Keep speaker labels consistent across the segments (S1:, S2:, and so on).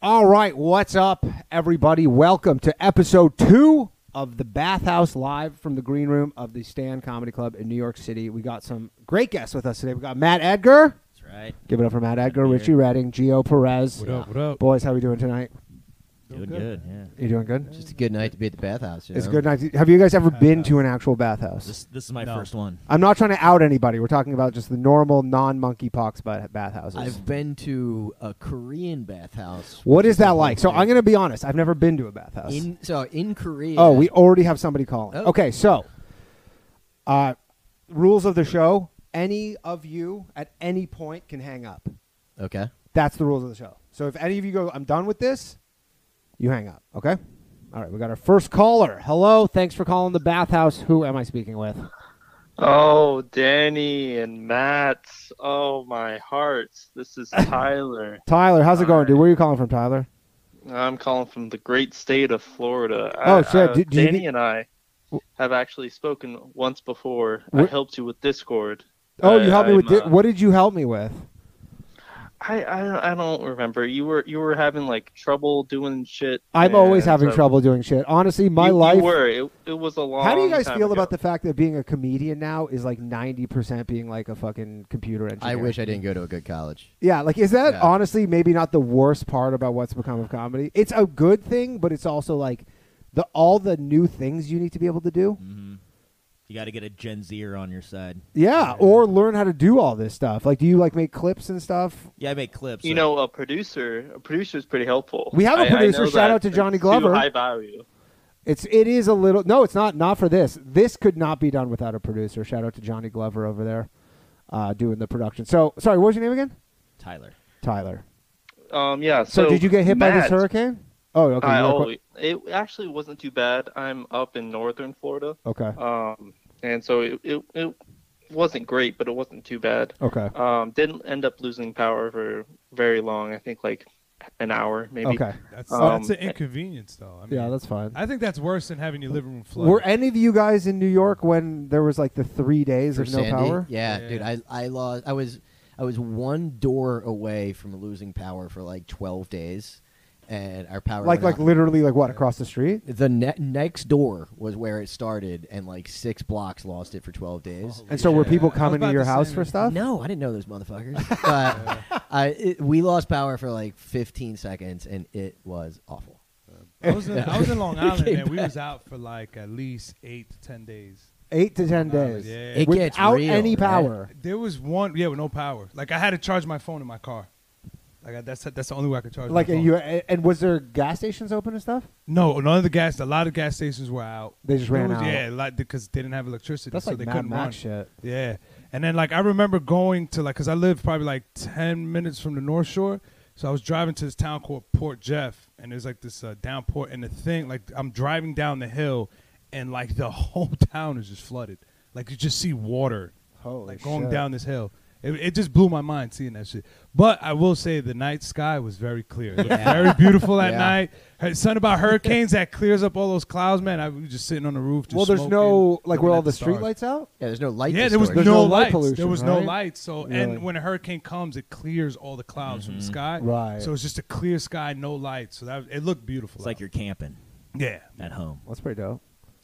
S1: All right, what's up, everybody? Welcome to episode two of the Bathhouse Live from the green room of the Stan Comedy Club in New York City. We got some great guests with us today. We got Matt Edgar.
S2: That's right.
S1: Give it up for Matt Edgar, Richie Redding, Gio Perez.
S3: What up? What up?
S1: Boys, how we doing tonight?
S2: Doing good. Yeah.
S1: You doing good?
S2: Just a good night to be at the bathhouse. You
S1: It's a
S2: know?
S1: good night. to- Have you guys ever been to an actual bathhouse?
S2: This this is my
S3: No.
S2: first one.
S1: I'm not trying to out anybody. We're talking about just the normal non-monkeypox ba- bathhouses.
S2: I've been to a Korean bathhouse.
S1: What
S2: which
S1: is that
S2: a
S1: like? So
S2: whole
S1: I'm going to be honest. I've never been to a bathhouse.
S2: thing. in so in Korea.
S1: Oh, we already have somebody calling.
S2: Oh.
S1: Okay, so uh, rules of the show: any of you at any point can hang up.
S2: okay.
S1: That's the rules of the show. So if any of you go, I'm done with this, you hang up. Okay. All right, we got our first caller. Hello, thanks for calling the bathhouse. Who am I speaking with?
S4: Oh, Danny and Matt. Oh, my hearts. This is Tyler.
S1: Tyler, how's it going, dude?
S4: Hi.
S1: Where are you calling from, Tyler?
S4: I'm calling from the great state of Florida.
S1: Oh,
S4: I-
S1: shit.
S4: I-
S1: Do- do you
S4: Danny
S1: thi-
S4: and I have actually spoken once before. I
S1: Wh-
S4: helped you with Discord.
S1: Oh,
S4: I-
S1: you helped me
S4: I'm,
S1: with. di-
S4: uh,
S1: what did you help me with?
S4: I, I I don't remember. You were you were having like trouble doing shit.
S1: I'm always
S4: and
S1: having
S4: so-
S1: trouble doing shit. Honestly, my
S4: You- you
S1: life.
S4: were. It, it was a long.
S1: How do you guys
S4: time
S1: feel
S4: ago.
S1: about the fact that being a comedian now is like 90% being like a fucking computer engineer?
S2: I wish I didn't go to a good college.
S1: Yeah, like is that
S2: Yeah.
S1: honestly maybe not the worst part about what's become of comedy? It's a good thing, but it's also like the all the new things you need to be able to do.
S5: Mm-hmm. You got to get a Gen Zer on your side.
S1: Yeah, or learn how to do all this stuff. Like do you like make clips and stuff?
S5: Yeah, I make clips.
S4: You
S5: so-
S4: know, a producer. A producer is pretty helpful.
S1: We have a
S4: I- I
S1: producer.
S4: know
S1: Shout
S4: that.
S1: out to Johnny
S4: It's too
S1: Glover.
S4: High value.
S1: It's it is a little No, it's not not for this. This could not be done without a producer. Shout out to Johnny Glover over there uh doing the production. So, sorry, what was your name again?
S5: Tyler.
S1: Tyler.
S4: Um, yeah.
S1: So,
S4: So,
S1: did you get hit by this
S4: Matt-
S1: hurricane? Oh, okay.
S4: I
S1: you were qu-
S4: always, it actually wasn't too bad. I'm up in northern Florida,
S1: okay.
S4: um, and so it, it it wasn't great, but it wasn't too bad.
S1: Okay.
S4: Um, didn't end up losing power for very long. I think like an hour, maybe.
S1: Okay.
S3: That's
S4: Um,
S3: that's an inconvenience, though. I mean,
S1: Yeah, that's fine.
S3: I think that's worse than having your living room flooded.
S1: Were any of you guys in New York when there was like the three days
S2: For
S1: of no
S2: Sandy?
S1: power?
S2: Yeah,
S3: Yeah.
S2: dude. I I lost. I was I was one door away from losing power for like twelve days, and our power
S1: Like
S2: went
S1: like
S2: out.
S1: literally like what across the street?
S2: the ne- next door was where it started, and like six blocks lost it for twelve days.
S1: And so were
S3: Yeah.
S1: people
S3: I was
S1: coming to
S3: about
S1: your
S3: to say
S1: house for
S3: that.
S1: stuff?
S2: No, I didn't know those motherfuckers. but I, it, we lost power for like 15 seconds, and it was awful.
S3: I was in, I was in Long Island,
S2: came
S3: and we was out for like at least eight to ten days.
S1: Eight to ten
S3: Long Island,
S1: days.
S3: yeah.
S2: It gets
S1: Without
S2: real,
S1: any
S2: right?
S1: power.
S3: There was one, yeah, with no power. Like I had to charge my phone in my car. Like I, that's that's the only way I could charge.
S1: Like
S3: my
S1: and
S3: phone.
S1: you and was there gas stations open and stuff?
S3: No, none of the gas. A lot of gas stations were out.
S1: They just
S3: There
S1: ran
S3: was-
S1: out.
S3: Yeah, a lot because they didn't have electricity,
S1: That's
S3: so
S1: like
S3: they
S1: Mad
S3: couldn't run.
S1: Max shit.
S3: Yeah, and then like I remember going to like because I lived probably like ten minutes from the North Shore, so I was driving to this town called Port Jeff, and there's like this uh, downpour, and the thing like I'm driving down the hill, and like the whole town is just flooded, like you just see water
S1: Holy
S3: like going
S1: shit.
S3: down this hill. It, it just blew my mind seeing that shit. But I will say the night sky was very clear, It looked
S2: Yeah.
S3: very beautiful at
S2: Yeah.
S3: night. Hey, Something about hurricanes that clears up all those clouds, man. I was just sitting on the roof. Just
S1: Well, there's
S3: smoking,
S1: no like
S3: looking
S1: were all
S3: at
S1: the
S3: stars.
S1: streetlights out?
S2: Yeah, there's no light.
S3: Yeah, there was no,
S1: There's no light
S3: lights. there
S1: pollution,
S3: was no
S1: right?
S3: lights. So,
S1: Really?
S3: and when a hurricane comes, it clears all the clouds from the sky.
S1: Right.
S3: So it's just a clear sky, no lights. So that it looked beautiful.
S5: It's like
S3: out.
S5: you're camping
S3: yeah.
S5: at home,
S1: That's pretty dope.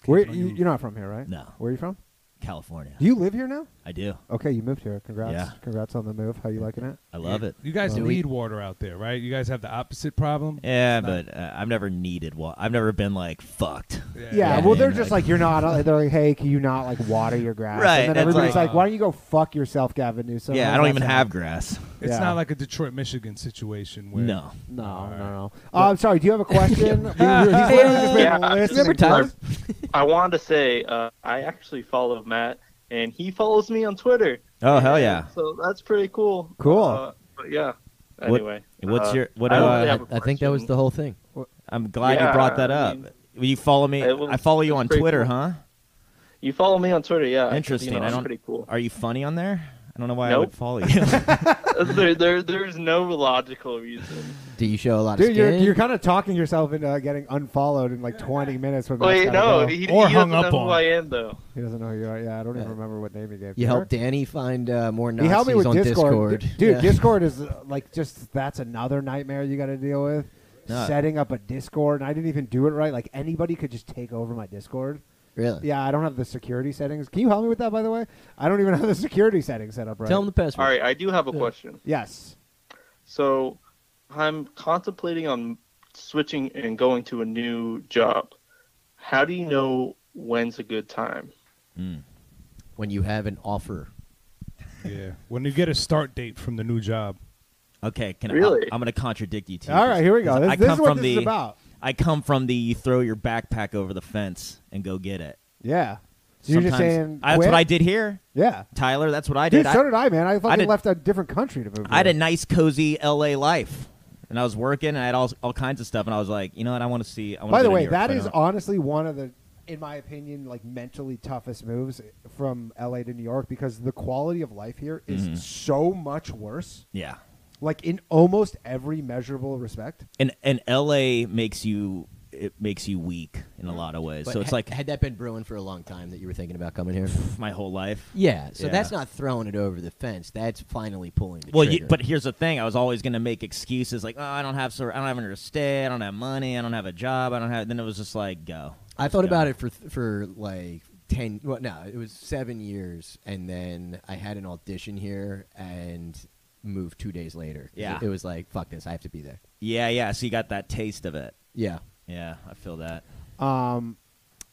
S1: Where
S3: on
S1: you,
S3: you-
S1: you're not from here, right?
S5: No.
S1: Where are you from?
S5: California.
S1: Do you live here now?
S5: I do.
S1: Okay, you moved here. Congrats.
S5: Yeah.
S1: Congrats on the move. How you liking it?
S5: I love it.
S3: You guys
S2: Do we-
S3: need water out there, right? You guys have the opposite problem.
S5: Yeah, but uh, I've never needed water. I've never been like fucked.
S1: Yeah,
S5: Yeah,
S1: well, they're
S5: and,
S1: just
S5: like-
S1: like you're not. uh, They're like, hey, can you not like water your grass?
S5: Right,
S1: And then
S5: that's
S1: everybody's like,
S5: like-
S1: why don't you go fuck yourself, Gavin Newsom?
S5: yeah, I
S1: How's
S5: don't
S1: that
S5: even
S1: sound?
S5: have grass.
S3: It's
S1: Yeah.
S3: not like a Detroit, Michigan situation where
S5: No.
S1: No,
S3: All
S1: no,
S3: right.
S1: no. Uh, I'm sorry. Do you have a question? We- we- he's literally just been
S4: Yeah.
S1: listening
S2: Remember
S1: to us.
S2: Tyler?
S4: I wanted to say uh, I actually follow Matt, and he follows me on Twitter.
S5: Oh hell
S4: And
S5: yeah.
S4: So that's pretty cool.
S1: Cool.
S4: Uh, but yeah.
S5: What-
S4: Anyway.
S5: What's
S4: uh,
S5: your what?
S4: I
S5: do
S4: don't
S5: I-
S4: really have a
S2: I think that was
S4: question.
S2: the whole thing.
S5: I'm glad
S4: Yeah,
S5: you brought that
S4: I
S5: up.
S4: mean,
S5: you follow me.
S4: it was-
S5: I follow you
S4: it's
S5: on
S4: pretty
S5: Twitter,
S4: cool.
S5: huh?
S4: You follow me on Twitter, yeah.
S5: Interesting,
S4: You know,
S5: I
S4: it's
S5: don't-
S4: pretty cool.
S5: Are you funny on there? I don't know why I
S4: Nope.
S5: would follow you.
S4: there, there, there's no logical reason.
S2: Do you show a lot of
S1: Dude, you're,
S2: skin?
S1: you're kind of talking yourself into uh, getting unfollowed in like 20 minutes. From
S4: Wait, no, he, he
S3: Or hung
S4: doesn't know
S3: up
S4: who
S3: on.
S4: I am though.
S1: he doesn't know who you are. Yeah, I don't even remember what name he gave.
S2: You
S1: her.
S2: helped Danny find uh, more
S1: He
S2: Nazis
S1: helped me with
S2: on
S1: Discord,
S2: Discord.
S1: D- dude.
S2: Yeah.
S1: Discord is uh, like just that's another nightmare you got to deal with.
S5: No.
S1: setting up a Discord, and I didn't even do it right. Like anybody could just take over my Discord.
S2: Really?
S1: Yeah, I don't have the security settings. Can you help me with that, by the way? I don't even have the security settings set up right.
S2: Tell him the password.
S4: All right, I do have a question.
S1: Yes.
S4: So, I'm contemplating on switching and going to a new job. How do you know when's a good time?
S5: Hmm.
S2: When you have an offer.
S3: Yeah. When you get a start date from the new job.
S5: Okay, can
S4: Really?
S5: I, I'm going to contradict you too.
S1: All right, here we
S5: 'cause
S1: go. This,
S5: I
S1: this
S5: come
S1: is what
S5: from
S1: this
S5: the
S1: is about.
S5: I come from the you throw your backpack over the fence and go get it.
S1: Yeah. So you're just
S5: Sometimes-
S1: saying
S5: I- that's
S1: quit?
S5: what I did here,
S1: Yeah.
S5: Tyler. That's what I did.
S1: Dude, so
S5: I,
S1: did I, man. I fucking
S5: did-
S1: left a different country to move.
S5: I had
S1: to.
S5: a nice, cozy L.A. life, and I was working, and I had all all kinds of stuff, and I was like, you know what? I want to see. I wanna
S1: By
S5: go
S1: the
S5: to
S1: way,
S5: New York,
S1: that
S5: why
S1: is
S5: not?
S1: honestly one of the, in my opinion, like mentally toughest moves eh, from LA to New York because the quality of life here is
S2: Mm-hmm.
S1: so much worse.
S5: yeah.
S1: Like in almost every measurable respect.
S5: And and L.A. makes you it makes you weak in a lot of ways.
S2: But
S5: so it's
S2: ha-
S5: like
S2: had that been brewing for a long time that you were thinking about coming here?
S5: my whole life.
S2: Yeah. So
S5: Yeah.
S2: that's not throwing it over the fence. That's finally pulling the
S5: Well, you,
S2: trigger.
S5: but here's the thing: I was always going to make excuses like, "Oh, I don't have so I don't have anywhere to stay. I don't have money. I don't have a job. I don't have." Then it was just like, go.
S2: I thought
S5: Yeah.
S2: about it for for like ten. Well, no, it was seven years, and then I had an audition here and moved two days later.
S5: Yeah.
S2: it, was like fuck this. I have to be there.
S5: Yeah, yeah. So you got that taste of it.
S2: Yeah,
S5: Yeah, I feel that.
S1: Um,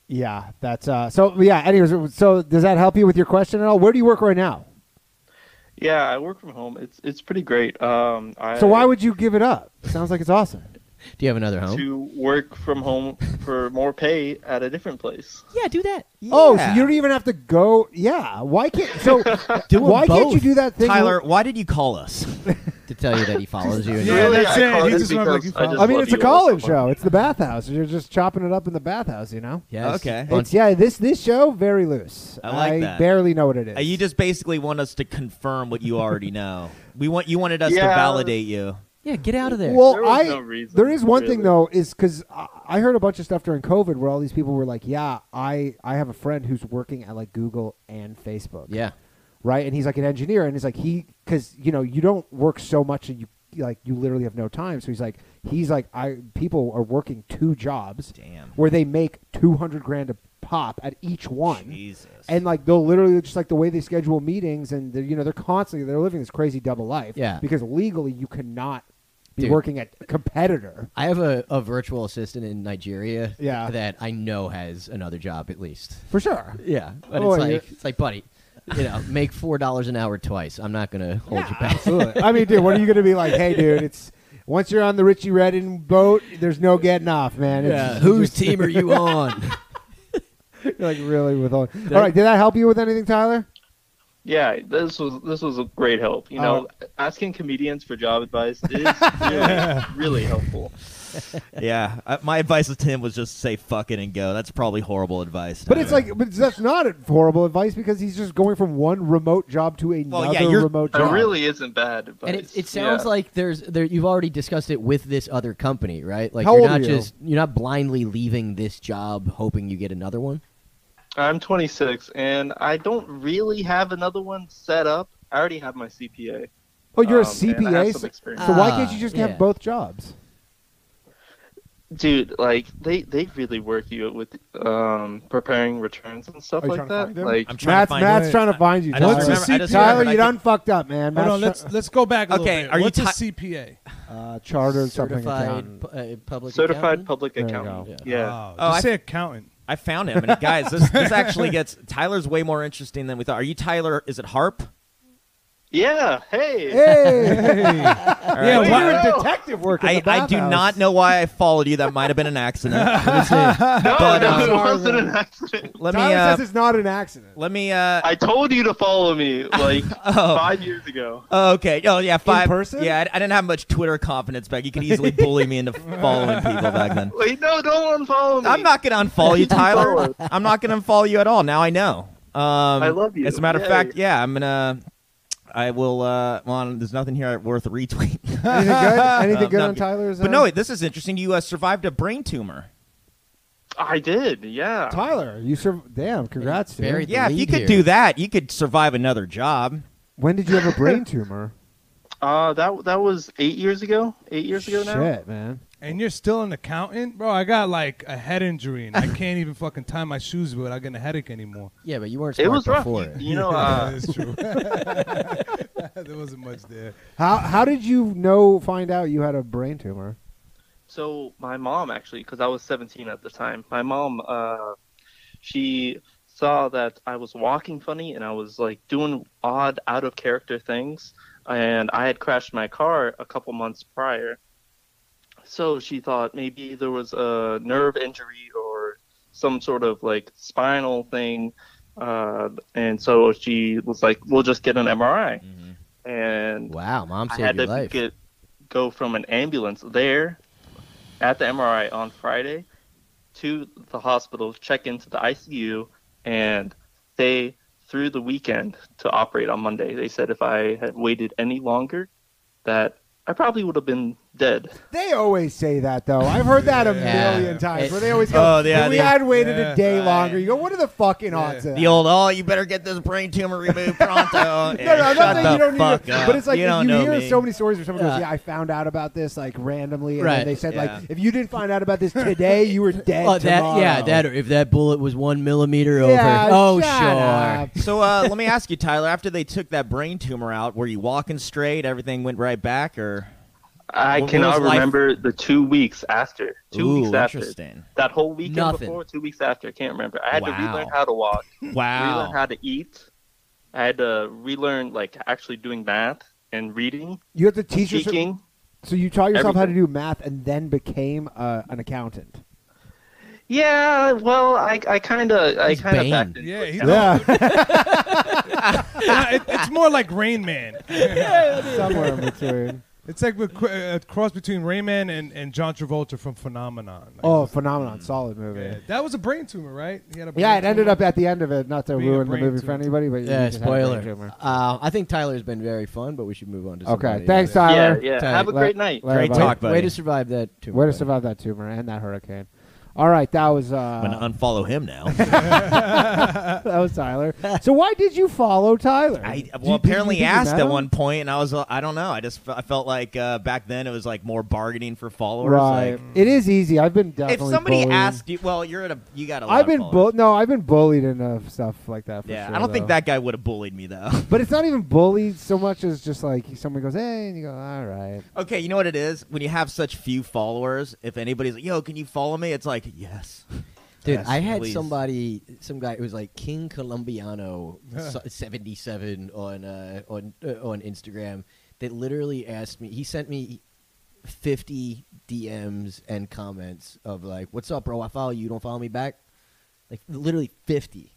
S1: yeah, that's uh. So yeah. Anyways, so does that help you with your question at all? Where do you work right now?
S4: Yeah, I work from home. It's it's pretty great. Um, I,
S1: So why would you give it up? Sounds like it's awesome.
S2: do you have another home?
S4: to work from home for more pay at a different place?
S2: Yeah, do that.
S1: Oh, so
S5: Yeah.
S1: you don't even have to go. Yeah. Why can't so?
S2: Do 'em
S1: why can't
S2: both.
S1: you do that thing?
S5: Tyler, why did you call us?
S2: To tell you that he follows you. and-
S3: Yeah,
S4: really,
S3: that's
S4: I
S3: it.
S4: called
S3: He
S4: in
S3: just went like
S4: because
S3: he
S4: I
S3: found-
S4: just
S1: I mean,
S4: love
S1: it's a
S4: you all so
S1: call-in
S4: much.
S1: show. It's the bathhouse. You're just chopping it up in the bathhouse. You know.
S2: Yes.
S5: Okay.
S2: Fun-
S1: It's yeah. This this show very loose.
S5: I like that.
S1: barely know what it is.
S5: Uh, you just basically want us to confirm what you already know. We want you wanted us to
S4: Yeah.
S5: validate you.
S2: yeah, get out of there.
S1: Well,
S4: There was
S1: I
S4: no reason,
S1: there is one thing
S4: really.
S1: though is because I, I heard a bunch of stuff during COVID where all these people were like, "Yeah, I I have a friend who's working at like Google and Facebook,
S2: yeah,
S1: right?" And he's like an engineer, and he's like he because you know you don't work so much and you like you literally have no time. So he's like he's like I people are working two jobs
S5: Damn.
S1: where they make two hundred grand a pop at each one.
S5: Jesus.
S1: And like they'll literally just like the way they schedule meetings, and they're, you know they're constantly they're living this crazy double life.
S2: Yeah.
S1: Because legally you cannot be
S2: Dude.
S1: working at a competitor.
S2: I have a, a virtual assistant in Nigeria.
S1: Yeah.
S2: that I know has another job at least.
S1: For sure.
S2: Yeah, but
S1: Oh,
S2: it's
S1: yeah.
S2: like it's like, buddy, you know, make four dollars an hour twice. I'm not gonna hold you back.
S1: Absolutely. I mean, dude, what are you going to be like? Hey, dude, it's once you're on the Richie Redden boat, there's no getting off, man. It's
S2: Yeah, whose team are you on?
S1: you're, like really with all. All right, did that help you with anything, Tyler?
S4: Yeah, this was this was a great help. You know,
S1: Oh.
S4: asking comedians for job advice is really, really helpful.
S5: yeah, I, my advice to him was just say fuck it and go. That's probably horrible advice.
S1: But it's
S5: Tyler.
S1: like, but that's not horrible advice because he's just going from one remote job to another
S5: Well, yeah, you're-
S1: remote
S4: It
S1: job.
S4: really isn't bad advice.
S2: and it, it sounds
S4: Yeah.
S2: like there's there you've already discussed it with this other company, right? Like
S1: How
S2: you're
S1: old are
S2: not
S1: you?
S2: just you're not blindly leaving this job hoping you get another one.
S4: I'm 26 and I don't really have another one set up. I already have my CPA.
S1: Oh, you're a
S4: Um, and I have
S1: CPA,
S4: some
S1: so,
S4: experience.
S1: so why
S2: Ah,
S1: can't you just
S2: yeah.
S1: have both jobs?
S4: Dude, like they they really work you with um preparing returns and stuff
S1: Are you trying
S4: like
S1: to
S4: that.
S1: find him?
S4: Like
S5: I'm trying
S1: Matt's,
S5: to find.
S1: Matt's
S3: Wait.
S1: trying to find you,
S5: I just
S1: Tyler.
S5: remember- I just
S1: Tyler,
S5: remember I
S1: you
S5: could-
S1: done fucked up,
S3: Hold
S1: man. Matt's
S3: on,
S1: try-
S3: let's let's go back a little
S5: Okay,
S3: bit.
S5: are you
S3: What's a
S5: ti-
S3: CPA?
S1: uh, chartered something.
S2: Certified
S1: accountant.
S2: pu- uh, public
S4: certified
S2: accountant?
S4: public
S1: There you
S4: accountant.
S1: go.
S4: Yeah.
S3: Oh,
S5: Oh,
S3: just
S5: I-
S3: say accountant.
S5: I found him, and guys, this this actually gets Tyler's way more interesting than we thought. Are you Tyler? Is it Harp?
S4: Yeah.
S5: uh,
S4: Hey.
S1: Hey,
S3: Yeah,
S5: All right.
S3: why-
S1: you're a detective working.
S5: I, I do not know why I followed you. That might have been an accident. Let me see.
S4: No,
S5: But,
S4: no,
S5: um,
S4: it wasn't an accident.
S5: Let me.
S1: Tyler
S5: Uh,
S1: says it's not an accident.
S5: let me. Uh,
S4: I told you to follow me like five years ago.
S5: oh, okay. Oh yeah. Five.
S1: person?
S5: Yeah. I, I didn't have much Twitter confidence back. You could easily bully me into following people back then.
S4: Wait, no, don't unfollow me.
S5: I'm not gonna unfollow you, Tyler.
S4: Forward.
S5: I'm not gonna unfollow you at all. Now I know. Um, I
S4: love you.
S5: As a matter of
S4: Yay.
S5: fact, yeah, I'm gonna. I will. Uh, well, there's nothing here worth a retweet.
S1: Anything good? Anything
S5: Um,
S1: good
S5: no,
S1: on Tyler's?
S5: but
S1: uh,
S5: no, wait, this is interesting. You uh, survived a brain tumor.
S4: I did. Yeah.
S1: Tyler, you sur- damn, congrats, dude.
S2: Buried- The
S5: Yeah, if you
S2: lead
S5: could
S2: here.
S5: do that, you could survive another job.
S1: When did you have a brain tumor?
S4: Uh, that that was eight years ago. Eight years ago now.
S1: Shit, man.
S3: and you're still an accountant, bro. I got like a head injury, and I can't even fucking tie my shoes without getting a headache anymore.
S2: Yeah, but you weren't
S4: It
S2: smart
S4: was rough.
S2: before.
S4: You, you know, uh,
S3: that's true. there wasn't much there.
S1: How how did you know find out you had a brain tumor?
S4: so my mom actually, because I was 17 at the time, my mom, uh, she saw that I was walking funny and I was like doing odd, out of character things, and I had crashed my car a couple months prior. So she thought maybe there was a nerve injury or some sort of like spinal thing, uh, and so she was like, "We'll just get an MRI."
S5: Mhm.
S4: And
S2: Wow, mom
S4: I
S2: saved
S4: had
S2: your
S4: to
S2: life.
S4: get go from an ambulance there at the MRI on Friday to the hospital, check into the ICU, and they through the weekend to operate on Monday. They said if I had waited any longer, that I probably would have been dead.
S1: They always say that though. I've heard that a
S2: Yeah.
S1: million times.
S2: It-
S1: where they always go,
S5: Oh, yeah,
S1: "If we
S5: the-
S1: had waited
S3: yeah,
S1: a day
S5: right.
S1: longer. You go, what are the fucking
S3: Yeah.
S1: odds? Of that?
S5: The old oh, you better get this brain tumor removed pronto. no,
S1: no, no, I'm not
S5: shut
S1: saying
S5: the
S1: you don't
S5: fuck
S1: need to,
S5: up.
S1: but it's like
S5: you
S1: if
S5: don't
S1: you
S5: know
S1: hear
S5: me.
S1: so many stories where someone
S2: Yeah.
S1: goes, "Yeah, I found out about this like randomly," and
S2: Right.
S1: then they said
S5: Yeah.
S1: like, "If you didn't find out about this today, you were dead."
S2: Oh, that
S1: tomorrow.
S2: yeah, that or if that bullet was one millimeter
S1: Yeah,
S2: over. Oh,
S1: Uh, shut
S2: sure.
S1: up.
S5: So uh, let me ask you, Tyler. After they took that brain tumor out, were you walking straight? Everything went right back, or
S4: I
S5: What
S4: cannot
S5: was life-
S4: remember the two weeks after. Two
S5: Ooh,
S4: weeks after.
S5: interesting.
S4: That whole weekend
S2: Nothing.
S4: before, two weeks after, I can't remember. I had to
S5: Wow.
S4: relearn how to walk. relearn
S5: Wow.
S4: how to eat. I had to relearn like actually doing math and reading,
S1: You have to teach yourself.
S4: speaking.
S1: So you taught yourself how to
S4: Everything.
S1: do math, and then became uh, an accountant.
S4: Yeah, well, I I kind of I
S2: He's
S4: kind of
S2: Bane.
S4: backed into
S3: Yeah,
S4: it.
S3: he-
S4: now.
S1: Yeah,
S3: Nah, it- it's more like Rain Man.
S1: somewhere in between.
S3: It's like with- uh, a cross between Rayman and, and John Travolta from Phenomenon. Like,
S1: Oh, phenomenon! Solid movie.
S3: yeah.
S1: Yeah.
S3: that was a brain tumor, right? He had a brain
S1: it ended up at the end of it. Not to
S3: Being a
S1: ruin the
S3: brain
S1: movie for
S3: tumor.
S1: anybody, but you
S2: Yeah,
S1: just had a brain
S2: spoiler.
S1: tumor.
S2: Uh, I think Tyler's been very fun, but we should move on to somebody
S1: Okay, thanks,
S2: else.
S4: yeah,
S1: Tyler.
S4: yeah.
S2: Tight.
S4: Have a
S1: Let-
S4: great night.
S1: let-
S5: Great
S1: let-
S5: talk, buddy.
S2: Way to survive that tumor.
S1: Way to
S2: buddy.
S1: survive that tumor and that hurricane. All right, that was uh,
S5: I'm gonna unfollow him now.
S1: that was Tyler. So why did you follow Tyler?
S5: I
S1: Do you-
S5: well apparently
S1: did you think you
S5: asked
S1: met
S5: at
S1: him?
S5: one point, and I was uh, I don't know. I just fe- I felt like uh, back then it was like more bargaining for followers.
S1: Right, it is easy. I've been
S5: Like, if
S1: definitely.
S5: somebody
S1: bullied.
S5: asked you, well, you're at a you got a. lot
S1: I've
S5: of
S1: been
S5: followers.
S1: bu- no, I've been bullied enough stuff like that. For
S5: Yeah,
S1: sure,
S5: I don't think
S1: though.
S5: that guy would have bullied me though.
S1: But it's not even bullied so much as just like someone goes, "Hey," and you go, "All right."
S5: okay, you know what it is when you have such few followers. If anybody's like, "Yo, can you follow me?" It's like, yes.
S2: Dude,
S5: Yes,
S2: I had
S5: please.
S2: somebody, some guy. It was like King Colombiano so- seventy seven on uh, on uh, on Instagram. That literally asked me. He sent me fifty DMs and comments of like, "What's up, bro? I follow you. You Don't follow me back." Like literally fifty.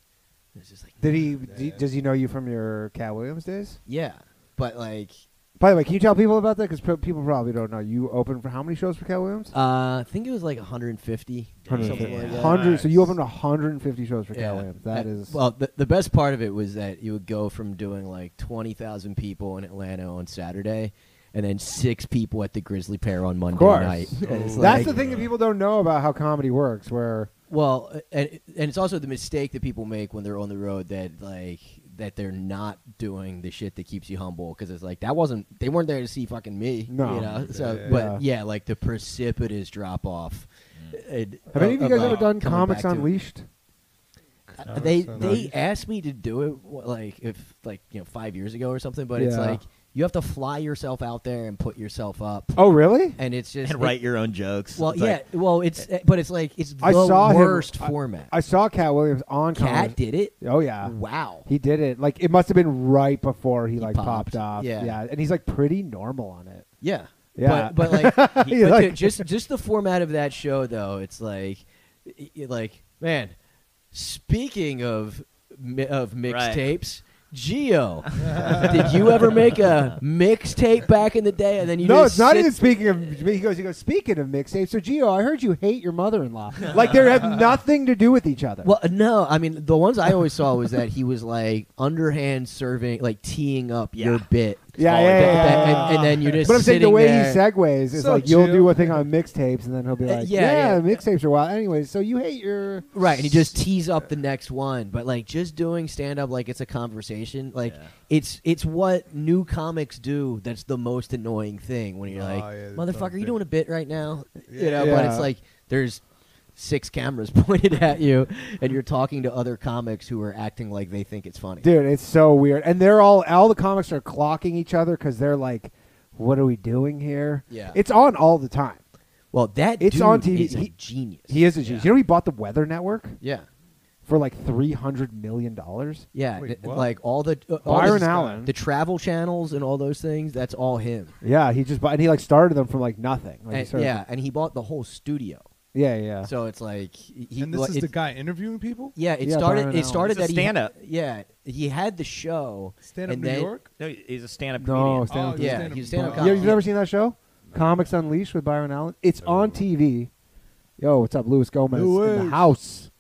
S2: It's just like,
S1: Did he? d does he know you from your Cat Williams days?
S2: yeah, but like,
S1: By the way, can you tell people about that? Because people probably don't know. You opened for how many shows for Cat Williams?
S2: uh, I think it was like one hundred and fifty. Something like that.
S1: Hundred. So you
S3: Nice.
S1: opened 150 shows for Cat
S2: Yeah.
S1: Williams. That is
S2: well. The, the best part of it was that you would go from doing like twenty thousand people in Atlanta on Saturday, and then six people at the Grizzly Pair on Monday
S1: course.
S2: night. And it's
S1: That's
S2: like,
S1: the thing that people don't know about how comedy works. Where
S2: well, and and it's also the mistake that people make when they're on the road that like that they're not doing the shit that keeps you humble because it's like that wasn't they weren't there to see fucking me.
S1: No.
S2: you know. So,
S3: Yeah.
S2: but yeah, like the precipitous drop off.
S5: Mm.
S1: have any of you guys ever done Comics Unleashed?
S2: Uh, they
S3: that's
S2: they
S3: nice.
S2: asked me to do it wh- like if like you know five years ago or something, but it's
S1: Yeah.
S2: like you have to fly yourself out there and put yourself up,
S1: Oh, really?
S2: and it's just
S5: And write your own jokes.
S2: Well,
S5: It's
S2: yeah,
S5: like,
S2: well, it's uh, but it's like it's the
S1: I saw him-
S2: worst
S1: I-
S2: format.
S1: I saw Cat Williams on
S2: Cat
S1: Comics.
S2: did it.
S1: Oh yeah.
S2: Wow.
S1: He did it. Like it must have been right before he, like
S2: popped.
S1: popped, off.
S2: Yeah.
S1: And he's like pretty normal on it.
S2: Yeah.
S1: Yeah.
S2: But, but like, but
S1: He, like-
S2: the- just just the format of that show though, it's like, y- y- like man, speaking of mi- of mixtapes. Geo, did you ever make a mixtape back in the day? And then you
S1: no,
S2: just
S1: it's not
S2: sit
S1: even speaking of. He goes. He goes. Speaking of mixtapes, so Gio, I heard you hate your mother-in-law. like they have nothing to do with each other.
S2: Well, no, I mean the ones I always saw was that he was like underhand serving, like teeing up your
S5: Yeah.
S2: bit
S1: Yeah,
S5: Smaller
S1: yeah,
S5: dick.
S1: yeah, yeah,
S2: That-
S1: yeah.
S2: and, and then you're just
S1: But I'm saying the
S2: sitting
S1: way
S2: there.
S1: he segues is
S3: So
S1: like you'll
S3: chill.
S1: do a thing on mixtapes, and then he'll be
S2: Uh,
S1: like,
S2: yeah,
S1: "Yeah,
S2: yeah.
S1: mixtapes are wild." Anyways, so you hate your
S2: Right, and you just tease up the next one, but like just doing stand up like it's a conversation, like
S5: Yeah.
S2: it's it's what new comics do. That's the most annoying thing when you're
S3: Oh,
S2: like,
S3: yeah, the dumb
S2: motherfucker, you
S3: thing.
S2: doing a bit right now, you
S3: Yeah.
S2: know. But
S1: Yeah.
S2: it's like there's six cameras pointed at you, and you're talking to other comics who are acting like they think it's funny.
S1: dude. It's so weird, and they're all all the comics are clocking each other because they're like, "What are we doing here?"
S2: Yeah.
S1: it's on all the time.
S2: Well, that
S1: It's
S2: dude
S1: on TV.
S2: Is a
S1: He-
S2: genius.
S1: He is a genius. You know, he bought the Weather Network
S2: Yeah,
S1: for like three hundred million dollars.
S2: yeah.
S3: Wait,
S2: n-
S3: what?
S2: like all the uh, all
S1: Byron
S2: the,
S1: Allen.
S2: the travel channels and all those things. That's all him.
S1: Yeah, he just bought, and he like started them from like nothing. Like, he
S2: And-
S1: started
S2: yeah,
S1: from-
S2: and he bought the whole studio.
S1: yeah, yeah.
S2: So it's like he, he-
S3: And this
S2: like,
S3: is
S2: it-
S3: the guy interviewing people.
S2: Yeah, it
S1: Yeah, Byron
S2: started.
S1: Allen.
S2: It started
S5: He's a
S2: that he-
S5: stand-up.
S2: Yeah, he had the show.
S3: Stand up
S2: and
S3: New
S2: then-
S3: York.
S5: No, he's a stand-up
S1: no,
S5: comedian.
S1: stand Oh, up.
S2: yeah, Oh, he's stand-up
S1: You,
S2: comedy.
S1: you've never seen that show, Comics Unleashed with Byron Allen? It's on TV. Yo, what's up, Luis Gomez in
S3: Luis.
S1: the house?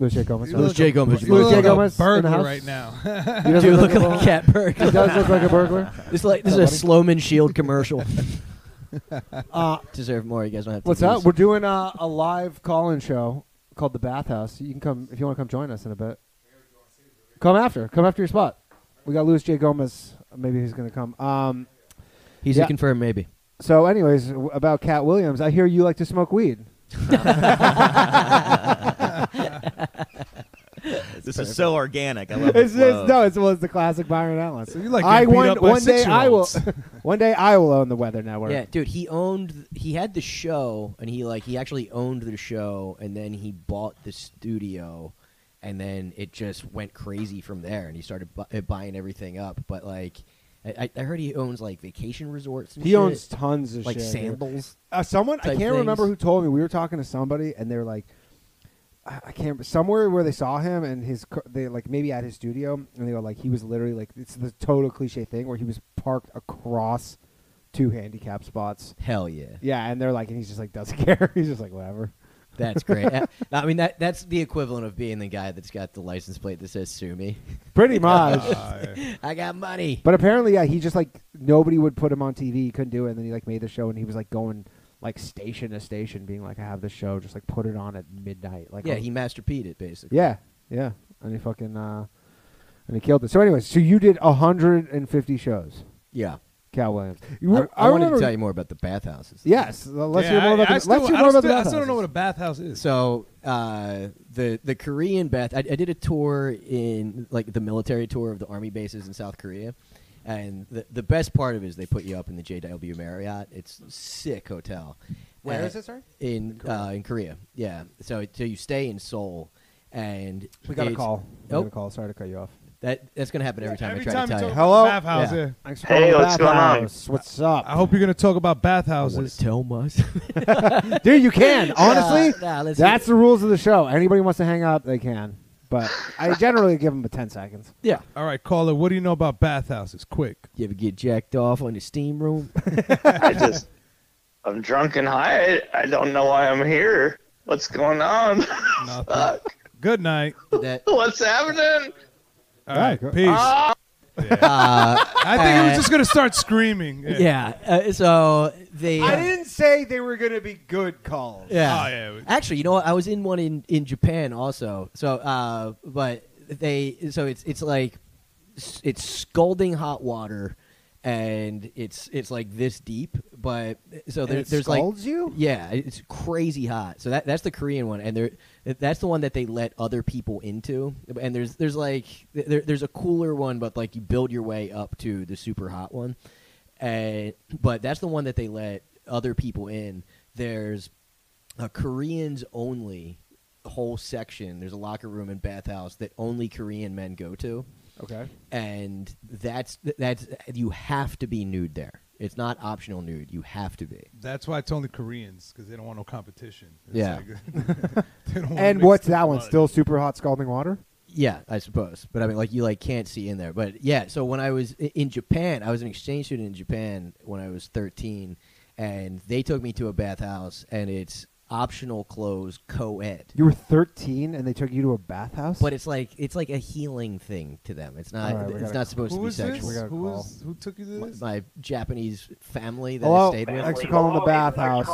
S1: Luis J. Gomez.
S3: You look
S1: sorry.
S2: J. Gomez.
S3: You look
S1: J.
S3: like a
S1: Gomez in the
S3: burglar
S1: house.
S3: right now.
S1: He doesn't
S2: Dude, look
S1: like a
S2: like
S1: burglar.
S2: a cat
S1: He
S2: burglar.
S1: does look like a burgler.
S2: It's like this is a Sloman Shield commercial.
S1: Uh,
S2: Deserve more. You guys don't have.
S1: what's
S2: TVs.
S1: up? We're doing uh, a live call-in show called The Bathhouse. You can come if you want to come join us in a bit. Come after. Come after your spot. We got Luis J. Gomez. Maybe he's gonna come. Um,
S2: He's
S1: Yeah.
S2: a confirmed maybe.
S1: so, anyways, w- about Cat Williams, I hear you like to smoke weed.
S5: This is so organic. I love
S1: It's,
S5: the flow.
S1: it's, no, it's, well, it's the classic Byron Allen.
S3: So you like
S1: I
S3: getting beat
S1: one,
S3: up by
S1: one day I will
S3: six-year-olds.
S1: one day I will own the Weather Network.
S2: Yeah, dude. He owned. He had the show, and he like he actually owned the show, and then he bought the studio, and then it just went crazy from there, and he started bu- uh, buying everything up. But like, I, I I heard he owns like vacation resorts. And
S1: He
S2: shit,
S1: owns tons of
S2: like
S1: shit. dude.
S2: sandals.
S1: Uh, someone I
S2: type
S1: can't remember
S2: things.
S1: who told me we were talking to somebody and they were like, I, I can't somewhere where they saw him and his car- they like maybe at his studio and they were like he was literally like it's the total cliche thing where he was parked across two handicap spots.
S2: Hell yeah.
S1: Yeah, and they're like, and he's just like doesn't care. he's just like whatever.
S2: That's great. Uh, I mean, that that's the equivalent of being the guy that's got the license plate that says "Sue me."
S1: Pretty much.
S3: Ah, yeah.
S2: I got money.
S1: But apparently, yeah, he just like nobody would put him on TV. He couldn't do it, and then he like made the show, and he was like going like station to station, being like, "I have the show, just like put it on at midnight." Like,
S2: yeah,
S1: oh,
S2: he masterpieced it basically.
S1: yeah, yeah, and he fucking uh, and he killed it. So, anyways, so you did hundred and fifty shows,
S2: yeah.
S1: Cal Williams. You
S2: I,
S1: were-
S2: I wanted
S1: remember-
S2: to tell you more about the bathhouses.
S1: Yes, uh, let's
S3: Yeah,
S1: hear more
S3: I-
S1: about.
S3: I
S1: the,
S3: still-
S1: let's hear
S3: I
S1: more about
S3: still-
S1: the
S3: I still don't know what a
S1: bathhouses.
S3: bathhouse is.
S2: So uh, the the Korean bath. I, I did a tour in like the military tour of the army bases in South Korea, and the the best part of it is they put you up in the JW Marriott. It's a sick hotel.
S1: Where
S2: Where is
S1: is it, sorry?
S2: In uh, in Korea. Yeah. So so you stay in Seoul, and
S1: We got a
S2: it's-
S1: call. We
S2: Oh.
S1: got a call. Sorry to cut you off.
S2: That that's gonna happen every time I
S3: Every
S2: try
S3: time
S2: to
S3: you
S2: tell
S3: talk
S2: you.
S3: about
S1: Hello?
S3: bathhouse,
S2: Yeah.
S3: yeah.
S1: Thanks for
S4: Hey,
S1: calling the
S4: what's going on?
S1: bathhouse. What's up?
S3: I hope you're gonna talk about
S2: I wanna
S3: bathhouses.
S2: tell Musk.
S1: Dude, you can. Honestly,
S2: Nah, nah, let's
S1: that's the
S2: hear
S1: rules of the show. Anybody wants to hang up, they can. But I generally give them a 10 seconds.
S2: it. yeah.
S3: All right, caller, what do you know about bathhouses? Quick.
S2: You ever get jacked off on your steam room?
S6: I just, I'm drunk and high. I, I don't know why I'm here. What's going on?
S3: Nothing. Good night.
S2: that
S6: What's happening? Uh,
S3: All right,
S1: go- Ah!
S3: peace.
S4: Uh,
S3: I think he was just gonna start screaming. Yeah.
S2: yeah. Uh, so they. uh,
S1: say they were going to be good calls.
S2: Yeah.
S3: Oh, yeah.
S2: Actually, you know what? I was in one in, in Japan also. So, uh, but they so it's it's like s- it's scalding hot water, and it's it's like this deep. But so there,
S1: it
S2: there's
S1: scalds
S2: like
S1: you?
S2: Yeah, it's crazy hot. So that that's the Korean one, and there that's the one that they let other people into. And there's there's like there, there's a cooler one, but like you build your way up to the super hot one. And but that's the one that they let other people in. There's a Koreans only whole section. There's a locker room and bathhouse that only Korean men go to,
S1: Okay.
S2: and that's that's you have to be nude there. It's not optional nude. You have to be.
S3: That's why it's only Koreans because they don't want no competition. It's
S2: Yeah.
S3: like- they don't wanna
S1: And
S3: mix
S1: what's
S3: the
S1: that one?
S3: blood.
S1: Still super hot scalding water?
S2: Yeah, I suppose. But I mean, like you like can't see in there. But yeah, so when I was i- in Japan, I was an exchange student in Japan when I was 13, and they took me to a bathhouse, and it's optional clothes co-ed.
S1: You were 13 and they took you to a bathhouse?
S2: But it's like it's like a healing thing to them. It's not.
S1: All right, we
S2: it's
S1: gotta-
S2: not supposed to
S3: Who
S2: be
S3: is this?
S2: sexual.
S1: We gotta
S3: Who
S1: call.
S3: is who took you to
S2: My,
S3: this?
S2: my Japanese family that I
S1: Hello?
S2: stayed with.
S1: Thanks for calling the bathhouse.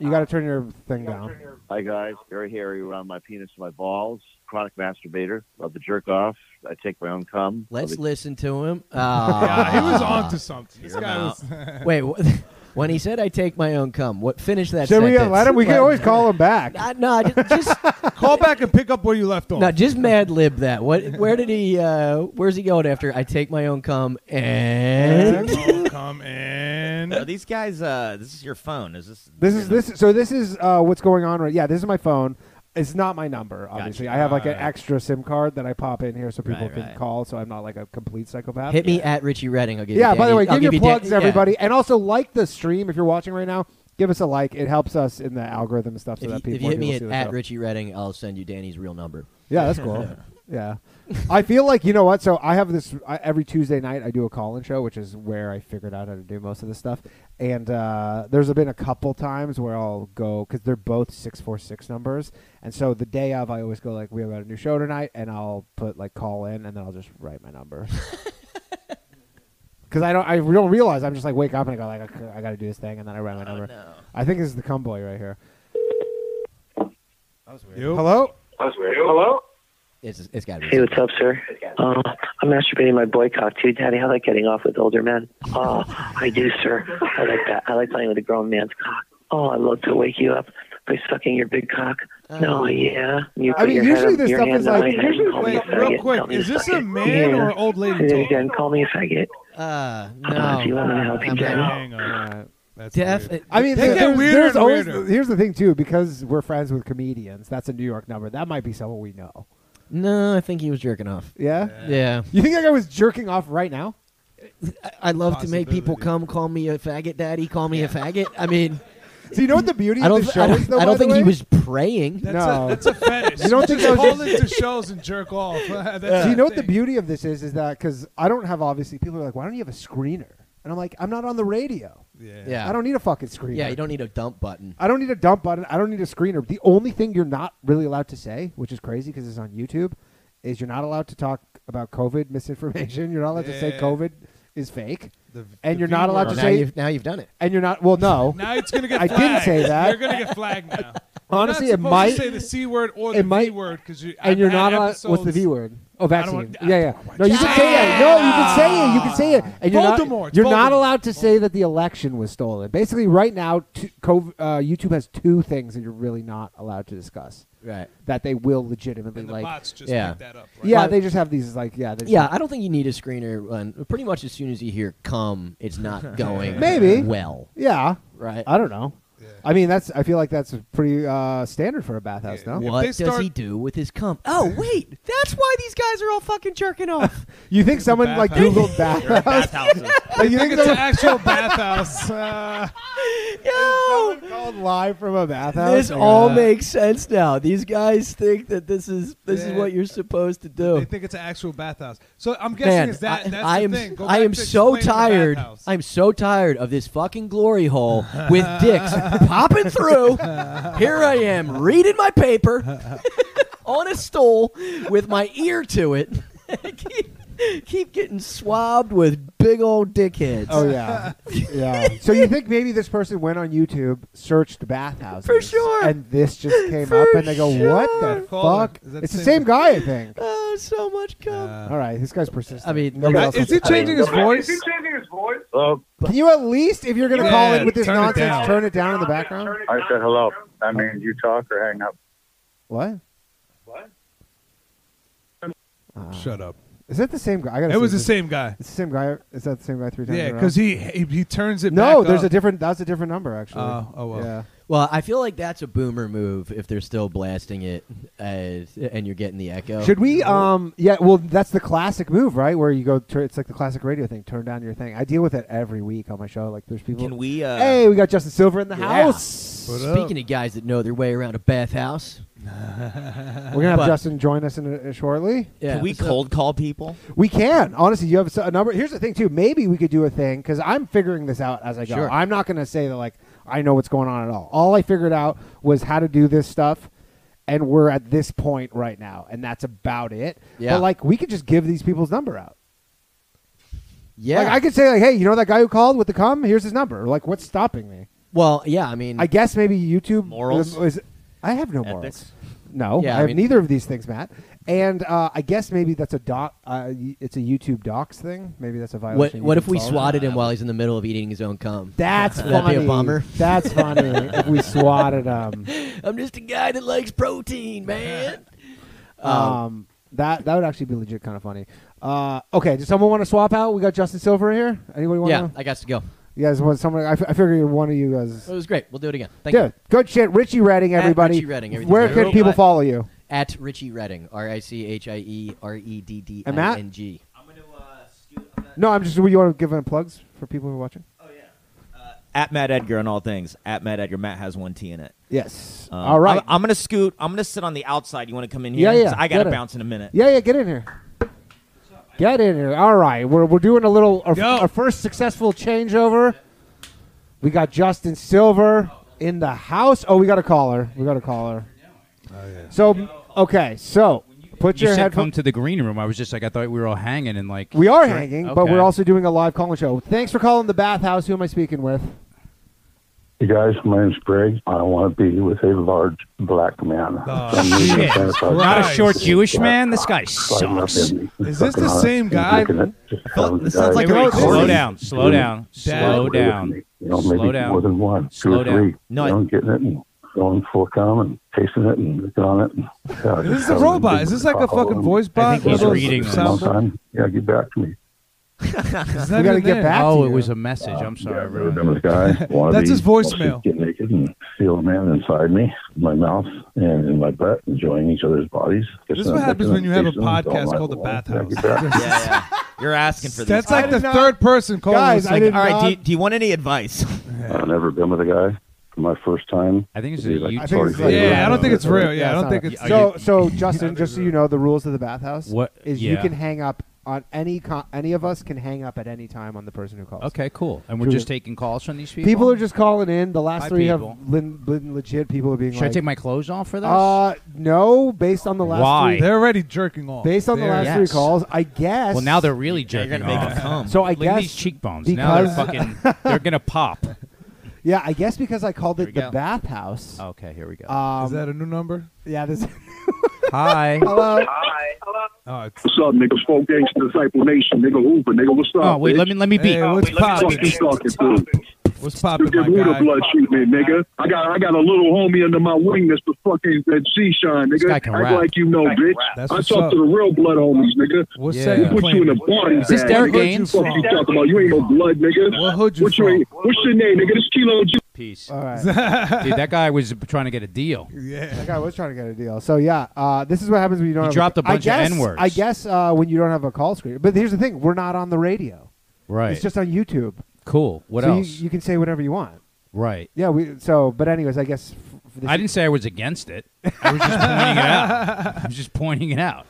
S1: You got to
S7: to
S1: turn your thing down.
S7: Hi guys, very hairy around my penis and my balls. Chronic masturbator. Love to jerk off. I take my own cum.
S2: Let's
S7: Love it.
S2: listen to him.
S3: yeah, he was
S2: Ah.
S3: on to something. This guy was.
S2: Wait, wha- when he said I take my own cum, what finish that
S1: Should we
S2: sentence.
S1: let him? We can
S2: Let-
S1: always call him back.
S2: Uh, no, ju- just
S3: Call back and pick up where you left off.
S2: no, just mad lib that. What? Where did he? Uh, where's he going after? I take my own cum and
S3: Don't come in.
S5: Are these guys? Uh, this is your phone. Is this?
S1: This is this. So this is uh, what's going on right. Yeah, this is my phone. It's not my number, obviously. I have like an
S3: Right.
S1: extra SIM card that I pop in here so people
S5: Right,
S1: can
S5: right.
S1: call. So I'm not like a complete psychopath.
S2: hit me at Richie Redding. I'll give
S1: yeah.
S2: You
S1: by the
S2: Danny-
S1: way,
S2: I'll
S1: give your
S2: you Dan-
S1: plugs,
S2: yeah.
S1: everybody, and also like the stream if you're watching right now. Give us a like. It helps us in the algorithm and stuff so
S2: If you,
S1: that people
S2: if you
S1: more
S2: hit me
S1: people
S2: at,
S1: see the
S2: at
S1: show.
S2: Richie Redding, I'll send you Danny's real number.
S1: Yeah, that's cool. yeah. I feel like, you know what? So I have this I, every Tuesday night, I do a call in show, which is where I figured out how to do most of this stuff. And uh, there's been a couple times where I'll go, because they're both 646 numbers. And so the day of, I always go, like, we have got a new show tonight, and I'll put, like, call in, and then I'll just write my number. Because I don't, I don't realize I'm just like wake up and I go like I, got to do this thing and then I write my number. I think this is the cum boy right here.
S3: You?
S1: Hello,
S7: Hello?
S2: It's it's got to be.
S8: Hey, what's up, sir? Uh, I'm masturbating my boycock too, Daddy. I like getting off with older men. Oh, I do, sir. I like that. I like playing with a grown man's cock. Oh, I love to wake you up by sucking your big cock.
S3: Oh.
S8: No, yeah. You
S1: I
S8: put
S1: mean,
S8: your
S1: usually
S8: head up,
S1: this
S8: your
S1: stuff
S8: hand
S1: is
S8: on
S1: like-
S8: my head,
S1: Usually-
S8: call me
S3: Wait,
S8: a
S3: real
S8: faggot,
S3: quick,
S8: call me
S3: is this a
S8: faggot.
S3: man
S8: yeah.
S3: or an old
S8: Say
S3: lady
S8: that
S3: talk?
S8: again. Call me a faggot.
S2: Uh,
S8: Uh, do you want me to
S2: no.
S8: help you,
S2: I'm
S8: Daddy?
S2: not-
S3: Hang on. That's
S2: Def-
S3: weird.
S1: I mean,
S3: They
S1: there-
S3: get
S1: there's,
S3: weirder
S1: there's
S3: and
S1: always
S3: weirder.
S1: here's the thing too because we're friends with comedians. That's a New York number. That might be someone we know.
S2: no, I think he was jerking off.
S1: Yeah.
S2: Yeah.
S1: You think that guy was jerking off right now?
S2: I love to make people
S3: Possibility.
S2: come call me a faggot daddy, call me a faggot. I mean,
S1: So you know what the beauty
S2: I
S1: of
S2: don't,
S1: this
S2: th-
S1: show
S2: I
S1: is,
S2: don't,
S1: though.
S2: I
S1: by
S2: don't
S1: the
S2: think
S1: way?
S2: he was praying.
S3: That's,
S1: No.
S3: a, that's a fetish.
S1: You don't think
S3: Just
S1: that was
S3: call into shows and jerk off? That's
S1: Do you know what the
S3: thing.
S1: beauty of this is? Is that because I don't have obviously people are like, why don't you have a screener? And I'm like, I'm not on the radio.
S3: Yeah.
S2: Yeah.
S1: I don't need a fucking screener.
S2: Yeah, you don't need a dump button.
S1: I don't need a dump button. I don't need a screener. The only thing you're not really allowed to say, which is crazy because it's on YouTube, is you're not allowed to talk about COVID misinformation. You're not allowed to say
S3: Yeah.
S1: COVID is fake.
S3: The-
S1: And
S3: the
S1: you're not
S3: V
S1: allowed
S3: word.
S1: to
S2: Well, now,
S1: say-
S2: you've, now you've done it.
S1: And you're not. Well, no.
S3: Now it's gonna get.
S1: I
S3: flagged.
S1: didn't say that.
S3: You're gonna get flagged now.
S1: Honestly,
S3: you're
S1: it
S3: not supposed
S1: might-
S3: to say the c word or
S1: it
S3: the
S1: might-
S3: v word because you
S1: and
S3: I've
S1: you're
S3: had
S1: not allowed. What's the
S3: episodes-
S1: V word? Oh,
S3: don't
S1: vaccine.
S3: want- I
S1: yeah,
S3: don't
S1: yeah.
S3: want
S1: No, you can say it. No, you can say it. You can say it. And you're
S3: Voldemort.
S1: not. You're not
S3: Voldemort.
S1: allowed to say that the election was stolen. Basically, right now, t- COVID, uh, YouTube has two things that you're really not allowed to discuss
S2: Right.
S1: that they will legitimately
S3: And the
S1: like.
S3: bots just
S2: Yeah.
S3: picked that up. Right?
S1: Yeah,
S2: Well-
S1: they just have these like yeah. they just-
S2: Yeah, I don't think you need a screener. When, pretty much as soon as you hear "come," it's not going
S1: Maybe.
S2: well,
S1: yeah.
S2: right?
S1: I don't know.
S3: Yeah.
S1: I mean, that's. I feel like that's pretty uh, standard for a bathhouse.
S3: Yeah.
S1: No,
S3: If
S2: what
S3: they
S2: does
S3: start-
S2: he do with his cum? Oh, wait, that's why these guys are all fucking jerking off.
S1: you think someone like
S3: bathhouse.
S1: Googled bathhouse?
S5: Bathhouses.
S1: like, you think
S3: It's an
S1: someone
S3: actual bathhouse. Uh,
S2: Yo,
S1: called live from a bathhouse?
S2: this
S1: Like,
S2: all
S1: uh,
S2: makes sense now. These guys think that this is this
S3: Yeah.
S2: is what you're supposed to
S9: Oh.
S2: do.
S3: they think it's an actual bathhouse. So I'm guessing
S2: Man,
S3: it's that.
S2: I,
S3: that's
S2: I
S3: the
S2: am
S3: thing. Go
S2: I
S3: back
S2: am
S3: to
S2: so
S3: explaining the
S2: tired.
S3: bathhouse.
S2: I'm so tired of this fucking glory hole with dicks popping through. Here I am reading my paper on a stool with my ear to it. keep, keep getting swabbed with big old dickheads.
S1: Oh yeah, yeah. So you think maybe this person went on YouTube, searched bathhouses,
S2: For sure.
S1: and this just came
S2: For
S1: up, and they go, "What the
S3: sure. Caller,
S1: fuck?"
S3: is that
S1: It's
S3: the
S1: the
S3: same- Uh,
S1: same guy, I think.
S2: Oh, so much cum.
S1: All right, this guy's persistent.
S2: I mean,
S1: Nobody
S2: uh,
S1: else
S3: is
S1: wants
S3: he
S1: to play.
S3: changing his voice?
S7: changing his voice? Hello?
S1: Can you at least, if you're gonna
S3: Yeah,
S1: call in with this
S3: turn it
S1: nonsense,
S3: down.
S1: turn it down in the background?
S7: I said hello. I mean, you talk or hang up.
S1: What?
S3: Shut up.
S1: Uh, Is that the same guy? I gotta
S3: It was
S1: see
S3: the
S1: this.
S3: same guy.
S1: It's the same guy. Is that the same guy three times?
S3: Yeah,
S1: in a row?
S3: because he, he he turns it.
S1: no,
S3: back
S1: there's
S3: up.
S1: a different. That's a different number actually.
S3: Oh, oh, well.
S1: Yeah.
S2: Well, I feel like that's a boomer move if they're still blasting it as, and you're getting the echo.
S1: Should we? Um. Yeah. Well, that's the classic move, right? Where you go. Tur- it's like the classic radio thing. Turn down your thing. I deal with it every week on my show. Like there's people.
S5: Can we? Uh,
S1: hey, we got Justin Silver in the
S2: Yeah.
S1: house.
S3: What up?
S2: Speaking of guys that know their way around a bathhouse,
S1: We're gonna have
S2: But-
S1: Justin join us in a, shortly.
S2: yeah,
S5: Can we
S2: what's up?
S5: cold call people?
S1: We can. Honestly, you have s- a number. Here's the thing, too. Maybe we could do a thing because I'm figuring this out as I go.
S2: Sure.
S1: I'm not gonna say that like I know what's going on at all. All I figured out was how to do this stuff, and we're at this point right now, and that's about it.
S2: Yeah.
S1: But like, we could just give these people's number out.
S2: Yeah.
S1: Like, I could say like, hey, you know that guy who called with the cum? Here's his number. Like, what's stopping me?
S2: well, yeah. I mean,
S1: I guess maybe YouTube
S5: Morals?
S1: is- I have no morals.
S5: Ethics?
S1: No,
S2: Yeah,
S1: I
S2: I
S1: have
S2: mean-
S1: neither of these things, Matt. And uh, I guess maybe that's a doc. Uh, y- it's a YouTube docs thing. Maybe that's a
S2: what
S1: violation. of
S2: what if
S1: YouTube
S2: we
S1: policy.
S2: swatted him while he's in the middle of eating his own cum?
S1: That's
S2: Would
S1: funny.
S2: that be a bummer?
S1: That's funny. if we swatted him,
S2: I'm just a guy that likes protein, man.
S1: um, that that would actually be legit kind of funny. Uh, okay, does someone want to swap out? We got Justin Silver here. Anybody want
S2: yeah,
S1: to?
S2: I got to go.
S1: You guys want someone? I, f- I figure one of you guys.
S2: It was great. We'll do it again. Thank
S1: Dude,
S2: you.
S1: good shit, Richie Redding.
S2: At
S1: Everybody,
S2: Richie Redding, everything.
S1: where
S2: There
S1: can
S2: we
S1: people
S2: go.
S1: follow you?
S2: At Richie Redding, R I C H I E R E D D
S1: And Matt?
S2: I N G.
S5: I'm going to uh, scoot. I'm gonna,
S1: No, I'm just. You want to give them plugs for people who are watching?
S5: Oh, yeah. Uh, at Matt Edgar on all things. At Matt Edgar. Matt has one T in it.
S1: Yes.
S5: Um,
S1: All right.
S5: I'm, I'm going to scoot. I'm going to sit on the outside. You want to come in here?
S1: Yeah, yeah,
S5: 'Cause I got
S1: get it.
S5: to bounce in a minute.
S1: yeah, yeah. Get in here. Get in here. All right. We're we're doing a little our,
S3: Yo.
S1: our first successful changeover. We got Justin Silver in the house. Oh, we got a caller. We got a caller. So okay. So put
S9: You
S1: your
S9: said come
S1: headphones.
S9: to the green room. I was just like, I thought we were all hanging and like.
S1: We are hanging, but we're
S9: Okay.
S1: also doing a live calling show. Thanks for calling the bathhouse. Who am I speaking with?
S10: Hey guys, my name's Greg. I want to be with a large black man.
S3: Oh,
S10: For some reason,
S9: shit.
S10: I thought
S9: Not a
S3: Christ.
S9: short Jewish man. This guy
S10: I love
S9: sucks.
S10: him. He's
S3: Is this the
S10: fucking
S3: same
S10: hot.
S3: guy?
S10: He's looking at just some
S9: This
S10: guy
S9: sounds like
S3: Hey, wait,
S9: a slow
S3: Corey.
S9: down, slow down,
S3: Dad.
S9: slow
S10: with
S9: down.
S10: me. You know, maybe
S9: Slow down.
S10: more than one, two
S9: Slow
S10: or three.
S9: down.
S5: No,
S10: you
S5: I-
S10: know, getting it and going full com and tasting it and looking on it. And, yeah,
S3: This is
S10: just
S3: a
S10: having
S3: robot.
S10: big
S3: Is this like a
S10: cock all over
S3: fucking
S10: me.
S3: voice
S9: I
S3: bot?
S9: think
S3: One of
S9: he's
S3: those
S9: reading
S10: It's
S9: them.
S10: been a long
S3: sound-
S10: time. Yeah, get back to me.
S3: Is
S1: We
S3: that
S1: gotta
S3: in
S1: get
S3: there?
S1: back.
S9: Oh,
S1: to
S9: it
S1: you.
S9: was a message. I'm
S10: Yeah,
S9: sorry,
S10: really
S9: everyone.
S10: dumb as a guy. Wanna
S3: That's
S10: be-
S3: his voicemail.
S10: wanna Get naked and feel a man inside me, in my mouth and in my butt, enjoying each other's bodies.
S3: This is what happens when you have a podcast called The Bathhouse.
S5: yeah, yeah. You're asking for this.
S3: That's like
S1: I
S3: the
S1: did not-
S3: third person calling.
S1: Guys,
S3: us,
S1: I
S3: like,
S5: all
S1: did
S5: right,
S1: not-
S5: do you, do you want any advice?
S10: I've never been with a guy for my first time.
S9: I think it's a
S10: He's like,
S9: YouTube.
S1: I think it's like-
S3: Yeah, I don't think it's real.
S1: Yeah,
S3: Yeah, I don't
S1: it's
S3: think
S1: not
S3: it's.
S1: So, so Justin, just so you know, the rules of the bathhouse
S9: What-
S1: is you
S9: yeah.
S1: can hang up on any con- any of us can hang up at any time on the person who calls.
S9: Okay, cool. And we're
S1: True.
S9: just taking calls from these people.
S1: People, are just calling in. The last
S9: Hi,
S1: three
S9: people.
S1: have been, been legit. People are being
S9: Should
S1: like,
S9: I take my clothes off for this?
S1: uh, no, based on the last
S9: Why?
S1: three,
S3: They're already jerking off.
S1: based on the
S3: They're-
S1: last
S9: Yes.
S1: three calls, I guess.
S9: well, now they're really
S5: You're
S9: jerking
S5: going to make
S9: off.
S5: them come.
S1: so I
S9: Look at
S1: guess
S9: these cheekbones. Now they're
S1: because-
S9: fucking. They're gonna pop.
S1: yeah, I guess because I called
S9: we
S1: it the
S9: go.
S1: bathhouse.
S9: Okay, here we go.
S1: Um,
S3: Is that a new number?
S1: yeah, this.
S9: Hi.
S1: Hello.
S3: Oh, it's,
S10: What's up, nigga? Folk Gangsta Disciple Nation, nigga Hoover, nigga. What's
S9: Oh wait, let me let me beat.
S3: hey, what's popping?
S10: talking, dude?
S3: What's popping, my
S10: Who the
S3: guy?
S10: blood treatment, nigga? I got I got a little homie under my wing that's the fucking that G Shine,
S9: This
S10: nigga.
S9: guy
S10: Act
S9: can rap.
S10: like you know, bitch.
S3: That's
S10: I
S3: what's
S10: talk
S3: up.
S10: to the real blood homies, nigga.
S3: What's
S9: Yeah.
S3: that?
S9: We'll
S3: you're
S10: Put you in
S3: playing?
S10: a body
S9: Is this
S10: bag,
S9: Derek
S10: nigga.
S9: Gaines?
S10: What the fuck you talking about? You ain't no blood, nigga.
S3: What hood you
S10: What's your,
S3: from?
S10: what's your name, nigga? This Kilo G.
S9: Peace.
S1: All right.
S9: Dude, that guy was trying to get a deal.
S3: Yeah.
S1: That guy was trying to get a deal. So yeah, uh, this is what happens when you don't.
S9: He
S1: have
S9: dropped a
S1: I
S9: bunch of
S1: guess-
S9: N-words.
S1: I guess uh, when you don't have a call screen. But here's the thing: we're not on the radio.
S9: Right.
S1: It's just on YouTube.
S9: cool. What
S1: so
S9: else?
S1: You, you can say whatever you want.
S9: right.
S1: Yeah. We. So, but anyways, I guess. f- For this,
S9: I didn't say I was against it. I was just pointing it out. I was just pointing it out.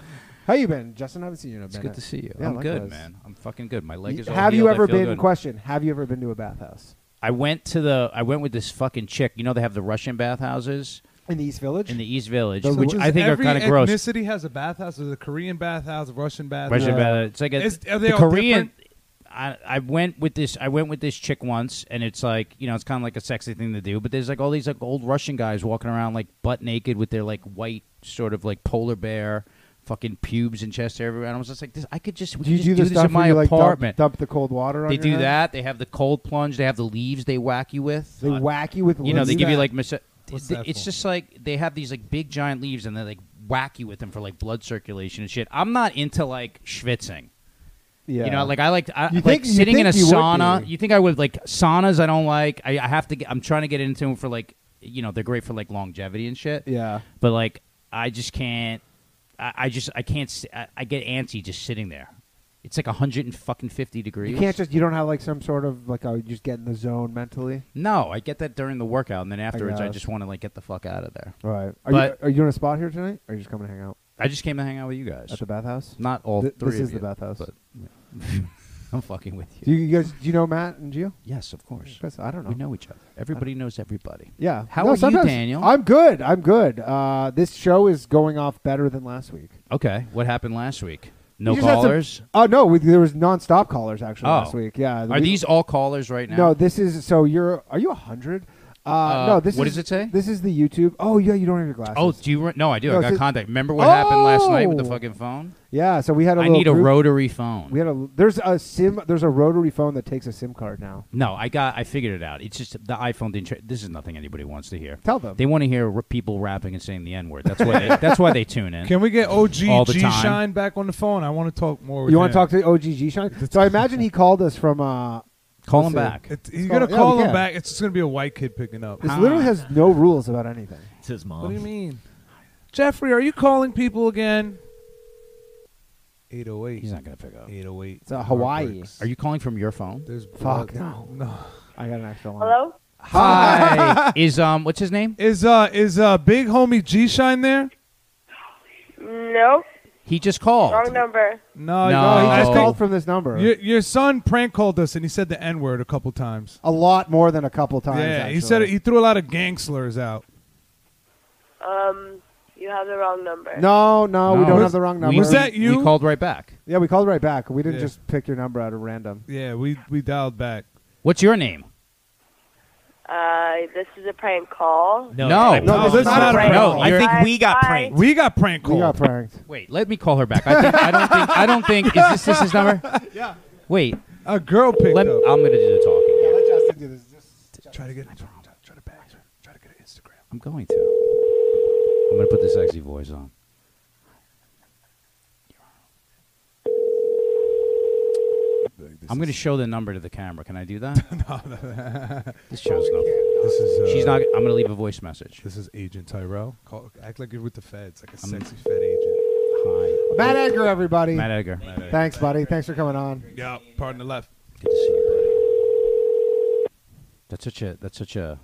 S1: How you been, Justin? I haven't seen you in a
S9: It's
S1: minute.
S9: good to see you.
S1: Yeah,
S9: I'm good,
S1: likewise.
S9: man. I'm fucking good. My leg
S1: Y-
S9: is. all
S1: have you
S9: healed. I
S1: ever
S9: feel
S1: been?
S9: Good.
S1: Question: Have you ever been to a bathhouse
S9: I went to the. I went with this fucking chick. You know they have the Russian bathhouses
S1: in the East Village?
S9: in the East Village,
S1: Those-
S9: which
S1: Does
S9: I think are
S3: every
S9: kind of gross.
S3: Ethnicity has a bathhouse. There's a Korean bathhouse, Russian bathhouse.
S9: Russian bath- It's like a
S3: Is- are they
S9: the
S3: all
S9: Korean.
S3: different?
S9: I, I went with this I went with this chick once and it's like you know it's kind of like a sexy thing to do but there's like all these like old Russian guys walking around like butt naked with their like white sort of like polar bear fucking pubes and chest hair everywhere and I was just like this I could just we
S1: do you
S9: could
S1: do
S9: just do
S1: the
S9: this
S1: stuff
S9: in my
S1: where you, like, dump-
S9: apartment
S1: Dump, the cold water on
S9: they
S1: your
S9: do
S1: head?
S9: that they have the cold plunge they have the leaves they whack you with
S1: They
S9: Uh,
S1: whack you with.
S9: you know they
S1: leaves?
S9: give you
S3: that?
S9: like massa-
S3: What's
S9: th-
S3: that
S9: it's
S3: for?
S9: just like they have these like big giant leaves and they like whack you with them for like blood circulation and shit I'm not into like schwitzing
S1: Yeah.
S9: you know, like I like I,
S1: You
S9: like
S1: think- you
S9: sitting in a
S1: think you would
S9: sauna.
S1: be.
S9: You think I would like saunas? I don't like. I, I have to. Get, I'm trying to get into them for like you know they're great for like longevity and shit.
S1: Yeah.
S9: But like I just can't. I, I just I can't. s- I, I get antsy just sitting there. It's like a hundred and fucking fifty degrees.
S1: You can't just. You don't have like some sort of like. Oh, you just get in the zone mentally.
S9: No, I get that during the workout, and then afterwards I,
S1: guess.
S9: just want to like get the fuck out of there.
S1: Right. Are
S9: But-
S1: you are you in a spot here tonight? Or are you just coming to hang out
S9: I just came to hang out with you guys.
S1: at the bathhouse?
S9: Not all
S1: Th-
S9: three
S1: this
S9: of
S1: is the
S9: you,
S1: bathhouse.
S9: but- I'm fucking with you.
S1: Do you guys? Do you know Matt and Gio?
S9: Yes, of course.
S1: I don't know.
S9: We know each other. Everybody knows everybody.
S1: Yeah.
S9: How
S1: No,
S9: are you,
S1: sometimes-
S9: Daniel?
S1: I'm good. I'm good. Uh, this show is going off better than last week.
S9: okay. What happened last week? No
S1: We just had some-
S9: callers.
S1: Oh no, we, there was nonstop callers actually
S9: oh,
S1: last week. Yeah.
S9: Are
S1: we-
S9: these all callers right now?
S1: No, this is so you're. Are you hundred? Uh,
S9: Uh,
S1: no. This
S9: what
S1: is,
S9: does it say?
S1: This is the YouTube. Oh yeah, you don't have your glasses.
S9: Oh, do you? Re- no, I do.
S1: No,
S9: I
S1: it's
S9: got
S1: just-
S9: contact. Remember what happened last night with the
S1: Oh!
S9: fucking phone?
S1: Yeah, so we had a
S9: I
S1: little
S9: need a
S1: group-
S9: rotary phone.
S1: We had a there's a sim there's a rotary phone that takes a SIM card now.
S9: No, I got. I figured it out. It's just the iPhone didn't. Tra- this is nothing anybody wants to hear.
S1: Tell them.
S9: they want to hear r- people rapping and saying the N word. That's why. They, that's why they tune in.
S3: Can we get OG
S9: all
S3: G
S9: the time?
S3: Shine back on the phone? I want to talk more. With
S1: You want to
S3: him.
S1: talk to OGG Shine? So I imagine he called us from uh
S9: Call
S1: let's
S9: him
S1: see.
S9: back.
S3: It- You're
S1: Let's
S3: gonna
S1: yeah,
S3: call
S1: we
S3: him
S1: can.
S3: back. It's just gonna be a white kid picking up.
S1: This literally has no rules about anything.
S5: It's his mom.
S3: What do you mean, Jeffrey? Are you calling people again? Eight oh eight.
S9: He's not gonna pick up.
S3: Eight oh eight.
S1: It's a Hawaii.
S9: Are you calling from your phone?
S3: There's
S1: Fuck
S3: blood.
S1: no.
S3: No.
S1: I got an extra line.
S11: Hello?
S9: Hi. is um. What's his name?
S3: Is uh is uh big homie G Shine there?
S11: No,
S9: He just called.
S11: wrong number.
S9: No,
S3: No,
S9: he
S3: I
S1: Just
S9: Oh.
S3: think
S1: called from this number.
S3: Your, your son prank called us and he said the N word a couple times.
S1: a lot more than a couple times.
S3: yeah,
S1: actually.
S3: he said it, he threw a lot of gang slurs out.
S11: Um, you have the wrong number.
S1: No, no, we
S9: No.
S1: don't
S9: Was-
S1: have the wrong number.
S9: We,
S3: Was that
S9: we-
S3: you?
S9: We called right back.
S1: yeah, we called right back. We
S3: Yeah.
S1: didn't just pick your number out of random.
S3: Yeah, we we dialed back.
S9: What's your name?
S11: Uh, this is a prank call.
S9: No.
S5: I-
S9: No.
S3: No, this is not a prank
S9: no,
S3: call.
S5: I
S9: you're-
S5: think we got
S11: Bye.
S5: pranked.
S3: We got prank
S1: We got
S3: called.
S1: pranked.
S9: Wait. Let me call her back. I, think, I don't think. I don't think. Is this this his number? Yeah. Wait.
S3: a girl picked
S9: Let.
S3: up.
S9: I'm gonna do the talking. here.
S3: Try to get try to bag her. Try to get her Instagram.
S9: I'm going to. I'm gonna put the sexy voice on. I'm going to show the number to the camera. Can I do that? this shows no.
S3: This is uh,
S9: She's not. I'm going to leave a voice message.
S3: This is Agent Tyrell. Call, act like you're with the feds, like a
S9: I'm-
S3: sexy Fed agent.
S9: Hi,
S1: Matt Edgar, everybody.
S9: Matt Edgar. Good
S1: Thanks, buddy. Thanks for coming on.
S3: Yeah, pardon the left.
S9: to see you, buddy. That's such a. That's such a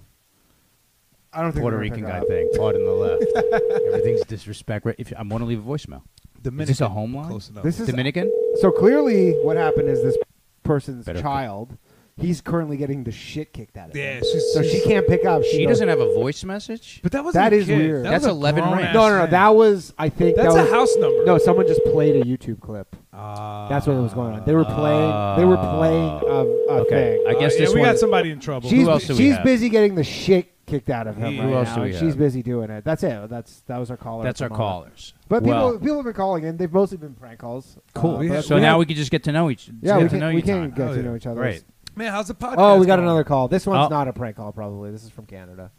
S1: I don't think
S9: Puerto
S1: we're gonna
S9: Rican
S1: pick
S9: guy
S1: up.
S9: thing. Pardon the left. Everything's disrespect. right? If I'm going to leave a voicemail.
S3: Dominican.
S9: this a home line?
S3: Close enough.
S1: This is
S9: Dominican.
S1: So clearly, what happened is this person's
S9: Better-
S1: child. He's currently getting the shit kicked out of him.
S3: yeah, she's,
S1: So she
S3: she's-
S1: can't pick up. She,
S9: She
S1: goes-
S9: doesn't have a voice message.
S3: But that was
S1: That
S3: a
S1: is
S3: kid.
S1: weird.
S3: That
S9: That's
S3: was a
S9: 11
S3: grown
S9: ring.
S3: ass
S1: No, no, no.
S3: man.
S1: That was I think
S3: That's
S1: that
S3: a
S1: was,
S3: house number.
S1: No, someone just played a YouTube clip.
S3: Ah.
S1: That's what was going on. They were playing. They were playing a, a
S9: okay.
S1: thing.
S9: I guess
S3: Uh,
S9: this
S3: yeah, we
S9: one-
S3: got somebody in trouble.
S1: she's
S9: who else do we
S1: she's
S9: have?
S1: busy getting the shit kicked out of him
S3: Who
S1: right
S9: else
S1: now.
S9: do we
S1: and she's
S9: have?
S1: busy doing it. That's it. That's that was our caller.
S9: That's
S1: at
S9: our
S1: the moment.
S9: callers.
S1: But people
S9: Well-
S1: people have been calling in. They've mostly been prank calls.
S9: Cool.
S1: Uh,
S3: We
S1: but-
S3: have-
S9: so now we can just get to know each.
S1: yeah
S9: get
S1: we
S9: to know
S1: can we
S9: you
S1: can
S9: time.
S1: get
S3: Oh,
S1: to
S3: yeah.
S1: know each other.
S9: Great.
S3: man, how's the podcast?
S1: Oh, we got
S3: going?
S1: another call. This one's
S9: Oh.
S1: not a prank call, probably. This is from Canada.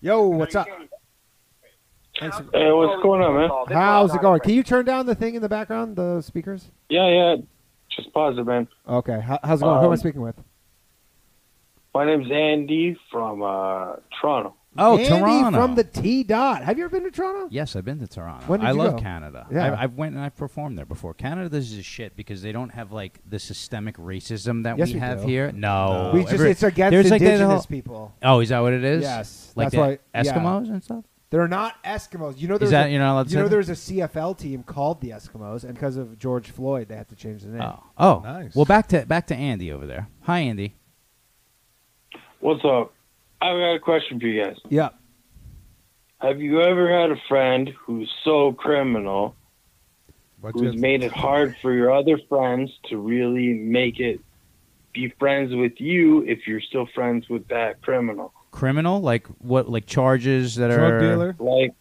S1: Yo, what's up? Thanks for-
S6: Hey, what's going on, man?
S1: How's it going? Can you turn down the thing in the background, the speakers?
S6: Yeah, yeah. Just pause it, man.
S1: Okay. How, how's it going? Who am I
S6: Um,
S1: speaking with?
S6: My name's Andy from uh, Toronto.
S9: Oh,
S1: Andy
S9: Toronto.
S1: from the T dot. Have you ever been to Toronto?
S9: yes, I've been to Toronto.
S1: When did
S9: I
S1: you
S9: love
S1: go?
S9: Canada.
S1: Yeah.
S9: I, I've went and I've performed there before. Canada this is shit because they don't have like the systemic racism that
S1: Yes,
S9: we
S1: we
S9: have
S1: do.
S9: here. No,
S1: we just
S9: Every-
S1: it's against
S9: there's like that
S1: indigenous
S9: whole-
S1: people.
S9: Oh, is that what it is?
S1: Yes,
S9: like
S1: that's
S9: the
S1: why- yeah.
S9: Eskimos and stuff.
S1: They're not Eskimos. You know
S9: Is
S1: there's
S9: that
S1: a,
S9: you're not allowed to
S1: you
S9: say
S1: know
S9: that?
S1: there's a CFL team called the Eskimos, and because of George Floyd, they had to change the name.
S9: Oh, oh,
S3: Nice.
S9: Well, back to back to Andy over there. Hi, Andy.
S6: What's up? I've got a question for you guys.
S1: Yeah.
S6: Have you ever had a friend who's so criminal
S3: Why'd you
S6: who's
S3: have-
S6: made it hard for your other friends to really make it be friends with you if you're still friends with that criminal.
S9: Criminal, like what, like charges that
S3: drug
S9: are.
S3: dealer?
S6: Like,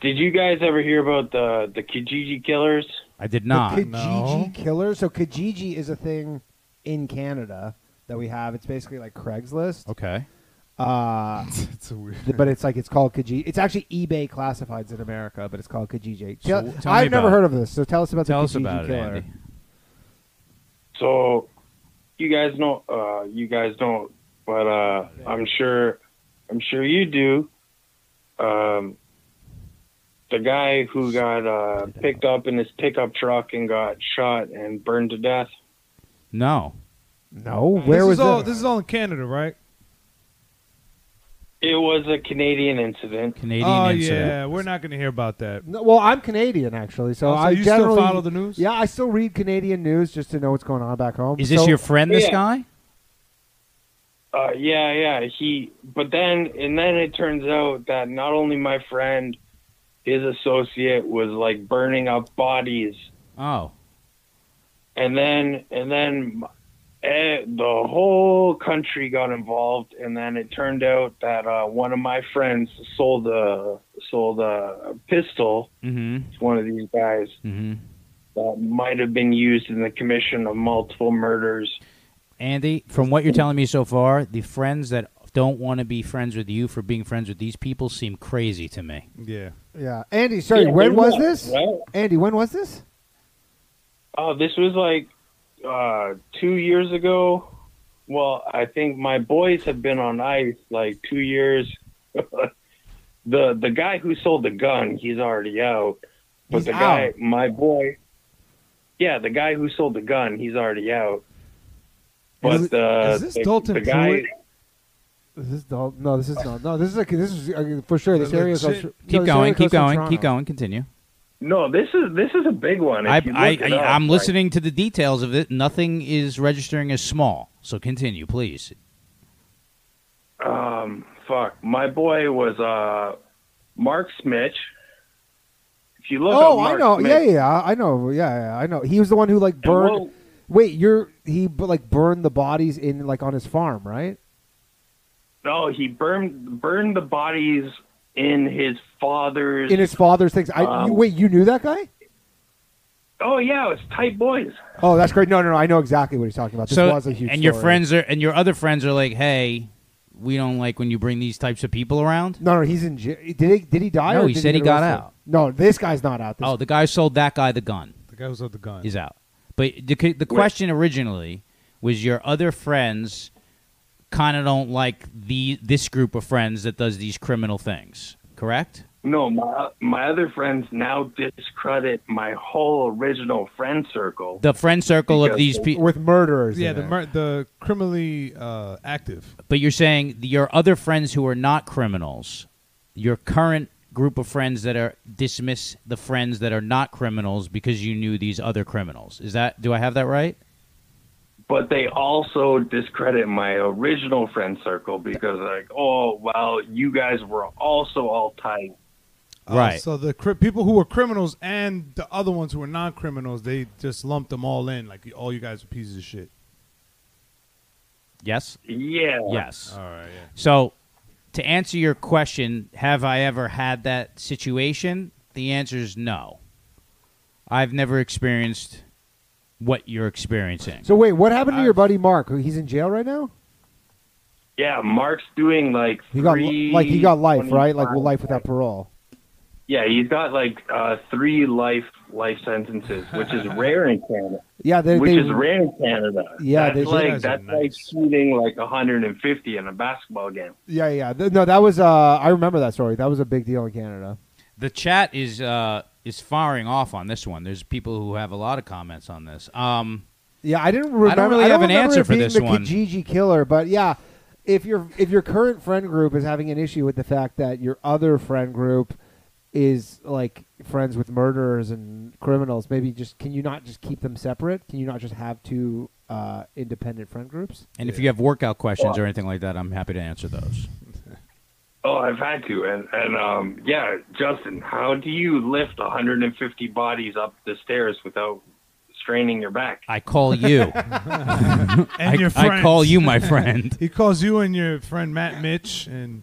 S6: did you guys ever hear about the the Kijiji killers?
S9: I did
S1: The
S9: not.
S1: Kijiji
S9: oh.
S3: No.
S1: killer. So Kijiji is a thing in Canada that we have. It's basically like Craigslist.
S9: Okay.
S1: Uh,
S3: It's a weird.
S1: th- but it's like it's called Kijiji. It's actually eBay classifieds in America, but it's called Kijiji.
S9: So
S1: Tell-
S9: tell me
S1: I've never
S9: about
S1: heard of this, so tell us about
S9: Tell
S1: the
S9: us
S1: Kijiji
S9: about it,
S1: killer.
S9: Andy.
S6: So, you guys know, uh, you guys don't, but uh, I'm sure, I'm sure you do. Um, the guy who got uh, picked up in his pickup truck and got shot and burned to death.
S9: No.
S1: No, where
S3: this
S1: was
S3: is all,
S1: it?
S3: This is all in Canada, right?
S6: It was a Canadian incident.
S9: Canadian
S3: Oh yeah, we're not going to hear about that.
S1: No, well, I'm Canadian actually, so,
S3: Oh, so
S1: I
S3: you still
S1: generally-
S3: follow the news?
S1: Yeah, I still read Canadian news just to know what's going on back home.
S9: Is this
S1: So-
S9: your friend, this
S6: Yeah.
S9: guy?
S6: Uh, yeah, yeah. He, but then, and then it turns out that not only my friend, his associate was like burning up bodies,
S9: Oh,
S6: and then, and then, eh, the whole country got involved, and then it turned out that uh, one of my friends sold a sold a pistol
S9: Mm-hmm.
S6: to one of these guys
S9: Mm-hmm.
S6: that might have been used in the commission of multiple murders.
S9: Andy, from what you're telling me so far, the friends that don't want to be friends with you for being friends with these people seem crazy to me.
S3: Yeah.
S1: Yeah, Andy. Sorry,
S6: Yeah,
S1: when
S6: they're
S1: was
S6: not,
S1: this?
S6: right?
S1: Andy, when was this?
S6: Oh, this was like uh, two years ago. Well, I think my boys have been on ice like two years. the the guy who sold the gun, he's already out. But
S9: He's
S6: the guy, my boy, yeah, the guy who sold the gun, he's already out. But
S1: Is it-
S6: uh,
S1: is this
S6: the,
S1: Dalton
S6: the guy,
S1: Pruitt? Is this the, no, this is not. No, this is like this is uh, for sure. This area is on- no, this
S9: Keep
S1: area
S9: going,
S1: goes
S9: keep
S1: to
S9: going,
S1: Toronto.
S9: keep going. Continue.
S6: no, this is this is a big one. If
S9: I,
S6: you look
S9: I,
S6: it
S9: I,
S6: up,
S9: I'm
S6: like-
S9: listening to the details of it. Nothing is registering as small. So continue, please.
S6: um, fuck, my boy was uh, Mark Smitch. If you look,
S1: oh,
S6: up Mark
S1: I know.
S6: Smitch,
S1: Yeah, yeah, yeah, I know. Yeah, yeah, I know. He was the one who like burned.
S6: well-
S1: wait, you're he bu- like burned the bodies in like on his farm, right?
S6: No, he burned burned the bodies in his father's.
S1: In his father's things. I
S6: Um,
S1: you, wait, you knew that guy?
S6: oh yeah, it's tight boys.
S1: Oh, that's great. No, no, no. I know exactly what he's talking about. This
S9: so
S1: was a huge.
S9: and your
S1: story.
S9: friends are and your other friends are like, hey, we don't like when you bring these types of people around.
S1: No, no, he's in. jail. Did he? Did he die?
S9: No,
S1: or
S9: he
S1: did
S9: said he
S1: get
S9: got
S1: arrested?
S9: out.
S1: No, this guy's not out. This
S9: Oh, the guy sold that guy the gun.
S3: The guy who sold the gun.
S9: He's out. But the c- the question originally was your other friends kind of don't like the this group of friends that does these criminal things, correct?
S6: No, my my other friends now discredit my whole original friend circle.
S9: The friend circle of these people.
S1: with murderers.
S3: Yeah, the mur- the criminally uh, active.
S9: But you're saying the- your other friends who are not criminals, your current group of friends that are dismiss the friends that are not criminals because you knew these other criminals. Is that do I have that right?
S6: But they also discredit my original friend circle because like, oh well, you guys were also all tight.
S3: Uh,
S9: Right.
S3: So the cri- people who were criminals and the other ones who were non-criminals, they just lumped them all in like all you guys are pieces of shit.
S9: Yes.
S6: Yeah.
S9: Yes.
S3: All right. Yeah.
S9: So, to answer your question, have I ever had that situation? The answer is no. I've never experienced what you're experiencing.
S1: So wait, what happened to your buddy Mark? Who He's in jail right now.
S6: Yeah, Mark's doing like
S1: He got
S6: three,
S1: like he got life, right? Like
S6: 25
S1: life without parole.
S6: Yeah, he's got like uh, three life life sentences, which is rare in Canada.
S1: Yeah, they,
S6: which
S1: they,
S6: is rare in Canada.
S1: Yeah, they-
S6: that's like
S1: Those are
S6: that's like shooting like 150 in a basketball game.
S1: Yeah, yeah. Th- No, that was. Uh, I remember that story. That was a big deal in Canada.
S9: The chat is uh, is firing off on this one. There's people who have a lot of comments on this. Um,
S1: Yeah, I didn't remember.
S9: really have an
S1: remember
S9: answer
S1: it
S9: for
S1: being
S9: this
S1: the
S9: one.
S1: Kijiji killer, but yeah, if your if your current friend group is having an issue with the fact that your other friend group is like friends with murderers and criminals, maybe just can you not just keep them separate? Can you not just have two uh, independent friend groups?
S9: and if you have workout questions or anything like that, I'm happy to answer those.
S6: Oh, I've had to, and and um, yeah, Justin, how do you lift 150 bodies up the stairs without straining your back?
S9: I call you.
S3: And
S9: I,
S3: your
S9: I call
S3: friends.
S9: you my friend.
S3: He calls you and your friend Matt Mitch and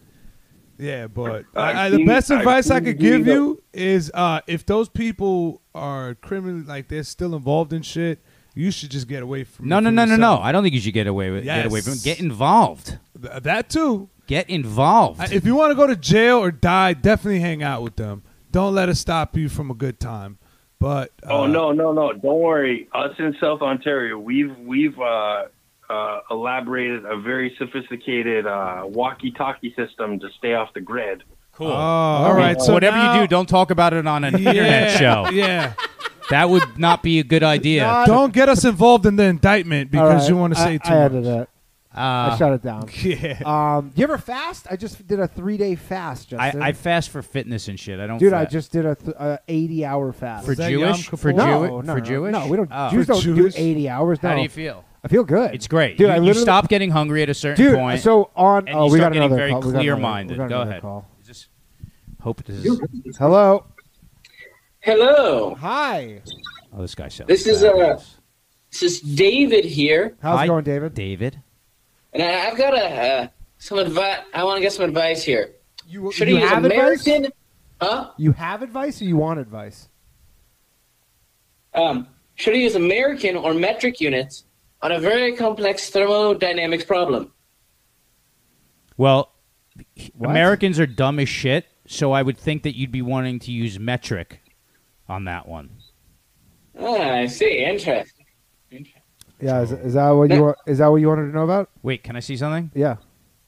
S3: yeah, but
S6: I
S3: I, I, the
S6: think-
S3: best
S6: I
S3: advice I
S6: think
S3: could
S6: you
S3: give
S6: know-
S3: you is uh, if those people are criminally like they're still involved in shit, you should just get away from.
S9: No, no,
S3: from
S9: no, no, no.
S3: yourself.
S9: I don't think you should get away with get away from
S3: Yes.
S9: get involved.
S3: Th- that too.
S9: Get involved.
S3: I- If you want to go to jail or die, definitely hang out with them. Don't let it stop you from a good time. But
S6: oh
S3: uh,
S6: no, no, no! Don't worry. Us in South Ontario, we've we've uh, uh, elaborated a very sophisticated uh, walkie-talkie system to stay off the grid.
S9: Cool.
S3: Oh, all right. So
S9: whatever
S3: now-
S9: you do, don't talk about it on an
S3: Yeah,
S9: internet show.
S3: Yeah.
S9: That would not be a good idea.
S1: Not-
S3: Don't get us involved in the indictment
S1: All
S3: because
S1: right,
S3: you want to say
S1: I,
S3: too
S1: I
S3: much.
S1: added that.
S9: uh,
S1: I shut it down.
S9: Yeah.
S1: Um, you ever fast? I just did a three day fast,
S9: I,
S1: Justin.
S9: I fast for fitness and shit. I don't.
S1: Dude,
S9: fa-
S1: I just did a th- uh, eighty hour fast
S9: For Is that Jewish? Yom Kippur? For
S1: no,
S9: Jewi-
S1: no, no,
S9: for
S1: no.
S9: Jewish?
S1: No, we don't.
S9: Oh.
S1: Jews
S9: For
S1: don't
S9: Jews?
S1: do eighty hours.
S9: How do
S1: no.
S9: you feel?
S1: I feel good.
S9: It's great.
S1: dude.
S9: you,
S1: I
S9: you
S1: literally
S9: stop getting hungry at a certain
S1: Dude,
S9: point.
S1: so on-
S9: and
S1: oh,
S9: you
S1: we
S9: start
S1: got
S9: getting
S1: another
S9: very
S1: call. We got another-
S9: clear-minded.
S1: we got
S9: Go
S1: another
S9: ahead.
S1: call.
S9: Just hope this is.
S1: Hello.
S12: Hello.
S1: Hi.
S9: Oh, this guy sounds.
S12: This is uh, this is David here,
S1: How's
S9: it
S1: going, David?
S9: David.
S12: and I, I've got a uh, some advice. I want to get some advice here.
S1: You,
S12: Should
S1: you
S12: I use
S1: have advice?
S12: American? Huh?
S1: You have advice, or you want advice?
S12: Um, should I use American or metric units on a very complex thermodynamics problem?
S9: Well, Americans are dumb as shit, so I would think that you'd be wanting to use metric on that one.
S12: Ah, I see. Interesting.
S1: Yeah. Is, is that what you wa- is that what you wanted to know about?
S9: Wait, can I see something?
S1: Yeah.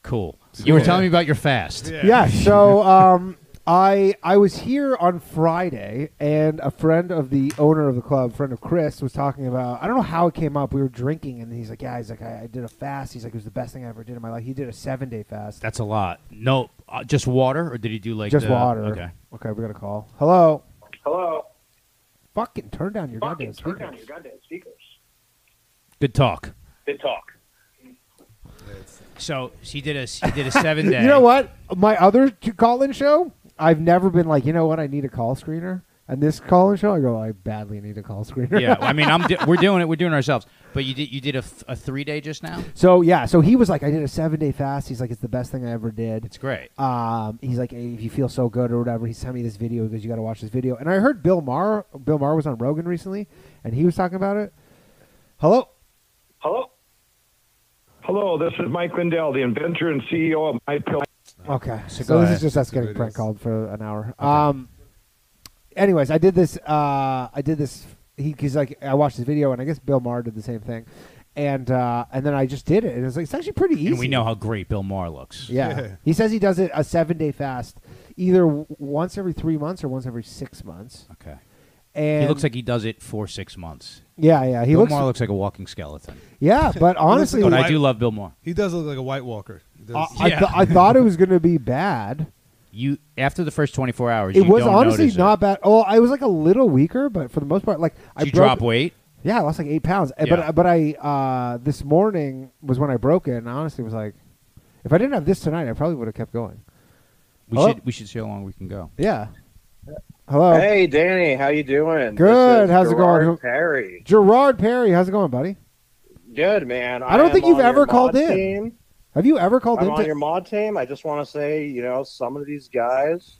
S9: Cool. You were telling me about your fast.
S1: Yeah. so um, I I was here on Friday, and a friend of the owner of the club, friend of Chris, was talking about. I don't know how it came up. We were drinking, and he's like, "Yeah, he's like, I, I did a fast. He's like, it was the best thing I ever did in my life. He did a seven day fast.
S9: That's a lot. No, uh, just water, or did he do like
S1: Just
S9: the-
S1: water.
S9: Okay.
S1: Okay, we got a call. Hello.
S6: Hello.
S1: Fucking turn down your goddamn
S6: Turn
S1: speaker.
S6: down your goddamn speakers.
S9: Good talk.
S6: Good talk.
S9: So he did a he did a seven day.
S1: You know what? My other call in show, I've never been like, you know what? I need a call screener. And this call in show, I go, I badly need a call screener.
S9: yeah, I mean, I'm di- we're doing it. We're doing it ourselves. But you did you did a, f- a three day just now.
S1: So yeah, so he was like, I did a seven day fast. He's like, it's the best thing I ever did. It's
S9: great.
S1: Um, he's like, if you feel so good or whatever, he sent me this video because you got to watch this video. And I heard Bill Maher. Bill Maher was on Rogan recently, and he was talking about it. Hello.
S13: Hello? Hello, this is Mike Lindell, the inventor and CEO of My Pillow.
S1: Okay. So,
S13: go
S1: this
S13: ahead.
S1: is just us
S13: So
S1: getting
S13: it
S1: prank
S13: is.
S1: called for an hour. Um. Anyways, I did this. Uh, I did this. He, he's like, I watched this video, and I guess Bill Maher did the same thing, and uh, and then I just did it, and it's like it's actually pretty easy.
S9: And we know how great Bill Maher looks.
S1: Yeah. He says he does it a seven day fast, either w- once every three months or once every six months.
S9: Okay.
S1: And
S9: he looks like he does it for six months.
S1: Yeah, yeah, he
S9: Bill
S1: looks-
S9: Maher looks like a walking skeleton.
S1: Yeah, but honestly,
S9: but I do love Bill Maher.
S3: He does look like a White Walker. He does.
S1: I, I th- I thought it was going to be bad.
S9: You after the first twenty four hours,
S1: It
S9: you
S1: was
S9: don't
S1: honestly
S9: notice it.
S1: not bad. Oh, I was like a little weaker, but for the most part, like I
S9: Did you
S1: broke-
S9: drop weight?
S1: Yeah, I lost like eight pounds. Uh,
S9: Yeah.
S1: But but I uh, this morning was when I broke it, and I honestly was like, if I didn't have this tonight, I probably would have kept going.
S9: We
S1: Hello?
S9: should we should see how long we can go.
S1: Yeah. Hello.
S14: Hey, Danny, how you doing?
S1: Good.
S14: This is
S1: How's it
S14: Gerard
S1: going?
S14: Perry.
S1: Gerard Perry. How's it going, buddy?
S14: Good, man.
S1: I don't
S14: am
S1: think you've
S14: on your
S1: ever called
S14: mod
S1: in.
S14: Team.
S1: Have you ever called
S14: I'm
S1: in?
S14: on
S1: to-
S14: your mod team. I just want to say, you know, some of these guys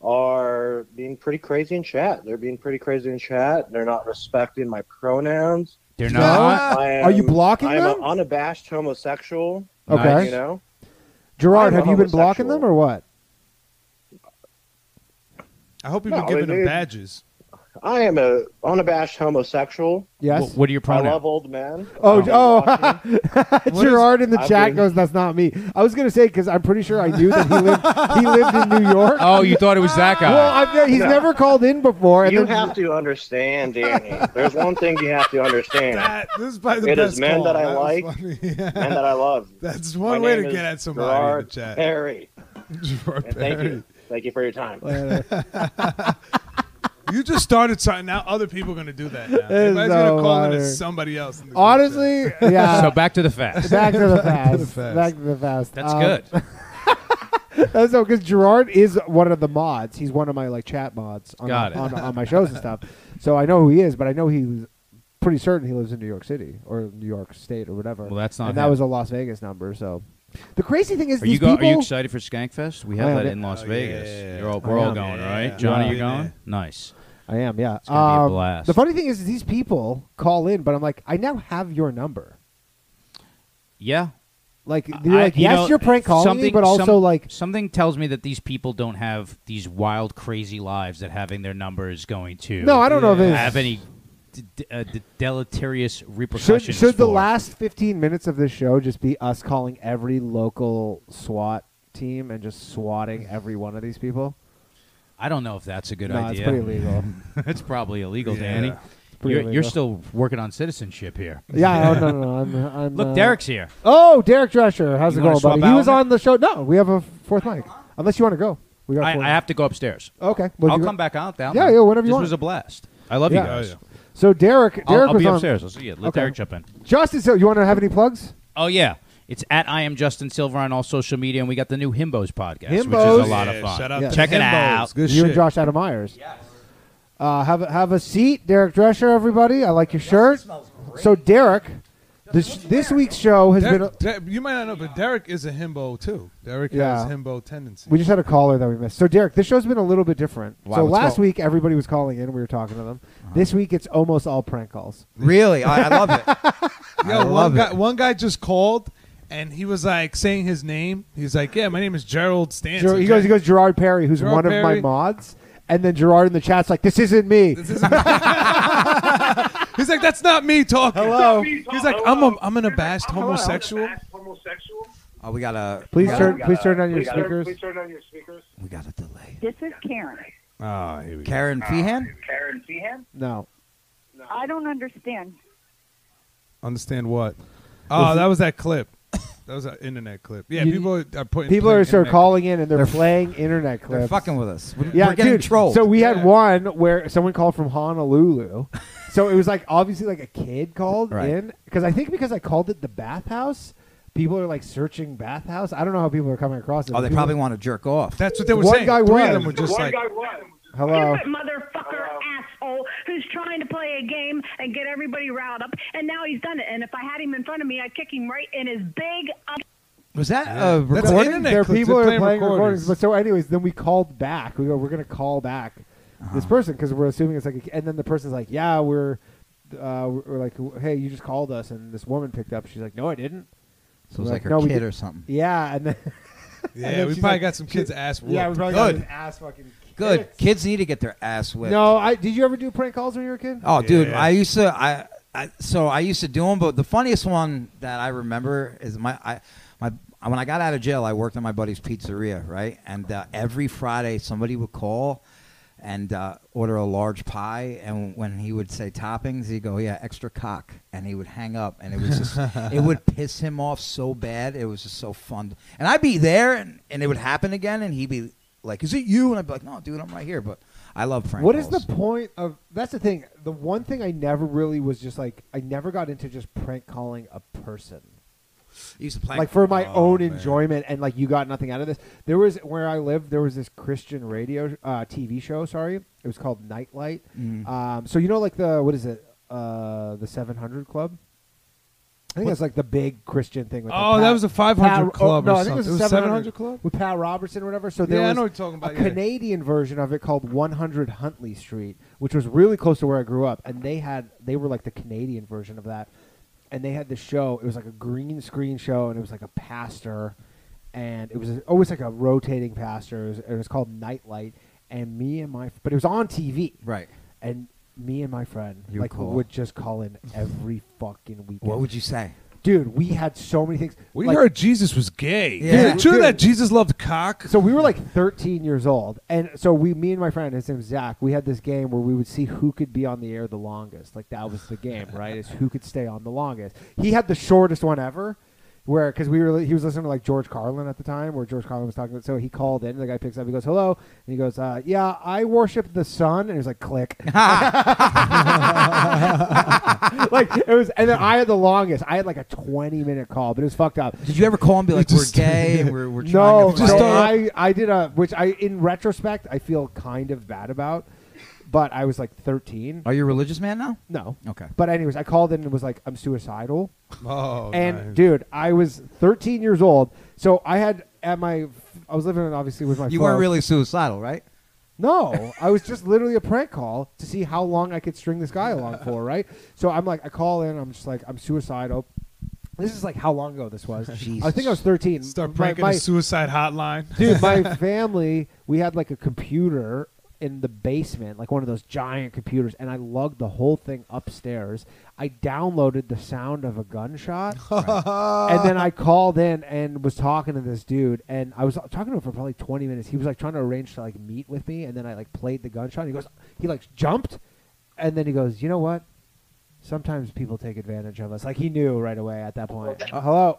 S14: are being pretty crazy in chat. They're being pretty crazy in chat. They're not respecting my pronouns.
S9: They're
S1: not?
S14: I am-
S1: Are you blocking
S14: I'm
S1: them?
S14: an unabashed homosexual.
S1: Okay.
S14: You know,
S1: Gerard,
S14: I'm a
S1: have you been blocking them or what?
S3: I hope you've
S14: No,
S3: been giving
S14: it-
S3: him
S14: it-
S3: badges.
S14: I am a unabashed homosexual.
S1: Yes. Wh- what are your
S14: I
S1: pronouns?
S14: love old men.
S1: Oh,
S14: I
S1: oh,
S14: Milwaukee.
S1: Gerard in the
S14: I've
S1: chat
S14: been-
S1: goes, "That's not me." I was gonna say because I'm pretty sure I knew that he lived he lived in New York.
S9: Oh, you thought it was that guy?
S1: Well, I've, ne- he's
S14: No.
S1: never called in before. And
S14: you
S1: then-
S14: have to understand, Danny. There's one thing you have to understand.
S3: This is probably the
S14: It
S3: best
S14: is men
S3: call.
S14: that I
S3: was
S14: like,
S3: funny.
S14: and that I love.
S3: That's one
S14: My
S3: way
S14: name
S3: to
S14: is
S3: get at somebody in the
S14: Gerard
S3: chat.
S14: Perry. And thank
S3: Perry.
S14: you. Thank you for your time.
S3: You just started something. Now other people are going to do that. Now.
S1: It's
S3: Everybody's
S1: so
S3: going to call in
S1: weird.
S3: as somebody else. In the
S1: honestly, yeah.
S9: So back to the fast.
S1: Back to the
S9: Back to the
S1: fast.
S9: fast.
S1: Back to the fast.
S9: That's
S1: Um,
S9: good.
S1: That's no, because Gerard is one of the mods. He's one of my like chat mods on
S9: Got it.
S1: on, on my shows and stuff. So I know who he is, but I know he's pretty certain he lives in New York City or New York State or whatever.
S9: Well, that's not
S1: And that
S9: him.
S1: was a Las Vegas number. So the crazy thing is,
S9: Are
S1: these
S9: you go-
S1: people.
S9: Are you excited for Skankfest? We have
S1: I am,
S9: that
S1: yeah.
S9: in Las
S1: Oh,
S9: Vegas.
S1: yeah.
S9: You're all,
S1: I
S9: we're all
S1: am,
S9: going,
S1: yeah.
S9: right? Johnny,
S1: Yeah.
S9: you going? Nice.
S1: I am, yeah. It's
S9: gonna be a blast.
S1: Um, The funny thing is, is these people call in, but I'm like, I now have your number.
S9: Yeah.
S1: Like, you're like,
S9: you
S1: yes,
S9: know,
S1: you're prank calling me,
S9: something-
S1: but also
S9: some-
S1: like,
S9: something tells me that these people don't have these wild, crazy lives that having their number is going to.
S1: No, I don't know if it's-
S9: have any d- d- uh, d- deleterious
S1: should,
S9: repercussions.
S1: should the
S9: for.
S1: last 15 minutes of this show just be us calling every local SWAT team and just swatting every one of these people?
S9: I don't know if that's a good
S1: No, it's
S9: idea.
S1: pretty illegal.
S9: it's probably illegal,
S1: Yeah.
S9: Danny.
S1: pretty
S9: You're, you're still working on citizenship here.
S1: Yeah, oh, no, no, no. I'm, I'm,
S9: Look,
S1: uh,
S9: Derek's here.
S1: Oh, Derek Drescher. How's
S9: You
S1: it
S9: wanna
S1: going,
S9: swap
S1: buddy?
S9: out
S1: He was
S9: with
S1: on the show. No, we have a fourth mic. Unless you want to go. We got
S9: I,
S1: four.
S9: I have to go upstairs.
S1: Okay. Well,
S9: I'll
S1: you-
S9: come back out. Down
S1: Yeah,
S9: there.
S1: yeah, whatever you
S9: this
S1: want.
S9: was a blast. I love
S1: Yeah.
S9: you guys.
S1: So Derek, Derek
S9: I'll- I'll
S1: was
S9: be
S1: on-
S9: upstairs. I'll see you. Let Derek jump in.
S1: Justin, so you want to have any plugs?
S9: Oh yeah, it's at I am Justin Silver on all social media, and we got the new Himbos podcast, which is
S1: Himbos.
S9: a lot of
S1: Yeah,
S9: fun.
S1: shout out to
S9: Check it
S1: Himbos.
S9: out.
S1: you and Josh Adam Myers. Uh, have a, have a seat, Derek Drescher. Everybody, I like your shirt. So Derek, this this week's show has been.
S3: Derek- Der- you might not know, but Derek is a himbo too. Derek
S1: Yeah.
S3: has himbo tendencies.
S1: We just had a caller that we missed. So Derek, this show's been a little bit different.
S3: Wow,
S1: so
S3: what's
S1: last
S3: going-
S1: week everybody was calling in, we were talking to them.
S9: Uh-huh.
S1: This week it's almost all prank calls.
S15: Really? I- I love it.
S3: Yo, one guy, one guy just called, and he was like saying his name. He's like, "Yeah, my name is Gerald Stanton."
S1: Ger- he goes, he goes Gerard Perry, who's
S3: Gerard
S1: one of my
S3: Perry.
S1: mods, and then Gerard in the chat's like, "This isn't me."
S3: He's like, "That's not me talking."
S1: Hello.
S3: He's like, "I'm a, I'm an abashed homosexual."
S15: Oh, we got a.
S1: Please
S15: we got
S1: turn-
S15: a-
S1: please turn on
S15: we
S1: your
S15: got a-
S1: speakers.
S15: please
S16: turn on your speakers.
S15: We got a delay.
S16: This is Karen.
S3: Ah, here we
S15: Karen Feehan?
S16: Karen Feehan?
S1: No.
S16: I don't understand.
S3: Understand what?
S1: Was
S3: Oh,
S1: it-
S3: that was that clip. That was an internet clip. Yeah,
S1: You-
S3: people are putting.
S1: People
S3: playing
S1: are sort of
S3: internet-
S1: calling in and they're, playing internet clips.
S15: fucking with us. We-
S1: yeah,
S15: we're getting
S1: dude.
S15: trolled.
S1: So we had one where someone called from Honolulu. so it was like obviously like a kid called
S15: Right.
S1: in because I think because I called it the bathhouse, people are like searching bathhouse. I don't know how people are coming across it.
S15: Oh, they
S1: People-
S15: probably want to jerk off.
S3: That's what they were
S1: One
S3: saying.
S1: guy
S3: Three
S1: was.
S3: of them were just
S1: One
S3: like,
S1: guy
S16: Hello.
S1: Hello.
S16: motherfucker asshole who's trying to play a game and get everybody riled up, and now he's done it. And if I had him in front of me, I'd kick him right in his big. ug-
S15: Was that
S1: Yeah.
S15: a recording?
S1: There are people are playing recordings. But so, anyways, then we called back. We go, we're gonna call back
S15: Uh-huh.
S1: this person because we're assuming it's like. A, and then the person's like, yeah, we're, uh, we're like, hey, you just called us, and this woman picked up. She's like, no, I didn't.
S15: So it was
S1: We're
S15: like her
S1: we
S15: kid
S1: did-
S15: or something.
S1: Yeah, and then.
S3: Yeah,
S1: and then
S3: we
S1: she's
S3: probably
S1: like-
S3: got some
S1: she-
S3: kids' ass
S1: Yeah, we
S3: whooped.
S1: probably got
S15: Good.
S1: some ass fucking.
S15: Good.
S1: kicked.
S15: Kids need to get their ass whipped.
S1: No, I did. You ever do prank calls when you were a kid?
S15: Oh, dude,
S1: Yeah.
S15: I used to. I, I so I used to do them, but the funniest one that I remember is my I my when I got out of jail, I worked at my buddy's pizzeria, right? And uh, every Friday, somebody would call and uh, order a large pie, and when he would say toppings, he'd go, "Yeah, extra cock," and he would hang up, and it was just it would piss him off so bad. It was just so fun, and I'd be there, and, and it would happen again, and he'd be like, "Is it you?" And I'd be like, "No, dude, I'm right here." But I love prank
S1: What is
S15: calls.
S1: the point of that's the thing. The one thing I never really was just like I never got into just prank calling a person.
S15: You used to play-
S1: like for my
S15: Oh,
S1: own enjoyment and like you got nothing out of this. There was where I lived. There was this Christian radio uh, TV show. Sorry, it was called Nightlight.
S15: Mm.
S1: Um, so you know, like the what is it? Uh, the Seven Hundred Club. I think
S3: What-
S1: that's like the big Christian thing. With the
S3: Oh, that
S1: Pat-
S3: was the 500
S1: Pat-
S3: Club
S1: Oh, no,
S3: or
S1: I think it was,
S3: something. It
S1: the
S3: was
S1: 700
S3: 700 Club?
S1: with Pat Robertson or whatever. So there
S3: Yeah, I
S1: was
S3: know what you're talking about,
S1: a
S3: yeah.
S1: Canadian version of it called 100 Huntley Street, which was really close to where I grew up, and they had they were like the Canadian version of that, and they had this show. It was like a green screen show, and it was like a pastor, and it was always like a rotating pastor. It was, it was called Nightlight, and me and my but it was on TV,
S15: right?
S1: And me and my friend
S15: You would
S1: like
S15: call.
S1: would just call in every fucking weekend.
S15: What would you say?
S1: Dude, we had so many things.
S3: We
S1: Like-
S3: heard Jesus was gay.
S1: Yeah.
S3: Is it true
S1: Dude.
S3: that Jesus loved cock?
S1: So we were like 13 years old, and so we, me and my friend, his name's Zach. We had this game where we would see who could be on the air the longest. Like that was the game, right? Is who could stay on the longest. He had the shortest one ever, where because we were he was listening to like George Carlin at the time, where George Carlin was talking. about So he called in. The guy picks up. He goes, "Hello," and he goes, uh, "Yeah, I worship the sun." And he was like, "Click." like it was, and then I had the longest. I had like a 20 minute call, but it was fucked up.
S15: Did you ever call and be like, "We're gay and we're- we're trying
S1: no,
S15: to fight"?
S1: No, I,
S15: Just
S1: I did a, which I, in retrospect, I feel kind of bad about, but I was like 13.
S15: Are you a religious man now?
S1: No.
S15: Okay.
S1: But anyways, I called in and was like, I'm suicidal.
S3: Oh,
S1: and
S3: nice.
S1: dude, I was 13 years old, so I had at my, I was living obviously with my.
S15: You weren't
S1: folks.
S15: really suicidal, right?
S1: No, I was just literally a prank call to see how long I could string this guy along for, right? So I'm like, I call in, I'm just like, I'm suicidal. This is like how long ago this was. I think I was 13.
S3: Start
S1: My-
S3: pranking
S1: my-
S3: the suicide hotline.
S1: dude my family we had like a computer in the basement like one of those giant computers and i lugged the whole thing upstairs i downloaded the sound of a gunshot and then i called in and was talking to this dude and i was talking to him for probably 20 minutes he was like trying to arrange to like meet with me and then i like played the gunshot and he goes he like jumped and then he goes you know what Sometimes people take advantage of us. Like he knew right away at that point. Uh, hello.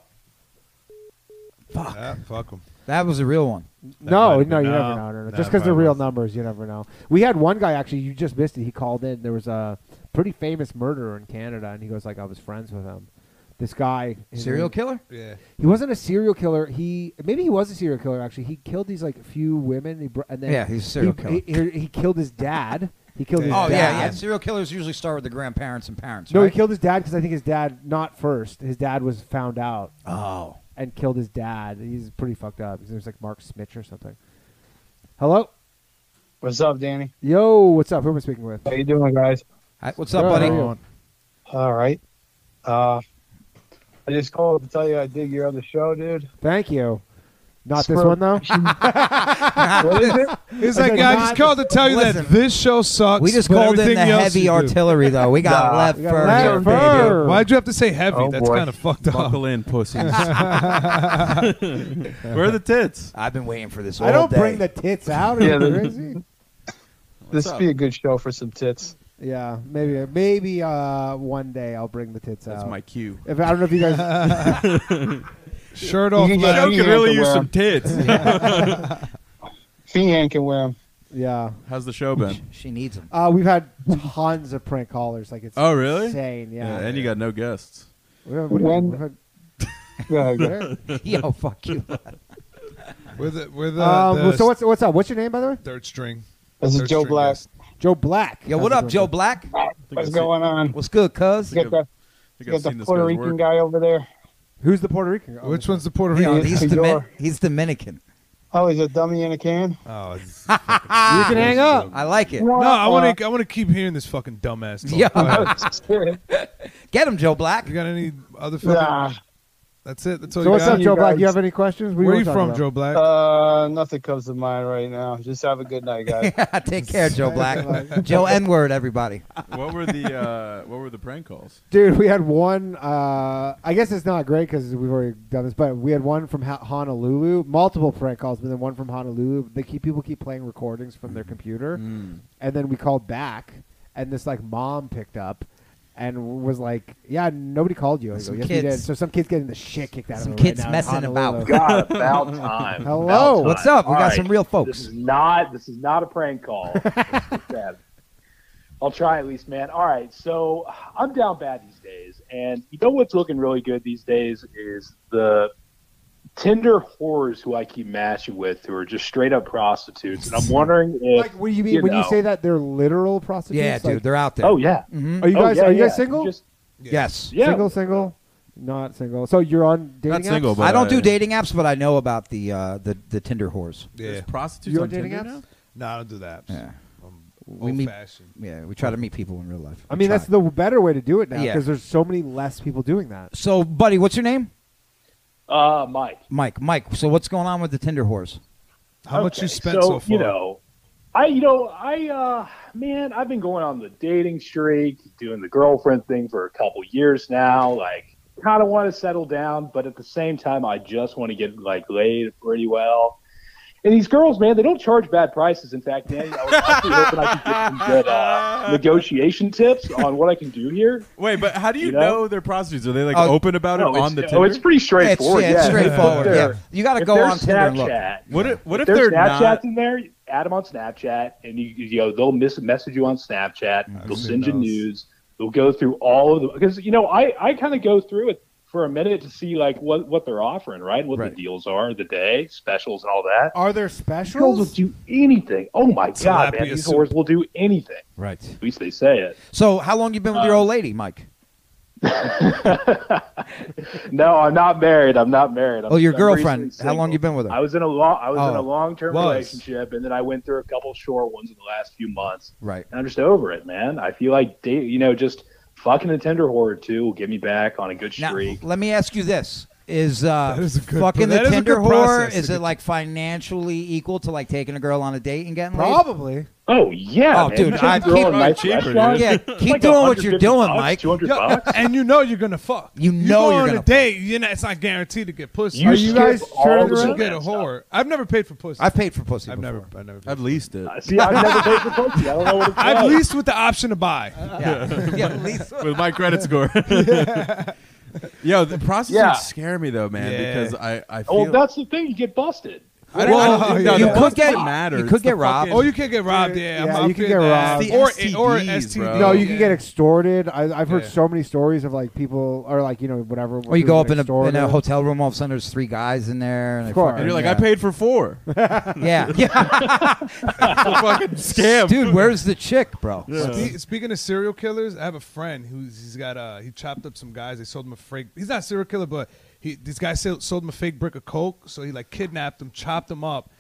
S3: Fuck. fuck him.
S15: That was a real one.
S1: No, no, you never know. No, no. Just because they're real numbers, you never know. We had one guy actually. You just missed it. He called in. There was a pretty famous murderer in Canada, and he goes like, "I was friends with him." This guy, his
S15: Serial
S1: name-
S15: killer?
S3: Yeah.
S1: he wasn't a serial killer. He maybe he was a serial killer actually. He killed these like few women. He br- and then
S15: Yeah, he's a serial
S1: he- He, he, he killed his dad. He killed his
S15: Oh
S1: dad.
S15: yeah, yeah. Serial killers usually start with the grandparents and parents.
S1: No,
S15: right?
S1: he killed his dad because I think his dad not first. His dad was found out.
S15: Oh.
S1: And killed his dad. He's pretty fucked up. His name's like Mark Smitch or something. Hello.
S17: What's up, Danny?
S1: Yo, what's up? Who am I speaking with?
S17: How you doing, guys?
S15: what's
S1: up, Good, buddy? how are you?
S17: All right. Uh, I just called to tell you I dig your other show, dude.
S1: Thank you. Not this
S17: Squirrel.
S1: one though.
S17: what is it?
S3: He's like, "Yeah, I just called to tell you that this show sucks.
S15: We just
S3: but
S15: called in
S3: everything
S15: the
S3: else
S15: heavy
S3: you do."
S15: artillery, though. We got
S3: Nah.
S15: left
S3: We got
S15: fur
S3: left
S15: here, baby.
S3: fur. Why'd you have to say heavy? That's
S15: boy.
S3: kind of fucked up.
S18: Buckle in, pussies.
S15: Where
S18: Where are the tits?
S15: I've been waiting for this
S17: I don't bring the
S1: tits
S17: out, are Yeah, you the- crazy? This would be a good show for some tits.
S1: Yeah, maybe maybe uh, one day I'll bring the tits out.
S18: That's my cue.
S1: If I don't know if you guys
S3: Shirt
S17: off, You can get lad.
S18: Joe could really use
S17: Well.
S18: some tits.
S17: Feehan can wear them.
S1: Yeah.
S18: How's the show been?
S15: She needs them.
S1: Uh, we've had tons of prank callers. Like it's
S18: Oh, really?
S1: insane. Yeah.
S18: and you got no guests.
S1: We have- what do you-
S18: When-
S1: we've had-
S15: Yo, fuck you.
S3: With the, with the,
S1: Um,
S3: the
S1: so what's what's up? What's your name, by the way?
S3: third string.
S17: This is
S3: Third
S17: Joe
S3: string
S17: Black.
S3: guest.
S1: Joe Black.
S15: Yo, what up, Joe Black?
S17: What's going on?
S15: What's good, cuz?
S17: Get the, get the Puerto Rican guy over there.
S1: Who's the Puerto Rican? guy?
S3: Which one's the Puerto
S15: Yo,
S3: Rican?
S15: he's,
S3: guy?
S15: Domin- he's Dominican.
S17: Oh, he's a dummy in a can.
S3: Oh, it's
S15: you
S3: can hang up.
S15: I like it.
S3: Ah. No, I want to. I want to keep hearing this fucking dumbass. Talk.
S15: Yeah.
S3: Go ahead.
S15: Get him, Joe Black.
S3: You got any other? Fucking...
S17: Nah.
S3: That's it. That's all.
S1: So
S3: you
S1: what's
S3: got?
S1: up, Joe Black? You have any questions? What do
S3: Where
S1: wanna
S3: you
S1: talk
S3: from,
S1: about?
S3: Joe Black?
S17: Uh, nothing comes to mind right now. Just have a good night, guys.
S15: Take care, Joe Black. Joe N word, everybody.
S18: What were the uh, What were the prank calls?
S1: Dude, we had one. Uh, I guess it's not great because we've already done this, but we had one from ha- Honolulu, multiple prank calls, but then one from Honolulu. They keep people keep playing recordings from
S17: Mm.
S1: their computer, and then we called back, and this like mom picked up. And was like, yeah, nobody called you. I
S15: Some
S1: go, yes, we
S15: kids.
S1: did. So some kids getting the shit kicked out
S15: Some
S1: of them.
S15: kids
S1: right now in
S15: messing
S1: Honolulu.
S15: about. God, about time.
S1: Hello,
S15: About time. What's up? We got some real folks.
S19: This is not this is not a prank call. It's just bad. I'll try at least, man. All right, so I'm down bad these days, and you know what's looking really good these days is the Tinder whores who I keep matching with, who are just straight up prostitutes. And I'm wondering if
S1: Like, what do you mean when you
S19: know-
S1: say that they're literal prostitutes?
S19: Yeah, dude,
S1: Like-
S19: they're out there. Oh, yeah. Mhm.
S1: Are you
S19: Oh,
S1: guys?
S19: yeah,
S1: are you
S19: yeah.
S1: guys single?
S19: Just-
S15: Yes.
S19: Yeah.
S1: Single, single, not single. So you're on dating apps?
S15: I don't do dating apps, but I know about the uh, the the Tinder whores.
S3: Yeah.
S18: Prostitutes
S1: You're
S18: on
S1: dating
S18: Tinder
S1: apps?
S3: No,
S18: now?
S3: I don't do that.
S15: Yeah.
S3: I'm
S15: We
S3: old
S15: meet,
S3: fashioned.
S15: yeah, we try to meet people in real life.
S1: I
S15: We
S1: mean,
S15: try.
S1: that's the better way to do it now
S15: Yeah.
S1: because there's so many less people doing that.
S15: so, buddy. What's your name?
S19: Uh, Mike.
S15: Mike. Mike. So, what's going on with the Tinder whores?
S3: How much you spent
S19: so,
S3: so far?
S19: you know, I you know I uh man I've been going on the dating streak, doing the girlfriend thing for a couple years now. Like, kind of want to settle down, but at the same time, I just want to get like laid pretty well. And these girls, man, they don't charge bad prices. In fact, Danny, I was actually hoping I could get some good uh, negotiation tips on what I can do here.
S18: Wait, but how do you,
S19: You
S18: know?
S19: know?
S18: they're prostitutes? Are they like
S19: Oh,
S18: open about
S19: no,
S18: it
S19: it's-
S18: on the
S19: oh,
S18: Tinder?
S19: it's pretty It's- straightforward, yeah, it's yeah. straightforward, If yeah. they're- You gotta if go they're on Tinder and look. Snapchat,
S18: What if, what if,
S19: there's
S18: they're
S19: Snapchat's
S18: not?
S19: in there? Add them on Snapchat, and you, you know they'll miss, message you on Snapchat. they'll send you news. They'll go through all of them because you know I, I kind of go through it for a minute to see like what, what they're offering, right? What the deals are, of the day specials, and all that.
S1: Are there
S19: These girls will
S1: specials?
S19: do anything. Oh my god, man!
S15: Tilapia
S19: These
S15: soup.
S19: whores will do anything.
S15: Right.
S19: At least they say it. Um,
S15: So, how long you been with your old lady, Mike?
S19: No, I'm not married. I'm not married. I'm,
S15: Oh, your
S19: I'm
S15: girlfriend.
S19: recently
S15: How long
S19: single.
S15: you been with her?
S19: I was in a long. I was in
S15: Oh,
S19: a long-term
S15: was.
S19: relationship, and then I went through a couple short ones in the last few months.
S15: Right.
S19: And I'm just over it, man. I feel like, da- you know, just fucking a tender whore or two will get me back on a good
S15: Now,
S19: streak.
S15: let me ask you this: Is uh, fucking the
S19: that is a
S15: Tinder
S19: good
S15: whore?
S19: process to
S15: Is
S19: get-
S15: it like financially equal to like taking a girl on a date and getting laid?
S1: Probably.
S19: Oh yeah,
S15: Oh,
S19: man.
S15: dude,
S19: You
S15: I
S19: can't grow
S15: keep-
S19: a nice
S15: cheaper,
S19: restaurant.
S15: dude. Yeah, keep
S19: Like
S15: doing what you're
S19: 150
S15: doing,
S19: bucks,
S15: Mike.
S19: 200
S15: Yeah.
S19: bucks.
S3: and you know you're gonna fuck.
S15: You
S19: know
S3: go
S19: you're
S3: on
S19: gonna
S3: a date. You know it's not guaranteed to get pussy.
S19: You Are you skip guys all turning the
S3: You
S19: around?
S3: get a whore? I've never paid for pussy.
S15: I've paid for pussy.
S3: I've never. I never. I've
S18: leased it.
S19: See, I've never paid for pussy. I don't know what it's
S3: I've
S19: like.
S3: leased with the option to buy.
S18: Yeah. Yeah, lease. With my credit score. Yo, the prostitutes
S19: Yeah.
S18: scare me though, man,
S19: Yeah.
S18: because I I feel.
S19: Well, that's the thing. You get busted.
S18: I don't- I don't think that-
S19: you
S18: that
S19: could
S18: doesn't
S19: get-
S18: matter.
S19: you
S18: It's
S19: could
S18: the
S19: get robbed.
S18: fucking-
S3: Oh, you can get robbed. Yeah,
S1: Yeah,
S3: I'm,
S1: you
S3: I'm
S1: can get
S3: Or
S1: robbed. The
S3: or
S18: STDs,
S3: STD.
S1: No, you can get extorted. I, I've heard
S15: Yeah.
S1: so many stories of like people or like you know whatever.
S15: Or you
S1: who's
S15: go
S1: an
S15: up in a, in
S1: extorter.
S15: a hotel room, all of a sudden there's three guys in there. And they
S1: Of course.
S15: fucking-
S1: And you're like,
S15: yeah.
S1: "I
S18: paid for four.
S15: yeah. yeah.
S18: fucking scam.
S15: Dude, where's the chick, bro?
S3: Spe- Speaking of serial killers, I have a friend who's he's got uh he chopped up some guys. They sold him a fake. He's not a serial killer, but he these guys sold, sold him a fake brick of coke. So he like kidnapped them, chopped them up,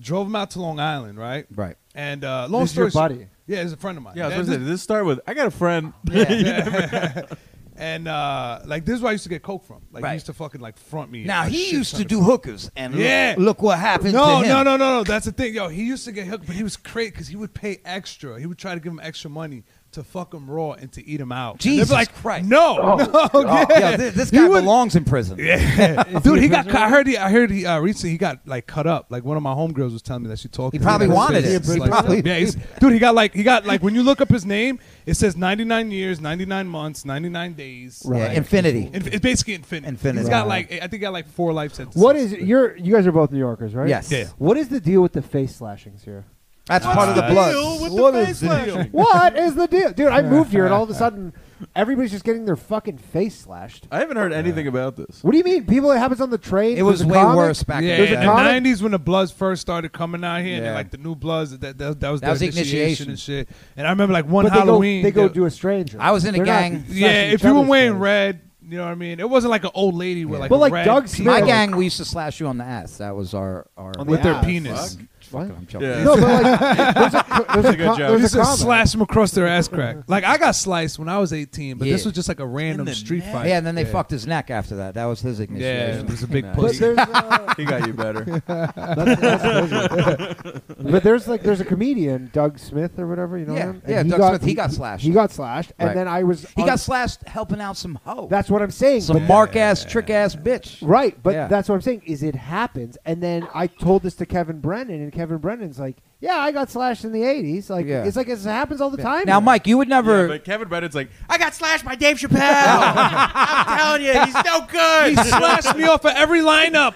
S3: drove them out to Long Island, right?
S15: Right.
S3: And uh, long
S18: This is
S3: story.
S18: your buddy.
S3: Yeah, he's a friend of mine.
S18: Yeah, I was
S3: And
S18: gonna say,
S3: this-
S18: did this start with I got a friend. You never-
S3: and uh, like this is where I used to get coke from. Like
S15: Right.
S3: he used to fucking like front me.
S15: Now
S3: a
S15: he
S3: shit
S15: used
S3: ton
S15: to
S3: of
S15: do
S3: coke.
S15: hookers, and
S3: yeah,
S15: look, look what happened.
S3: No,
S15: to him.
S3: no, no, no, no. That's the thing, yo. He used to get hooked, but he was crazy because he would pay extra. He would try to give him extra money to fuck him raw and to eat him out. And they'd be
S15: Jesus
S3: like,
S15: Christ. Oh,
S3: No, no,
S15: God.
S3: yeah.
S15: Yo, thi- this guy belongs in prison.
S3: Yeah,
S15: Is
S3: dude,
S15: he
S3: he
S15: a
S3: got.
S15: prisoner?
S3: Caught, I heard. He, I heard. He uh, recently he got like cut up. Like one of my homegirls was telling me that she talked.
S15: He
S3: to him
S15: probably
S3: about his
S15: wanted
S3: business,
S15: it. He
S3: like,
S15: probably-
S3: yeah, he's- dude, he got like he got like when you look up his name, it says 99 years, 99 months, 99 days,
S15: Right. Yeah, infinity.
S3: Inf- it's basically infinity.
S15: Infinity.
S3: He's got
S15: Right.
S3: like I think he got like four life sentences.
S1: What is your? You guys are both New Yorkers, right?
S3: Yes. Yeah.
S1: What is the deal with the face slashings here?
S15: That's
S3: What's part of the the blood. deal with the
S1: What
S3: face
S1: is the deal?
S3: slashing?
S1: What is the deal, dude? I moved here, and all of a sudden, everybody's just getting their fucking face slashed.
S18: I haven't heard anything about this.
S1: What do you mean, people? It happens on the train.
S15: It was
S1: There's a
S15: way
S1: comic?
S15: worse back
S3: yeah,
S1: There's
S3: in
S1: a
S3: the
S1: comic?
S3: nineties when the Bloods first started coming out here, and then,
S1: Yeah.
S3: like the new Bloods, that that, that was
S1: That
S3: their
S1: was the
S3: initiation,
S1: initiation.
S3: and shit. And I remember like one
S1: But they go-
S3: Halloween,
S1: they go
S3: they-
S1: do a stranger.
S15: I was in a
S1: They're not
S15: gang.
S3: Yeah,
S1: slashing
S3: if
S1: each
S3: you were
S1: other's
S3: wearing red, you know what I mean. It wasn't like an old lady with like, a red penis.
S15: my gang, we used to slash you on the ass. That was our our
S3: On the With their ass. penis.
S15: Fuck,
S3: What?
S15: fuck it, I'm joking.
S3: Yeah. No, but, like, there's a- there's a Good co- job. there's a Just
S1: comment.
S3: slash them across their ass crack. Like I got sliced when I was eighteen, but this
S15: Yeah.
S3: was just like a random street fight.
S15: Yeah, and then they fucked his neck after that. That was his ignition.
S3: Yeah, it was a big
S15: Nice.
S3: pussy. But there's, uh,
S18: He got you better.
S1: That's- that's crazy. but there's like there's a comedian Doug Smith or whatever you know
S15: Yeah,
S1: him?
S15: yeah,
S1: And
S15: Doug Smith, he got slashed.
S1: He got slashed,
S15: Right.
S1: and then I was
S15: He
S1: on-
S15: got slashed helping out some hoe.
S1: That's what I'm saying.
S15: Some
S1: but-
S15: mark ass, trick ass bitch.
S1: Right, but
S15: Yeah.
S1: that's what I'm saying is it happens. And then I told this to Kevin Brennan, and Kevin Brennan's like, "Yeah, I got slashed in the '80s. Like,
S15: Yeah.
S1: it's like it happens all the time."
S15: Now,
S1: here."
S15: Mike, you would never.
S18: Yeah, but Kevin Bennett's like,
S5: I got slashed by Dave Chappelle. I'm telling you, he's no good.
S3: he slashed me off of every lineup.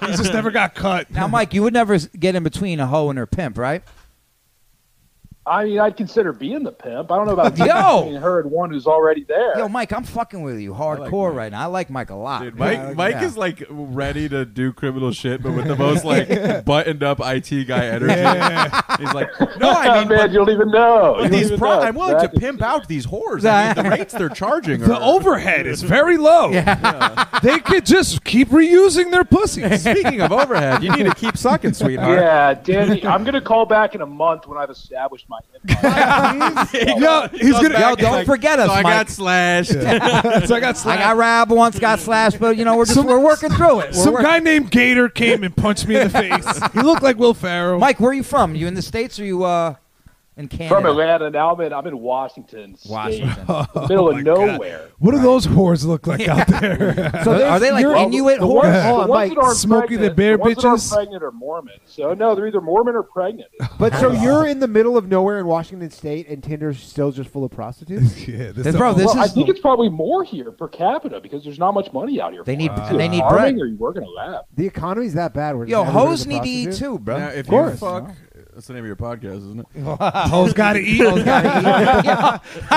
S3: he just never got cut.
S15: now, Mike, you would never s- get in between a hoe and her pimp, right?
S19: I mean, I'd consider being the pimp. I don't know about
S15: Yo!
S19: being her and one who's already there.
S15: Yo, Mike, I'm fucking with you hardcore right now. I like Mike a lot.
S18: Dude, Mike,
S15: Yeah,
S18: Mike
S15: yeah.
S18: is like ready to do criminal shit, but with the most like buttoned up IT guy energy. He's like, no, I mean,
S19: man,
S18: but-
S19: you don't even know.
S18: but
S19: You don't
S18: these
S19: even
S18: pro-
S19: know.
S18: I'm willing to
S19: Exactly.
S18: pimp out these whores. I mean, the rates they're charging.
S3: The
S18: are-
S3: overhead is very low. They could just keep reusing their pussy.
S18: Speaking of overhead, you need to keep sucking, sweetheart.
S19: Yeah, Danny, I'm gonna call back in a month when I've established my.
S3: Yo, he's
S15: gonna- Yo, don't forget us,
S18: So I
S15: Mike."
S18: got slashed.
S3: So I got
S15: I
S3: slashed.
S15: got robbed once, got slashed, but you know we're just we're working through it. We're
S3: Some
S15: working-
S3: guy named Gator came and punched me in the face. He looked like Will Ferrell.
S15: Mike, where are you from? You in the states or you uh in Canada?
S19: From Atlanta, now I'm in, I'm in Washington, State,
S15: Washington.
S19: in the middle
S3: Oh my
S19: of nowhere.
S3: What do those whores look like out there?
S15: So there's- Are they like you're- Inuit
S19: the ones-
S15: whores?
S19: the
S15: Hold on,
S19: ones
S15: Mike.
S19: that aren't
S3: Smokey the
S19: pregnant-
S3: Bear
S19: the ones that aren't
S3: bitches?
S19: pregnant are Mormon. So no, they're either Mormon or pregnant.
S1: But so you're in the middle of nowhere in Washington State, and Tinder's still just full of prostitutes.
S3: yeah,
S15: this- Bro, this
S19: well, I
S15: is-
S19: think it's probably more here per capita because there's not much money out here.
S15: They
S19: for
S15: need-
S19: it.
S15: and they
S19: Either
S15: need
S19: farming
S15: bread.
S19: Or you work in a lab.
S1: The economy's that bad. We're
S15: Yo,
S1: just having
S15: hoes
S1: to go
S15: need to eat
S1: prostitute.
S15: too, bro.
S18: Now, if
S1: Of course.
S18: you fuck, that's the name of your podcast, isn't it?
S3: Hoes gotta eat.
S15: Hoes gotta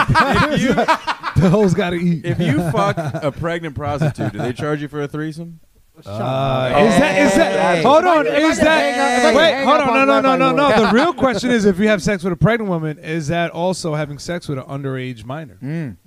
S18: if you
S3: the hoes gotta eat.
S18: if you fuck a pregnant prostitute, do they charge you for a threesome? Oh,
S3: Uh, is that is that?
S18: Hey.
S3: Hold on,
S18: If I
S3: is
S18: could
S3: that?
S18: hang up-
S3: wait,
S18: hang
S3: hold
S18: up
S3: on,
S18: on
S3: no, no,
S18: where
S3: no, no,
S18: my
S3: no.
S18: word-
S3: The real question is, if you have sex with a pregnant woman, is that also having sex with an underage minor?
S19: Mm.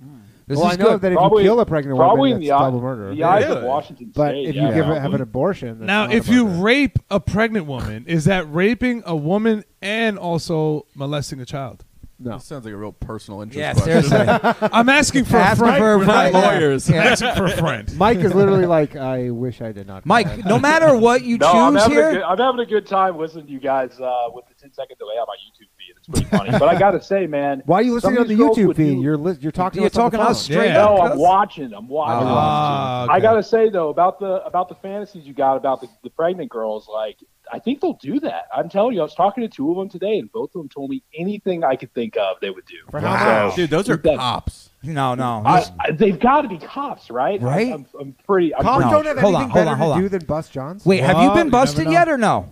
S1: This Well, is I know good. that if you kill a pregnant woman,
S19: probably in
S1: that's
S19: the eye-
S1: double murder.
S19: The eyes of
S1: Really?
S19: Washington
S1: But
S19: State.
S1: if you
S19: yeah,
S1: give
S19: probably.
S1: it, have an abortion, that's
S3: Now,
S1: not
S3: if
S1: a
S3: you rape a pregnant woman, is that raping a woman and also molesting a child?
S1: No.
S18: This sounds like a real personal interest
S3: Yeah,
S18: question.
S3: seriously. I'm asking for a Asking friend. for a
S18: We're not
S3: friend, yeah.
S18: lawyers.
S3: Yeah. Asking for a friend.
S1: Mike is literally like, I wish I did not. do
S15: Mike,
S1: that."
S15: no matter what you
S19: no, I'm
S15: choose
S19: having, a
S15: here,
S19: good, I'm having a good time listening to you guys uh, with the 10 second delay on my YouTube feed. pretty funny. but I gotta say, man,
S1: Why are you listening
S19: some
S1: on
S19: of
S1: the
S19: these girls
S1: YouTube
S19: would
S1: feed?
S19: do-
S1: You're li- you're talking.
S19: You're
S1: to us on the
S19: talking us
S1: phone.
S19: straight Yeah. up, No, I'm cuz. watching. I'm watching.
S1: Ah,
S19: I
S1: okay.
S19: gotta say though about the about the fantasies you got about the, the pregnant girls. Like, I think they'll do that. I'm telling you, I was talking to two of them today, and both of them told me anything I could think of they would do. For
S15: Wow.
S18: Dude, those are cops.
S15: No, no.
S19: I, I- they've got to be cops, right?
S15: Right?
S19: I, am I'm pretty. I'm
S15: Cops
S19: pretty
S15: don't
S19: sure.
S15: have Hold on, anything hold on, better to hold on. do
S1: than bust Johns.
S15: Wait, have you
S19: Well,
S15: been
S19: you never
S15: busted
S19: know.
S15: yet or no?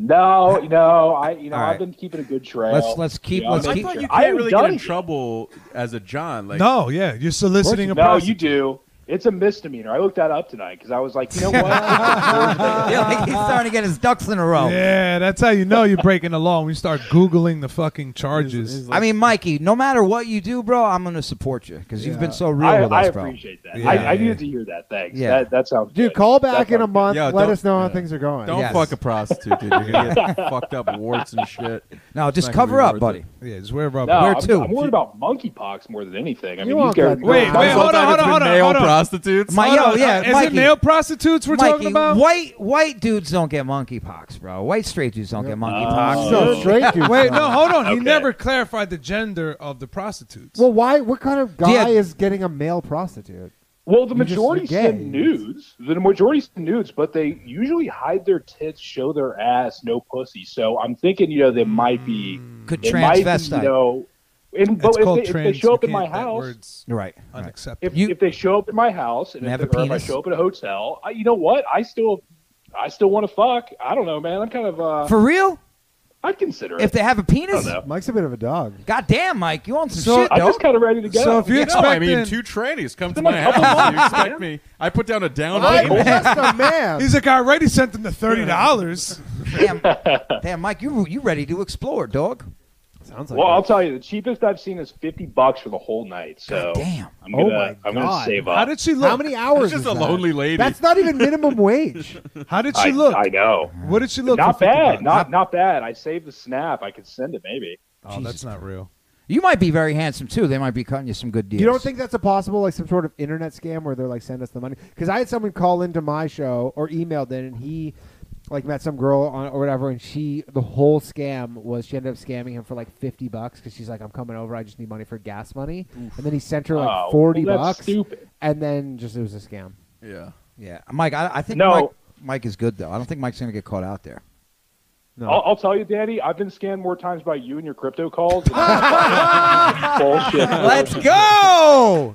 S19: No, no. I you know
S15: All right.
S19: I've been keeping a good trail.
S15: Let's- let's keep-
S19: Yeah,
S15: let's
S19: I'm
S15: keep-
S19: not
S18: You
S19: sure.
S18: can't
S19: I haven't
S18: really
S19: done
S18: get in
S19: it.
S18: trouble as a John. Like
S3: No, yeah, you're soliciting a
S19: No, you
S3: prostitute.
S19: do. It's a misdemeanor. I looked that up tonight because I was like, you know what?
S15: You're like, he's starting to get his ducks in a row.
S3: Yeah, that's how you know you're breaking the law when you start googling the fucking charges.
S15: I mean, Mikey, no matter what you do, bro, I'm going to support you because you've been so real
S19: I,
S15: with
S19: I
S15: us, bro.
S19: appreciate that.
S15: Yeah.
S19: I, I needed to hear that. Thanks.
S15: Yeah.
S19: That, that sounds
S1: Dude,
S19: good.
S1: call back
S19: That
S1: in a
S19: sounds
S1: month.
S15: Yo,
S1: Let
S15: don't-
S1: us know how things are going.
S18: Don't fuck a prostitute, dude. You're gonna get fucked up warts and shit.
S15: No,
S18: It's
S15: just
S18: not gonna be
S15: cover up,
S18: worth it.
S15: buddy.
S3: Yeah, just wear a rubber.
S19: No,
S15: Where
S19: I'm,
S15: to?
S19: I'm worried about monkeypox more than anything. I
S3: You
S19: mean,
S3: won't
S19: these guys.
S3: get Wait, wait, hold on, hold on, hold on,
S18: male
S3: hold on.
S18: prostitutes.
S15: My,
S3: Hold
S15: yo,
S3: on,
S15: yeah,
S3: is it
S15: Mikey,
S3: male prostitutes we're
S15: Mikey,
S3: talking about?
S15: White white dudes don't get monkeypox, bro. White straight dudes don't get monkeypox.
S1: So straight dudes
S3: Wait,
S1: don't.
S3: no, hold on. He
S1: Okay.
S3: never clarified the gender of the prostitutes.
S1: Well, why? What kind of guy
S3: Yeah.
S1: is getting a male prostitute?
S19: Well, the
S1: You just-
S19: majority
S1: you're gay.
S19: send nudes. The majority send nudes, but they usually hide their tits, show their ass, no pussy. So I'm thinking, you know, they might be
S15: Mm. Could
S19: they might be,
S15: transvestite.
S19: you know, and, but
S15: It's
S19: if
S15: called
S19: they, if they
S15: trans.
S19: show
S15: You
S19: up in my
S15: can't- that
S19: house,
S3: word's
S15: Right.
S3: Unacceptable.
S19: if, if they show up at my house and
S15: They
S19: if,
S15: have a
S19: they, or if I
S15: penis?
S19: show up at a hotel, I, you know what? I still, I still want to fuck. I don't know, man. I'm kind of uh,
S15: For real?
S19: I'd consider it
S15: If they have a
S19: I don't
S15: penis?
S19: know.
S1: Mike's a bit of a dog.
S15: God damn, Mike, you want some
S3: So-
S15: shit,
S3: I'm
S15: though?
S3: just
S19: kind of ready to
S3: So if you're
S18: Yeah, no, I mean,
S3: expecting-
S18: two trannies come to
S3: It's been
S18: my
S3: a couple
S18: house. You
S3: months,
S18: expect me? I put down a down
S3: I
S18: payment.
S1: a man.
S3: He's like, I already sent them the thirty dollars.
S15: Damn, damn, Mike, you you ready to explore, dog?
S1: Sounds
S19: Well, I'll tell you, the cheapest I've seen is fifty bucks for the whole night. So
S15: damn,
S19: I'm
S1: Oh
S19: gonna,
S1: my
S19: I'm gonna
S1: God.
S19: save up.
S3: How did she look?
S1: How many hours?
S3: just
S1: is
S3: a
S1: that?
S3: lonely lady.
S1: That's not even minimum wage.
S3: How did
S19: I,
S3: she look?
S19: I know.
S3: What did she look?
S19: Not
S3: for 50
S19: bad.
S3: bucks?
S19: Not not bad. I saved the snap. I could send it maybe.
S3: Oh, that's not real.
S15: You might be very handsome too. They might be cutting you some good deals.
S1: You don't think that's a possible, like some sort of internet scam where they're like, send us the money? Because I had someone call into my show or emailed in, and he like met some girl on or whatever, and she the whole scam was she ended up scamming him for like fifty bucks because she's like, I'm coming over, I just need money for gas money, and then he sent her like
S19: Oh,
S1: forty
S19: well, that's
S1: bucks,
S19: stupid.
S1: and then just it was a scam.
S18: Yeah.
S15: Yeah, Mike. I, I think
S19: No.
S15: Mike, Mike is good though. I don't think Mike's gonna get caught out there. No.
S19: I'll, I'll tell you, Daddy. I've been scammed more times by you and your crypto calls.
S18: Oh,
S19: Bullshit.
S15: Let's go.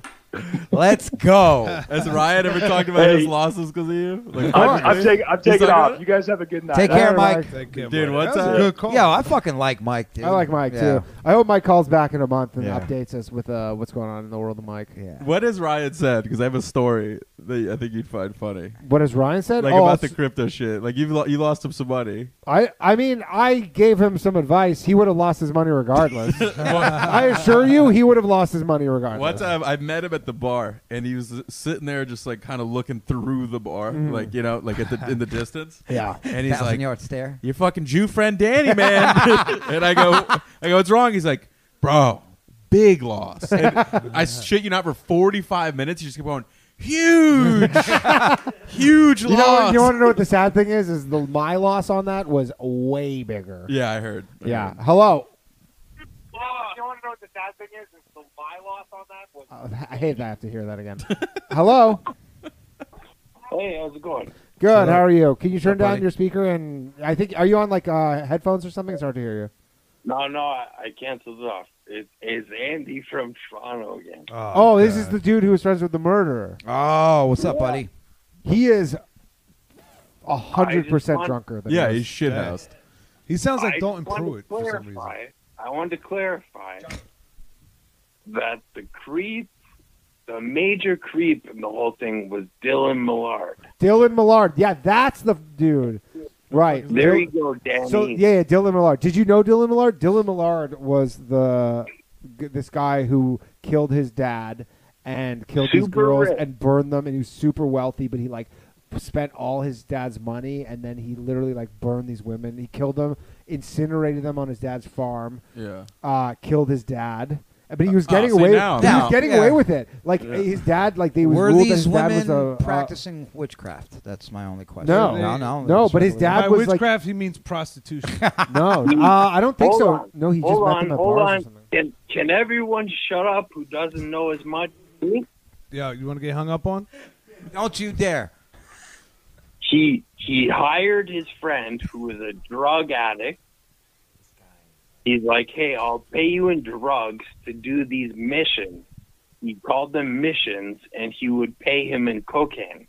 S15: Let's go.
S18: Has Ryan ever talked about his losses because of you? Like,
S19: I'm, I'm taking. I'm
S18: He's
S19: taking
S18: like,
S19: off. You guys have a good night.
S15: Take care, Mike.
S18: Dude, what's
S3: That
S18: up?
S3: was a good call.
S15: Yo, I fucking like Mike, dude.
S1: I like Mike
S15: Yeah.
S1: too. I hope Mike calls back in a month and
S15: Yeah.
S1: updates us with uh, what's going on in the world of Mike.
S15: Yeah.
S18: What has Ryan said? Because I have a story that I think you'd find funny.
S1: What has Ryan said?
S18: Like
S1: Oh,
S18: about
S1: I'll
S18: the
S1: s-
S18: crypto shit. Like you lo- you lost him some money.
S1: I I mean I gave him some advice. He would have lost his money regardless. I assure you, he would have lost his money regardless.
S18: One time I met him at the bar and he was sitting there just like kind of looking through the bar,
S3: Mm.
S15: Mhm.
S18: like you know, like at the in the distance.
S15: Yeah.
S18: and he's
S15: Thousand
S18: like,
S15: yard stare.
S18: "Your fucking Jew friend Danny, man." and I go, "I go, what's wrong?" He's like, "Bro, big loss." And I shit you not for forty five minutes. He just kept going, "Huge, huge
S1: You know,
S18: loss."
S1: what- you want to know what the sad thing is? Is the my loss on that was way bigger.
S18: yeah, I heard. I
S1: Yeah.
S18: heard.
S1: Hello.
S20: you want to know what the sad thing is? Is the my loss on that was.
S1: Uh, I hate that I have to hear that again. Hello.
S20: Hey, how's it going?
S1: Good.
S20: Hello.
S1: How are you? Can you turn
S20: Up,
S1: down
S20: buddy?
S1: your speaker and I think are you on like uh, headphones or something? It's hard to hear you.
S20: No, no, I, I canceled it off. It, it's Andy from Toronto again.
S1: Oh, this is the dude who was friends with the murderer.
S15: Oh, what's up, buddy?
S1: He is a
S20: I
S1: hundred
S20: just
S1: percent
S20: want-
S1: drunker than
S18: Yeah,
S1: us.
S18: he's shithoused.
S3: He sounds like
S20: I
S3: Dalton
S20: wanted to
S3: Pruitt for some reason.
S20: clarify- I wanted to clarify that the creep, the major creep in the whole thing was Dylan Millard.
S1: Dylan Millard. Yeah, that's the f- dude. Right.
S20: There
S1: Dil-
S20: you go, Danny.
S1: So yeah, yeah, Dylan Millard. Did you know Dylan Millard? Dylan Millard was the g- this guy who killed his dad and killed these
S20: Super
S1: girls
S20: rich.
S1: and burned them, and he was super wealthy, but he like spent all his dad's money, and then he literally like burned these women. He killed them, incinerated them on his dad's farm.
S18: Yeah.
S1: Uh, killed his dad. But he was
S18: Oh,
S1: getting
S18: see,
S1: away.
S18: now-
S1: he
S18: now-
S1: was getting
S18: Yeah.
S1: away with it. Like
S18: Yeah.
S1: his dad, like they was
S15: Were
S1: ruled that
S15: these
S1: his dad was
S15: women
S1: a, a
S15: practicing witchcraft? That's my only question.
S1: Uh, No.
S15: no, no,
S1: No, but his
S15: that's-
S1: dad
S3: By
S1: was like-
S3: witchcraft, he means prostitution.
S1: no. Uh, I don't think
S6: Hold
S1: so.
S6: on.
S1: No, he just
S6: hold
S1: met
S6: on,
S1: them at
S6: hold
S1: bars or
S6: on. Can, can everyone shut up who doesn't know as much?
S3: Yeah, you want to get hung up on?
S15: Don't you dare.
S6: He he hired his friend who was a drug addict. He's like, hey, I'll pay you in drugs to do these missions. He called them missions, and he would pay him in cocaine.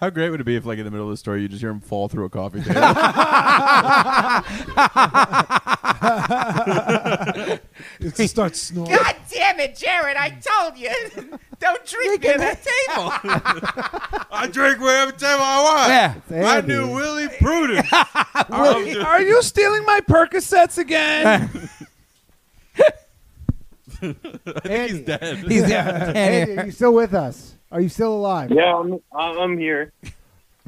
S18: How great would it be if, like, in the middle of the story, you just hear him fall through a coffee table?
S3: It starts snoring.
S11: God damn it, Jared! I told you, don't drink me at that table.
S18: I drink wherever time I
S15: want.
S18: Yeah, I knew Willie Prudence.
S21: Willie, are you stealing my Percocets again?
S18: I think he's dead.
S1: He's Andy, are you still with us? Are you still alive?
S6: Yeah, I'm, I'm here.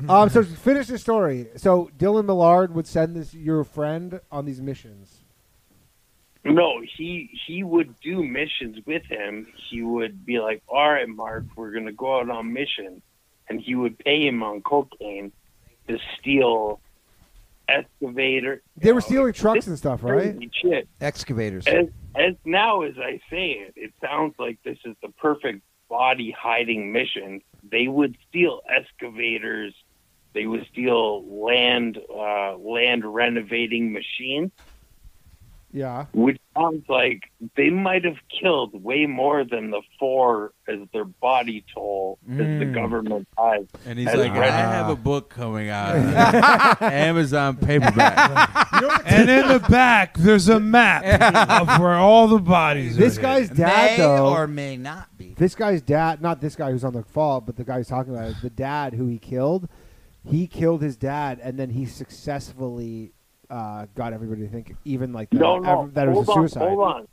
S1: Um, so finish the story. So Dylan Millard would send this your friend on these missions.
S6: No, he he would do missions with him. He would be like, "All right, Mark, we're gonna go out on mission," and he would pay him on cocaine to steal excavator.
S1: They were stealing trucks and stuff, right?
S6: Holy shit!
S15: Excavators.
S6: As as now as I say it, it sounds like this is the perfect body hiding mission. They would steal excavators. They would steal land uh, land renovating machines
S1: Yeah.
S6: which sounds like they might have killed way more than the four as their body toll as the
S18: Mm.
S6: government has.
S18: And he's
S6: as
S18: like, I
S6: red-
S18: have a book coming out, Amazon paperback.
S3: and in the back, there's a map of where all the bodies
S1: This
S3: are.
S1: guy's
S3: hidden.
S1: dad, though,
S15: may not be.
S1: This guy's dad, not this guy who's on the fall, but the guy who's talking about it, the dad who he killed. He killed his dad, and then he successfully uh, got everybody to think, even like that,
S6: no, no,
S1: that it was a
S6: hold on,
S1: suicide.
S6: hold on.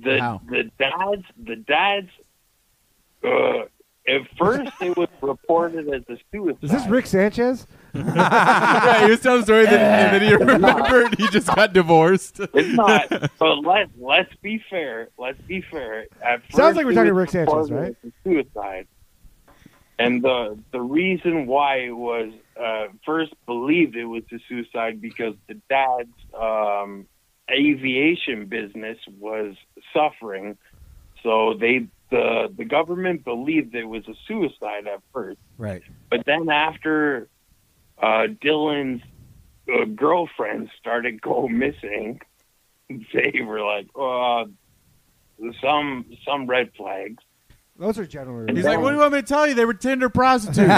S6: The
S1: Wow.
S6: the dads, the dads. Uh, at first, it was reported as a suicide.
S1: Is this Rick Sanchez?
S18: yeah, he was telling a story that, and then he remembered he just got divorced.
S6: It's not. But let let's be fair. Let's be fair. At
S1: Sounds
S6: first
S1: like we're
S6: it
S1: talking
S6: was
S1: Rick Sanchez,
S6: reported
S1: right?
S6: as a Suicide. And the the reason why it was uh, first believed it was a suicide because the dad's um, aviation business was suffering, so they the the government believed it was a suicide at first.
S15: Right.
S6: But then after uh, Dylan's uh, girlfriend started go missing, they were like, uh, some some red flags.
S1: Those are generally.
S18: He's like, what do you want me to tell you? They were Tinder prostitutes.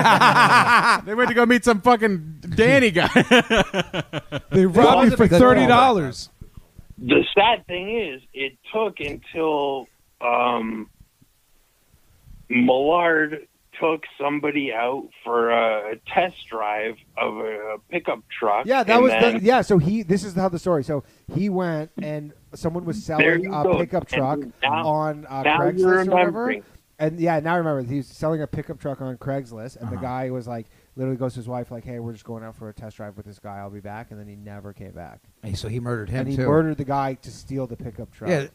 S18: they went to go meet some fucking Danny guy.
S3: they robbed me for thirty dollars.
S6: The sad thing is, it took until um, Millard took somebody out for a test drive of a pickup truck.
S1: Yeah, that
S6: and
S1: was the,
S6: then-
S1: yeah. So he this is how the story. So he went and someone was selling
S6: you
S1: a
S6: go.
S1: pickup truck
S6: And now-
S1: on uh,
S6: now you're
S1: Craigslist or whatever.
S6: remembering.
S1: And yeah, now I remember he was selling a pickup truck on Craigslist, and the
S18: Uh-huh.
S1: guy was like, literally goes to his wife like, "Hey, we're just going out for a test drive with this guy. I'll be back." And then he never came back.
S15: Hey, so he murdered him,
S1: And he
S15: too.
S1: murdered the guy to steal the pickup truck.
S15: Yeah,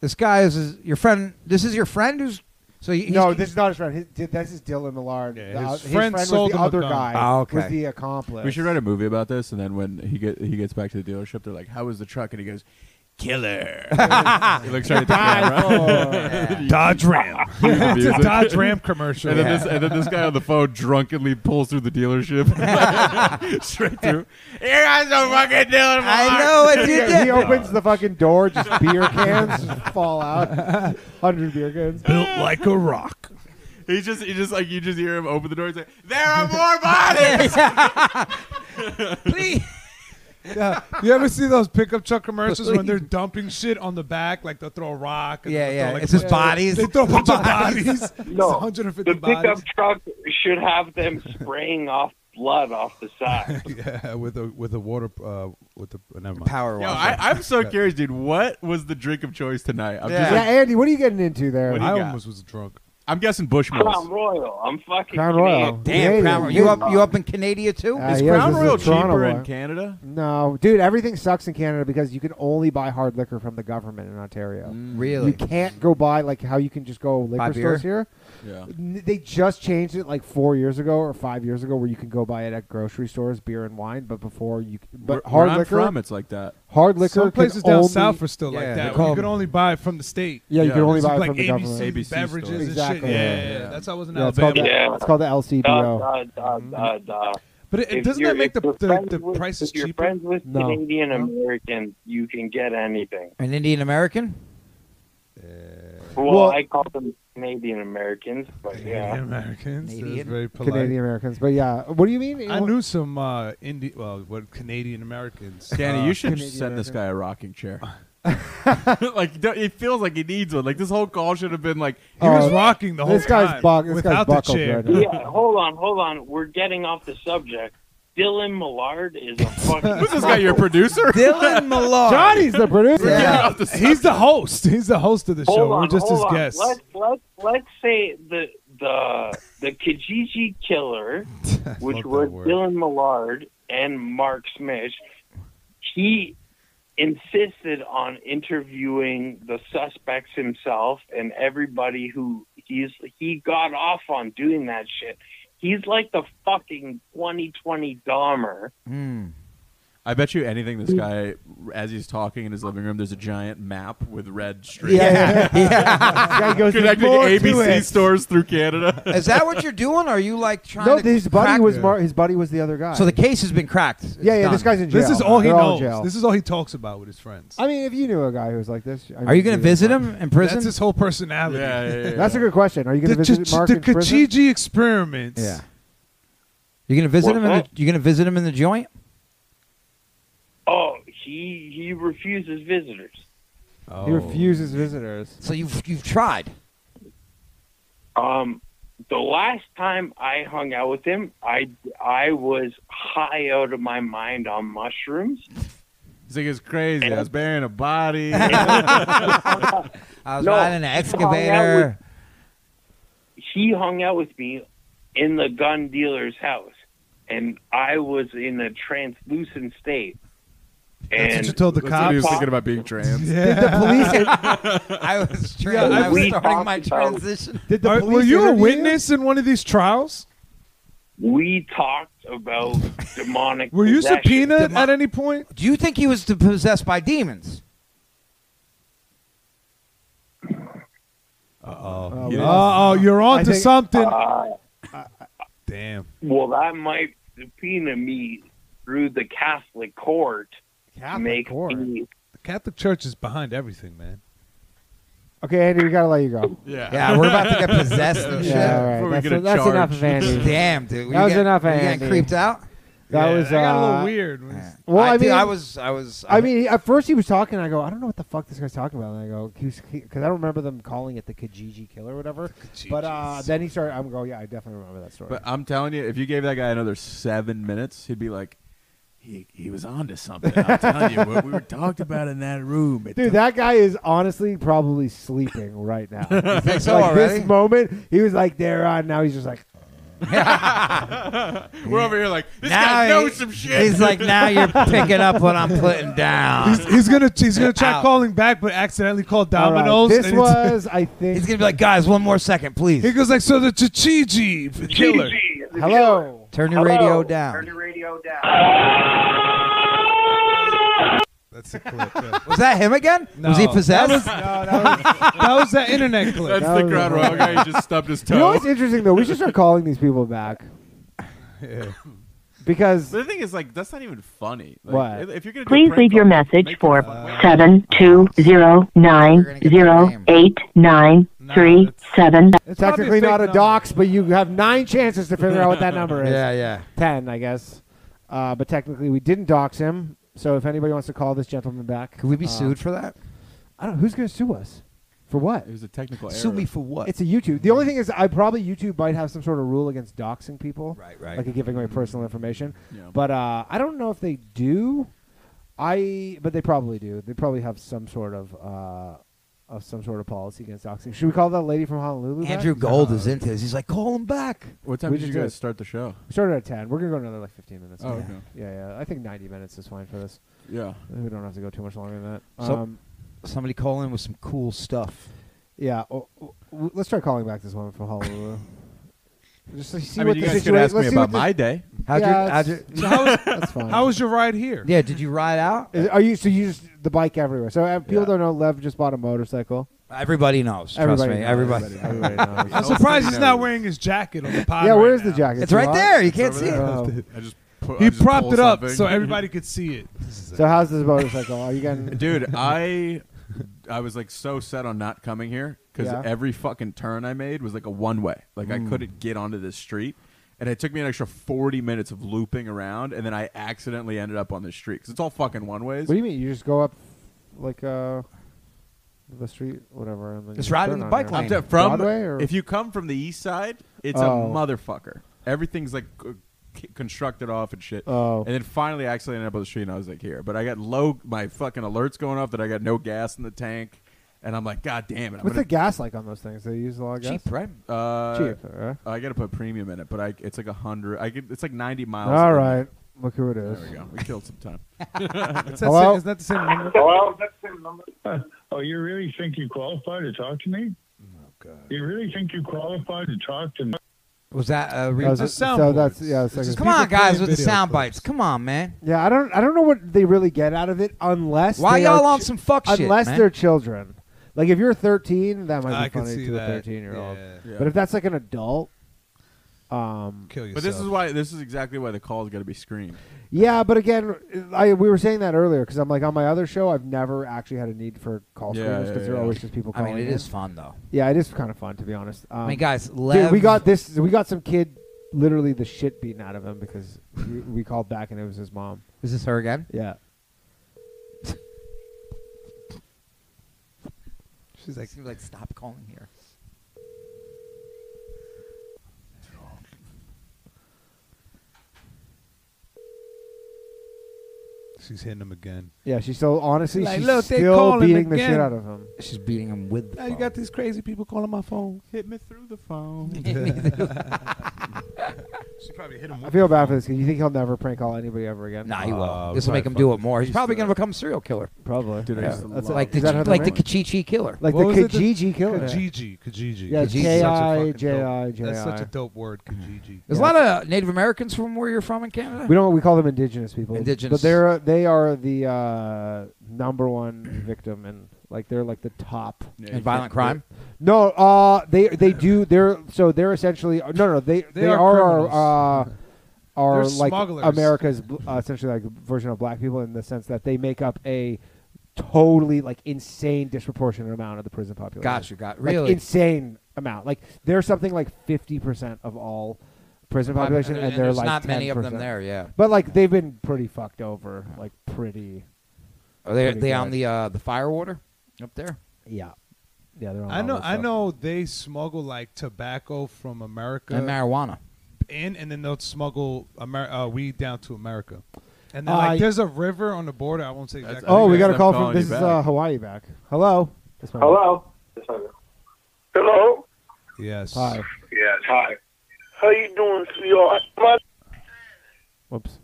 S15: this guy is, is your friend. This is your friend who's so he,
S1: no, this is not his friend. His, di- this is Dylan Millard. The
S3: his
S1: o-
S3: friend sold
S1: was the
S3: him a
S1: other
S3: gun.
S1: guy.
S15: Ah,
S18: Oh, okay.
S1: Was the accomplice.
S18: We should write a movie about this, and then when he get he gets back to the dealership, they're like, "How was the truck?" And he goes, "Killer." he looks right at the camera.
S3: Dodge Ram.
S18: Cue the music.
S3: Dodge Ram commercial.
S18: And then, this, and then this guy on the phone drunkenly pulls through the dealership, straight through. You guys don't fucking do it.
S15: I know what you did.
S1: He opens the fucking door, just beer cans fall out. Hundred beer cans.
S3: Built like a rock.
S18: He just, he just like you just hear him open the door and say, "There are more bodies."
S15: Please.
S3: Yeah. You ever see those pickup truck commercials when they're dumping shit on the back, like they'll throw a rock? And
S15: Yeah,
S3: they'll
S15: yeah.
S3: Throw, like,
S15: It's his
S3: a bunch of-
S15: bodies.
S3: They throw a bunch of
S15: Bodies.
S3: bodies.
S6: No,
S3: It's 150
S6: the pickup
S3: bodies.
S6: truck should have them spraying off blood off the side.
S3: yeah, with a with a water uh, with the never mind.
S15: Power
S18: Yo, I, I'm so curious, dude. What was the drink of choice tonight? I'm
S1: yeah, Andy, what are you getting into there?
S18: What do you got?
S3: was drunk.
S18: I I'm guessing Bushmills.
S6: Crown Royal. I'm fucking
S18: Crown Royal.
S15: Damn,
S1: Canadian.
S15: Crown Royal. You up? You up in Canada too?
S1: Uh, yes, this a Toronto one. No, dude, everything sucks in Canada because you can only buy hard liquor from the government in Ontario.
S18: Mm.
S15: Mm. really?
S1: You can't go buy like how you can just go liquor
S15: Buy beer?
S1: stores here.
S15: Yeah.
S1: N- They just changed it like 4 years ago or 5 years ago where you can go buy it at grocery stores beer and wine, but before you c- but
S18: Where-
S1: hard
S18: where I'm
S1: liquor
S18: from, it's like that.
S1: Hard liquor
S3: Some
S1: can
S3: places down
S1: only-
S3: south are still like
S1: they
S3: that. where
S1: call
S3: You can
S1: them-
S3: only buy it from the state.
S1: Yeah, you can only
S3: It's
S1: buy it
S3: like
S1: from the
S3: ABC
S1: government.
S3: beverages and
S1: Exactly.
S3: shit. Yeah, yeah, yeah. that's how I was in
S1: Yeah, it's called
S3: Alabama.
S1: the- It's called the LCBO.
S6: Duh, duh, duh, duh.
S3: Mm-hmm. But it-
S6: If
S3: doesn't
S6: you're-
S3: that make the,
S6: if you're
S3: the,
S6: friends
S3: the
S6: with-
S3: prices
S6: if you're
S3: cheaper?
S6: friends with
S15: No.
S6: Canadian Americans, you can get anything.
S15: An Indian American?
S6: Well,
S15: Well-
S6: I call them Canadian Americans, but yeah,
S3: Americans. That's
S6: Canadian.
S3: very polite.
S1: Canadian Americans. But yeah, what do you mean?
S3: I knew some uh, Indian, well, what Canadian Americans.
S18: Danny,
S3: Uh,
S18: you should send this guy a rocking chair. like don't- it feels like he needs one. Like this whole call should have been like
S3: He was rocking the whole
S1: This guy's
S3: time
S1: buck- this guy's
S3: without the
S1: buckled
S3: chair.
S1: right now.
S6: yeah. Hold on, hold on. We're getting off the subject. Dylan Millard is a fucking.
S18: Who's this guy? Your producer,
S15: Dylan Millard.
S3: Johnny's
S1: the producer.
S3: Yeah. He's the host. He's the host of the
S6: Hold
S3: show.
S6: on,
S3: We're just
S6: hold
S3: his
S6: on.
S3: guests.
S6: Let's let's let's say the the the Kijiji killer, which was Dylan Millard and Mark Smish, he insisted on interviewing the suspects himself and everybody who he's he got off on doing that shit. He's like the fucking 2020 Dahmer.
S18: Hmm. I bet you anything. This guy, as he's talking in his living room, there's a giant map with red streaks.
S15: Yeah. This guy goes from
S18: connecting
S15: four to
S18: ABC
S15: it.
S18: stores through Canada.
S15: Is that what you're doing? Or are you like trying
S1: No,
S15: to?
S1: his buddy
S15: crack-
S1: was Mar- his buddy was the other guy.
S15: So the case has been cracked. It's
S1: Yeah, yeah, this
S15: done.
S1: guy's in jail.
S3: This is all he
S1: They're all in
S3: knows.
S1: jail.
S3: This is all he talks about with his friends.
S1: I mean, if you knew a guy who was like this, I
S15: Are you
S1: mean,
S15: going
S1: you-
S15: to visit him in prison?
S3: That's his whole personality.
S1: That's a good question. Are you going to
S3: The
S1: visit
S3: Chij-
S1: Mark
S3: the
S1: in prison?
S3: Kijiji experiments.
S15: Yeah. You're going to visit him. In the,
S6: What?
S15: you're going to visit him in the joint.
S6: Oh, he he refuses visitors.
S1: He refuses visitors.
S15: So you've you've tried.
S6: Um, the last time I hung out with him, I I was high out of my mind on mushrooms.
S18: This thing is crazy. I was burying a body.
S15: I was
S6: No,
S15: riding an
S6: he hung out
S15: excavator.
S6: He hung out with me in the gun dealer's house, and I was in a translucent state.
S3: That's what
S6: And
S3: you told the
S18: That's what he was
S3: cops.
S18: thinking about being trans.
S15: I was tra-
S3: Yeah,
S15: I was
S3: we
S15: starting my
S6: talked about-
S15: transition.
S1: Did the
S3: Are-
S1: police
S3: were you a
S1: interview
S3: witness in one of these trials?
S6: we talked about demonic.
S3: Were you
S6: possession.
S3: subpoenaed at any point?
S15: Do you think he was to- possessed by demons?
S6: Oh,
S3: Uh-oh.
S1: we-
S3: Uh-oh, you're on
S1: Uh, I
S3: to
S1: think-
S3: something.
S6: Uh,
S3: Damn.
S6: well, that might subpoena me through the Catholic court.
S1: Catholic
S6: make
S1: court?
S6: me
S3: The Catholic Church is behind everything, man.
S1: Okay, Andy, we got to let you go.
S18: Yeah.
S15: Yeah, we're about to get possessed and shit.
S1: Yeah, all right. That's, that's enough of Andy.
S15: Damn, dude. We
S1: That was
S15: get-
S1: enough
S15: we
S1: of
S15: getting
S1: Andy.
S15: creeped out.
S1: That
S3: Yeah,
S1: was
S3: that got a little
S1: uh,
S3: weird.
S1: Well, I,
S15: did-
S1: mean,
S15: I was, I was.
S1: I mean, at first he was talking. I go, I don't know what the fuck this guy's talking about. And I go, because I don't remember them calling it the Kijiji killer or whatever. But uh, then he started. I'm going, yeah, I definitely remember that story.
S18: But I'm telling you, if you gave that guy another seven minutes, he'd be like, he, he was onto something. I'm telling you, what we were talked about in that room. It
S1: Dude, that guy is honestly probably sleeping right now.
S15: think so
S1: like
S15: already?
S1: this moment, he was like there on. Now he's just like,
S18: We're over here like this
S15: Now
S18: guy
S15: he-
S18: knows some shit.
S15: He's like, now you're picking up what I'm putting
S18: Uh,
S15: down.
S3: He's, he's gonna he's gonna try
S15: Ow.
S3: calling back, but accidentally called
S1: All right,
S3: dominoes.
S1: this
S3: and it's-
S1: was, I think.
S15: He's gonna be like, guys, one more second, please.
S3: he goes like, so the Chichiji killer.
S1: hello.
S15: Turn your radio down.
S6: your radio down.
S3: That's a clip. yeah.
S15: Was that him again?
S3: No.
S15: Was he
S3: That was,
S15: possessed?
S3: that was that internet clip.
S18: That's the crowd royal guy. He just stubbed his toe.
S1: You know what's interesting though? We should start calling these people back because
S18: the thing is, like, that's not even funny. Like,
S1: What?
S18: if- If you're gonna do
S4: Please
S18: prank
S4: leave your
S18: calls,
S4: message
S18: make
S4: for
S18: it fun.
S4: seven two zero nine zero eight nine three seven.
S1: it's technically not a dox, but you have nine chances to figure out what that number is.
S15: Yeah, yeah.
S1: ten, I guess. Uh, but technically, we didn't dox him. So if anybody wants to call this gentleman back,
S15: Could we be
S1: uh,
S15: sued for that?
S1: I don't. know. Who's going to sue us? For what?
S18: It was a technical error.
S15: Sue me for what?
S1: It's a YouTube. The only thing is, I probably YouTube might have some sort of rule against doxing people,
S15: Right, right.
S1: Like giving away personal information.
S18: Yeah.
S1: But uh, I don't know if they do. I, but they probably do. They probably have some sort of uh, of some sort of policy against doxing. Should we call that lady from Honolulu? back?
S15: Andrew Gold is into this. He's like, call him back.
S1: What
S18: time
S1: We
S18: did
S1: just
S18: you guys
S1: did.
S18: start the show?
S1: We started at 10. We're going to go another like 15 minutes.
S18: Oh,
S1: yeah.
S18: okay.
S1: Yeah, yeah. I think 90 minutes is fine for this.
S18: Yeah.
S1: We don't have to go too much longer than that.
S15: So-
S1: um,
S15: somebody call in with some cool stuff.
S1: yeah. o- o- w- let's try calling back this woman from Honolulu. Just to see
S18: I mean,
S1: what
S18: you
S1: the
S18: guys could
S1: situa-
S18: ask
S1: let's
S18: me
S1: see what
S18: about
S1: the-
S18: my day.
S15: How'd you-
S1: yeah,
S15: how'd
S1: it's-
S15: you- So how was-
S1: that's fine.
S15: how was
S1: your ride here?
S15: Yeah, did you ride out?
S1: are you so you just the bike everywhere? So uh, people don't know Lev just bought a motorcycle.
S15: Everybody knows. Trust
S1: Everybody
S15: me.
S1: knows.
S15: Everybody.
S1: Everybody knows.
S3: I'm surprised he's not wearing his jacket on the pod.
S1: Yeah,
S3: right
S1: where's the
S3: now.
S1: jacket?
S15: It's right
S1: hot?
S15: there. You can't see
S1: Oh.
S15: it.
S18: I just put,
S3: He
S18: I just
S3: propped
S18: pulled
S3: it up
S18: something.
S3: so everybody could see it.
S1: So how's this motorcycle? Are you getting
S18: Dude, uh, I I was like so set on not coming here because
S1: Yeah.
S18: every fucking turn I made was like a one way. Like I
S1: Mm.
S18: couldn't get onto this street, and it took me an extra forty minutes of looping around, and then I accidentally ended up on this street because it's all fucking one ways.
S1: What do you mean? You just go up like uh the street, whatever. And then
S18: It's
S1: you turn on there.
S18: I'm t- from
S1: Broadway or
S18: if you come from the east side, it's
S1: Oh.
S18: a motherfucker. Everything's like c- c- constructed off and shit.
S1: Oh.
S18: And then finally, I actually ended up on the street, and I was like, here. But I got low. My fucking alerts going off that I got no gas in the tank, and I'm like, god damn it. I'm
S1: what's
S18: gonna-
S1: the gas like on those things? They use a lot of gas.
S18: Uh,
S1: Cheap, huh?
S18: I gotta put premium in it, but I it's like a hundred. I get, it's like ninety miles.
S1: All
S18: in.
S1: right, look who it is.
S18: There we go. We killed some time.
S3: It's that
S1: Hello?
S3: same- Is that the same number?
S7: Hello? Oh, you really think you qualify to talk to me?
S3: Oh,
S7: You really think you qualify to talk to me?
S15: Was that a
S1: That was a- so that's yeah. it's like a-
S15: Come on, guys, with the sound bites. Come on, man.
S1: Yeah, I don't I don't know what they really get out of it unless
S15: Why
S1: they
S15: y'all
S1: are
S15: on some fuck shit,
S1: unless
S15: man?
S1: they're children. Like if you're 13, that might be
S18: I could
S1: funny
S18: see
S1: to a
S18: that.
S1: 13 year old.
S18: Yeah.
S1: But if that's like an adult, um,
S18: But this is why this is exactly why the call is gonna be screened.
S1: Yeah, but again, I we were saying that earlier because I'm like on my other show, I've never actually had a need for call
S15: Yeah,
S1: screeners because
S15: yeah,
S1: there are
S15: yeah.
S1: always just people.
S15: I mean,
S1: Calling
S15: it
S1: in.
S15: is fun, though.
S1: Yeah, it is kind of fun to be honest. Um,
S15: I mean, guys,
S1: dude, we
S15: Lev-
S1: got this. We got some kid literally the shit beaten out of him because we, we called back and it was his mom.
S15: Is this her again?
S1: Yeah.
S15: She's like, like, stop calling here.
S3: She's hitting him again.
S1: Yeah, she's still honestly
S3: Like,
S1: she's
S3: look, they
S1: still
S3: calling
S1: beating the
S3: again.
S1: shit out of him.
S15: She's beating him with.
S3: Now you got these crazy people calling my phone.
S18: Hit me through the phone.
S3: she probably hit him.
S1: I feel bad for this kid. You think he'll never prank call anybody ever again?
S15: Nah, he will. this will make him do it more. He's probably going to become a serial killer.
S1: Probably. Dude, I used to
S15: That's
S1: love
S15: like
S1: it.
S15: the,
S1: Is that how
S15: K-
S1: they
S15: like the
S1: went?
S15: Kijiji killer.
S1: Like the Kijiji killer.
S3: Kijiji, Kijiji.
S1: Yeah,
S15: Kijiji.
S1: K
S15: Such
S1: I
S15: a fucking
S1: J I
S15: dope-
S1: J I.
S15: that's such
S3: Such a dope word, Kijiji.
S15: Mm-hmm. There's a lot of Native Americans from where you're from in Canada.
S1: We don't. We call them indigenous people.
S15: Indigenous.
S1: but they're they are the uh, number one victim, and like they're like the top
S15: Yeah, In you violent can't- crime?
S1: No, uh, they they do. They're so they're essentially no no they they,
S15: They are
S1: are, our uh, are
S15: They're
S1: like
S15: smugglers.
S1: America's bl- uh, essentially like version of black people in the sense that they make up a totally like insane disproportionate amount of the prison population.
S15: Gotcha, got-
S1: Like,
S15: really?
S1: insane amount. Like they're something like fifty percent of all prison
S15: Popu-
S1: population,
S15: and
S1: and, they're
S15: there's
S1: like
S15: not many of them
S1: 10%.
S15: there, yeah.
S1: But like they've been pretty fucked over, like pretty.
S15: Are they,
S1: pretty
S15: they on
S1: bad.
S15: the uh, the fire water up there?
S1: Yeah. Yeah, they're on.
S3: I
S1: all
S3: know.
S1: this
S3: I
S1: stuff.
S3: know they smuggle like tobacco from America
S15: And marijuana.
S3: in, and then they'll smuggle Amer- uh, weed down to America. And then
S1: Uh,
S3: like, there's a river on the border. I won't say exactly.
S1: Oh, we got a call from this is uh, Hawaii back. Hello. This might be-
S7: Hello?
S3: Yes.
S1: Hi.
S7: Yes, hi. How you doing, sweetheart? My-
S1: Whoops.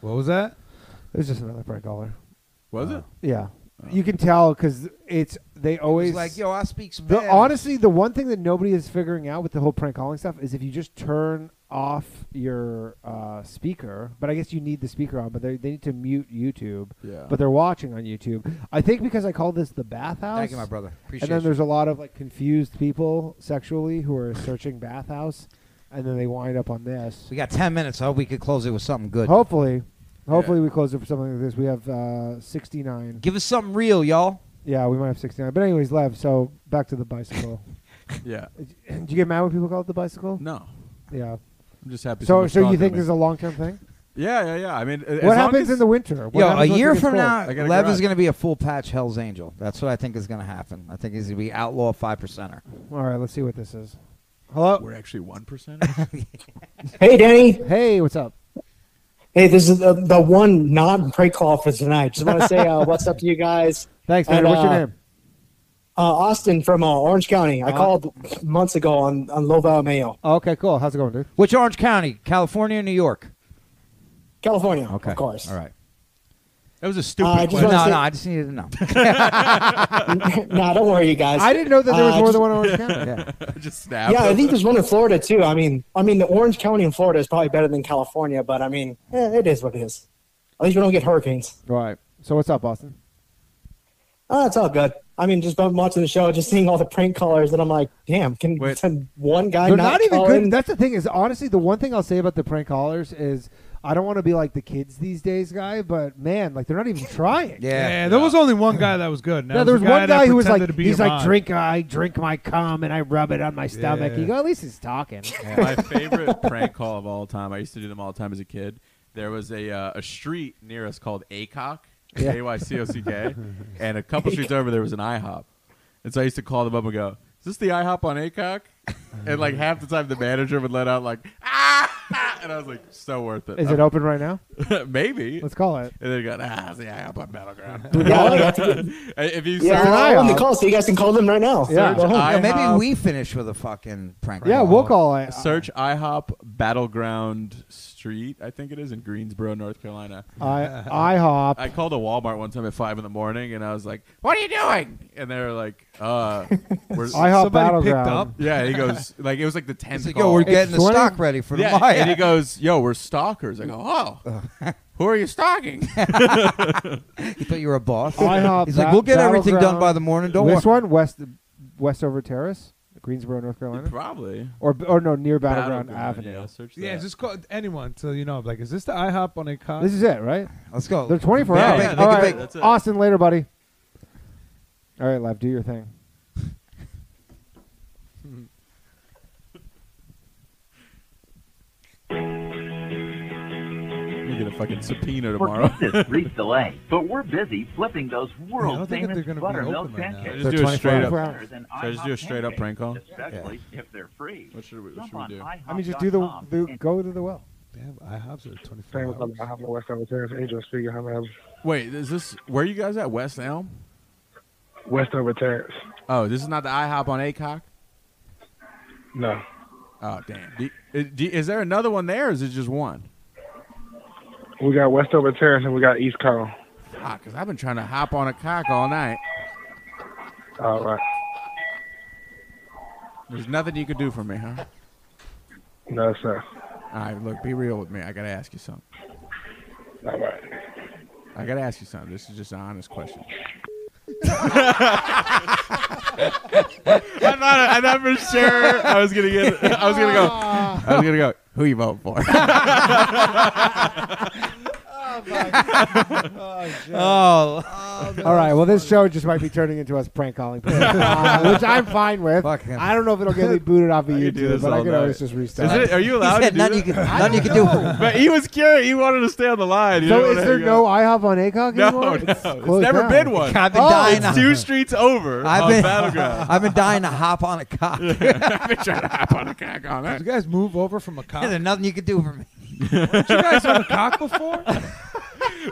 S3: What was that?
S1: It was just another prank caller.
S18: Was it?
S1: Yeah. You can tell because it's they always
S15: like, "Yo, I speak some
S1: The,
S15: bad."
S1: honestly, the one thing that nobody is figuring out with the whole prank calling stuff is if you just turn off your uh, speaker. But I guess you need the speaker on. But they they need to mute YouTube.
S15: Yeah.
S1: But they're watching on YouTube. I think because I call this the bathhouse.
S15: Thank you, my brother. Appreciate
S1: and then
S15: you.
S1: there's a lot of like confused people sexually who are searching bathhouse, and then they wind up on this.
S15: We got 10 minutes. I hope we could close it with something good.
S1: Hopefully, hopefully we close it for something like this. We have uh, 69.
S15: Give us something real, y'all.
S1: Yeah, we might have 69. But anyways, Lev. So back to the bicycle.
S18: Yeah.
S1: Do you get mad when people call it the bicycle?
S18: No.
S1: Yeah.
S18: I'm just happy.
S1: So,
S18: someone's
S1: so you
S18: talking to
S1: think
S18: me.
S1: this is a long term thing?
S18: Yeah, yeah, yeah. I mean, as
S1: what
S18: long
S1: happens
S18: as-
S1: in the winter? What
S15: Yo, a
S1: happens once it
S15: year
S1: gets
S15: from
S1: cold?
S15: now,
S18: I got a
S15: Lev
S18: garage.
S15: is going to be a full patch Hell's Angel. That's what I think is going to happen. I think he's going to be outlaw five percenter.
S1: All right, let's see what this is. Hello.
S18: We're actually one percent.
S8: Hey, Danny.
S1: Hey, what's up?
S8: Hey, this is the, the one non prank call for tonight. Just want to say uh, what's uh, up to you guys.
S1: Thanks,
S8: man.
S1: man. What's your name?
S8: Uh, Austin from uh, Orange County. I called months ago on, on Low Valley Mail.
S1: Uh-huh. Okay, cool. How's it going, dude?
S15: Which Orange County, California, or New York?
S8: California,
S15: okay.
S8: of course.
S15: All right.
S18: That was a
S8: stupid Uh, I just question.
S15: No,
S8: wanna say-
S15: no, I just needed to know.
S8: no, don't worry, you guys.
S1: I didn't know that there was
S8: Uh,
S1: more
S8: just-
S1: than one Orange County.
S18: Just snap.
S8: Yeah, I think there's one in Florida too. I mean, I mean, the Orange County in Florida is probably better than California, but I mean, eh, it is what it is. At least we don't get hurricanes.
S1: Right. So what's up, Austin?
S8: Oh, it's all good. I mean, just been watching the show, just seeing all the prank callers, and I'm like, damn, can can one guy
S1: They're not even
S8: call in?
S1: good. That's the thing is honestly the one thing I'll say about the prank callers is I don't want to be like the kids these days, guy, but man, like they're not even trying.
S3: Yeah, there was only one guy that was good.
S1: Yeah, there was one
S3: that
S1: guy who was
S3: pretended
S1: like,
S3: to be
S1: he's like,
S3: Iran.
S1: drink, I drink my cum and I rub it on my stomach.
S18: Yeah.
S1: You go, at least he's talking.
S18: My favorite prank call of all time. I used to do them all the time as a kid. There was a uh, a street near us called Acock,
S1: Yeah.
S18: A Y C O C K, and a couple streets over there was an IHOP, and so I used to call them up and go, "Is this the IHOP on Acock?" And like half the time, the manager would let out like, "Ah!" and I was like, "So worth it."
S1: Is it open right now?
S18: Maybe.
S1: Let's call it.
S18: And they go, "Ah, it's the IHOP on Battleground."
S8: Yeah, I like it.
S18: if you
S8: yeah,
S18: search-
S8: I'm on the call, so you guys can call them right now.
S18: Yeah.
S8: Go home.
S18: I
S15: Yeah, maybe
S18: have-
S15: we finish with a fucking prank.
S1: Yeah,
S15: call.
S1: we'll call it.
S18: Search IHOP Battleground Street, I think it is in Greensboro, North Carolina.
S1: I- IHOP.
S18: I called a Walmart one time at five in the morning, and I was like, "What are you doing?" And they were like, "Uh, we're
S1: IHOP Somebody picked Battleground. up?
S18: Yeah, and he goes, like it was like the tenth.
S15: like, "Yo, we're getting the 20? stock ready for
S18: yeah,
S15: tomorrow."
S18: And he goes, "Yo, we're stalkers." I go, "Oh, who are you stalking?"
S15: He thought you were a boss.
S1: IHOP.
S15: He's like, we'll get
S1: Bat-
S15: everything done
S1: Battleground.
S15: by the morning. Don't
S1: this
S15: worry.
S1: one West Westover Terrace, Greensboro, North Carolina.
S18: Probably.
S1: Or or no, near Battleground,
S3: Battleground,
S1: Avenue.
S18: yeah, search
S3: Yeah, just call anyone till you know. Like, is this the IHOP on a car?
S1: This is it, right?
S15: Let's go.
S1: They're 24
S3: Yeah,
S1: hours.
S3: yeah,
S1: All
S3: make it
S1: right,
S3: big. That's it.
S1: Austin, later, buddy. All right, Lev, do your thing.
S9: Mm-hmm.
S18: You get a fucking subpoena
S2: For
S18: tomorrow.
S2: this brief delay, but we're busy flipping those
S18: Yeah, I don't
S2: world
S18: think
S2: famous
S18: they're gonna be
S2: buttermilk
S18: open right now.
S2: pancakes.
S18: Should I just do a straight up.
S2: Better than
S18: Should I just do a
S2: IHOP
S18: straight up prank call?
S2: pancakes, Especially if they're free.
S18: What should we,
S2: Jump
S18: what should
S2: on
S18: we do?
S2: IHOP
S1: I mean, just do the,
S17: Oh,
S1: the go to the well.
S3: Damn, IHOPs are 24
S17: Prank
S3: hours.
S17: with them. I have my West Elm Terrace. Angel speaking. I'm at
S18: Wait, is this where are you guys at? West Elm.
S17: Westover Terrace.
S18: Oh, this is not the IHOP on Acock.
S17: No.
S18: Oh damn! Do, is- do, is there another one there? Or is it just one?
S17: We got Westover Terrace and we got East Carl.
S18: Ah, because I've been trying to hop on a cock all night.
S17: All right.
S18: There's nothing you could do for me, huh?
S17: No, sir.
S18: All right, look, be real with me. I gotta ask you something.
S17: All right.
S18: I gotta ask you something. This is just an honest question. I'm not. I'm not for sure. I was gonna get. I was gonna go. I was gonna go. Who you vote for?
S1: Oh,
S15: Oh,
S1: All right. Well, this show just might be turning into us prank calling, uh, which I'm fine with.
S15: Fucking-
S1: I don't know if it'll get me booted off of
S18: I could do
S1: YouTube,
S18: this
S1: but I
S18: all
S1: can
S18: night.
S1: always just restart.
S18: Is it, are you allowed
S15: said
S18: to do
S15: nothing
S18: that?
S15: you could- I nothing you could do. don't know.
S18: But he was curious. He wanted to stay on the line. He
S1: So
S18: didn't
S1: is
S18: wanna
S1: there
S18: hang
S1: no
S18: up.
S1: IHOP on ACOG
S18: No,
S1: anymore?
S18: no.
S1: It's
S18: It's,
S1: closed
S18: never
S1: down.
S18: been one. Oh,
S15: I've been dying
S18: It's
S15: on-
S18: two streets over
S15: I've
S18: on
S15: been,
S18: Battleground.
S15: I've been dying to hop on a cock.
S18: I've been trying to hop on a cock all night.
S3: Did you guys move over from a cock?
S15: There's nothing you could do for me.
S3: Weren't you guys on a cock before?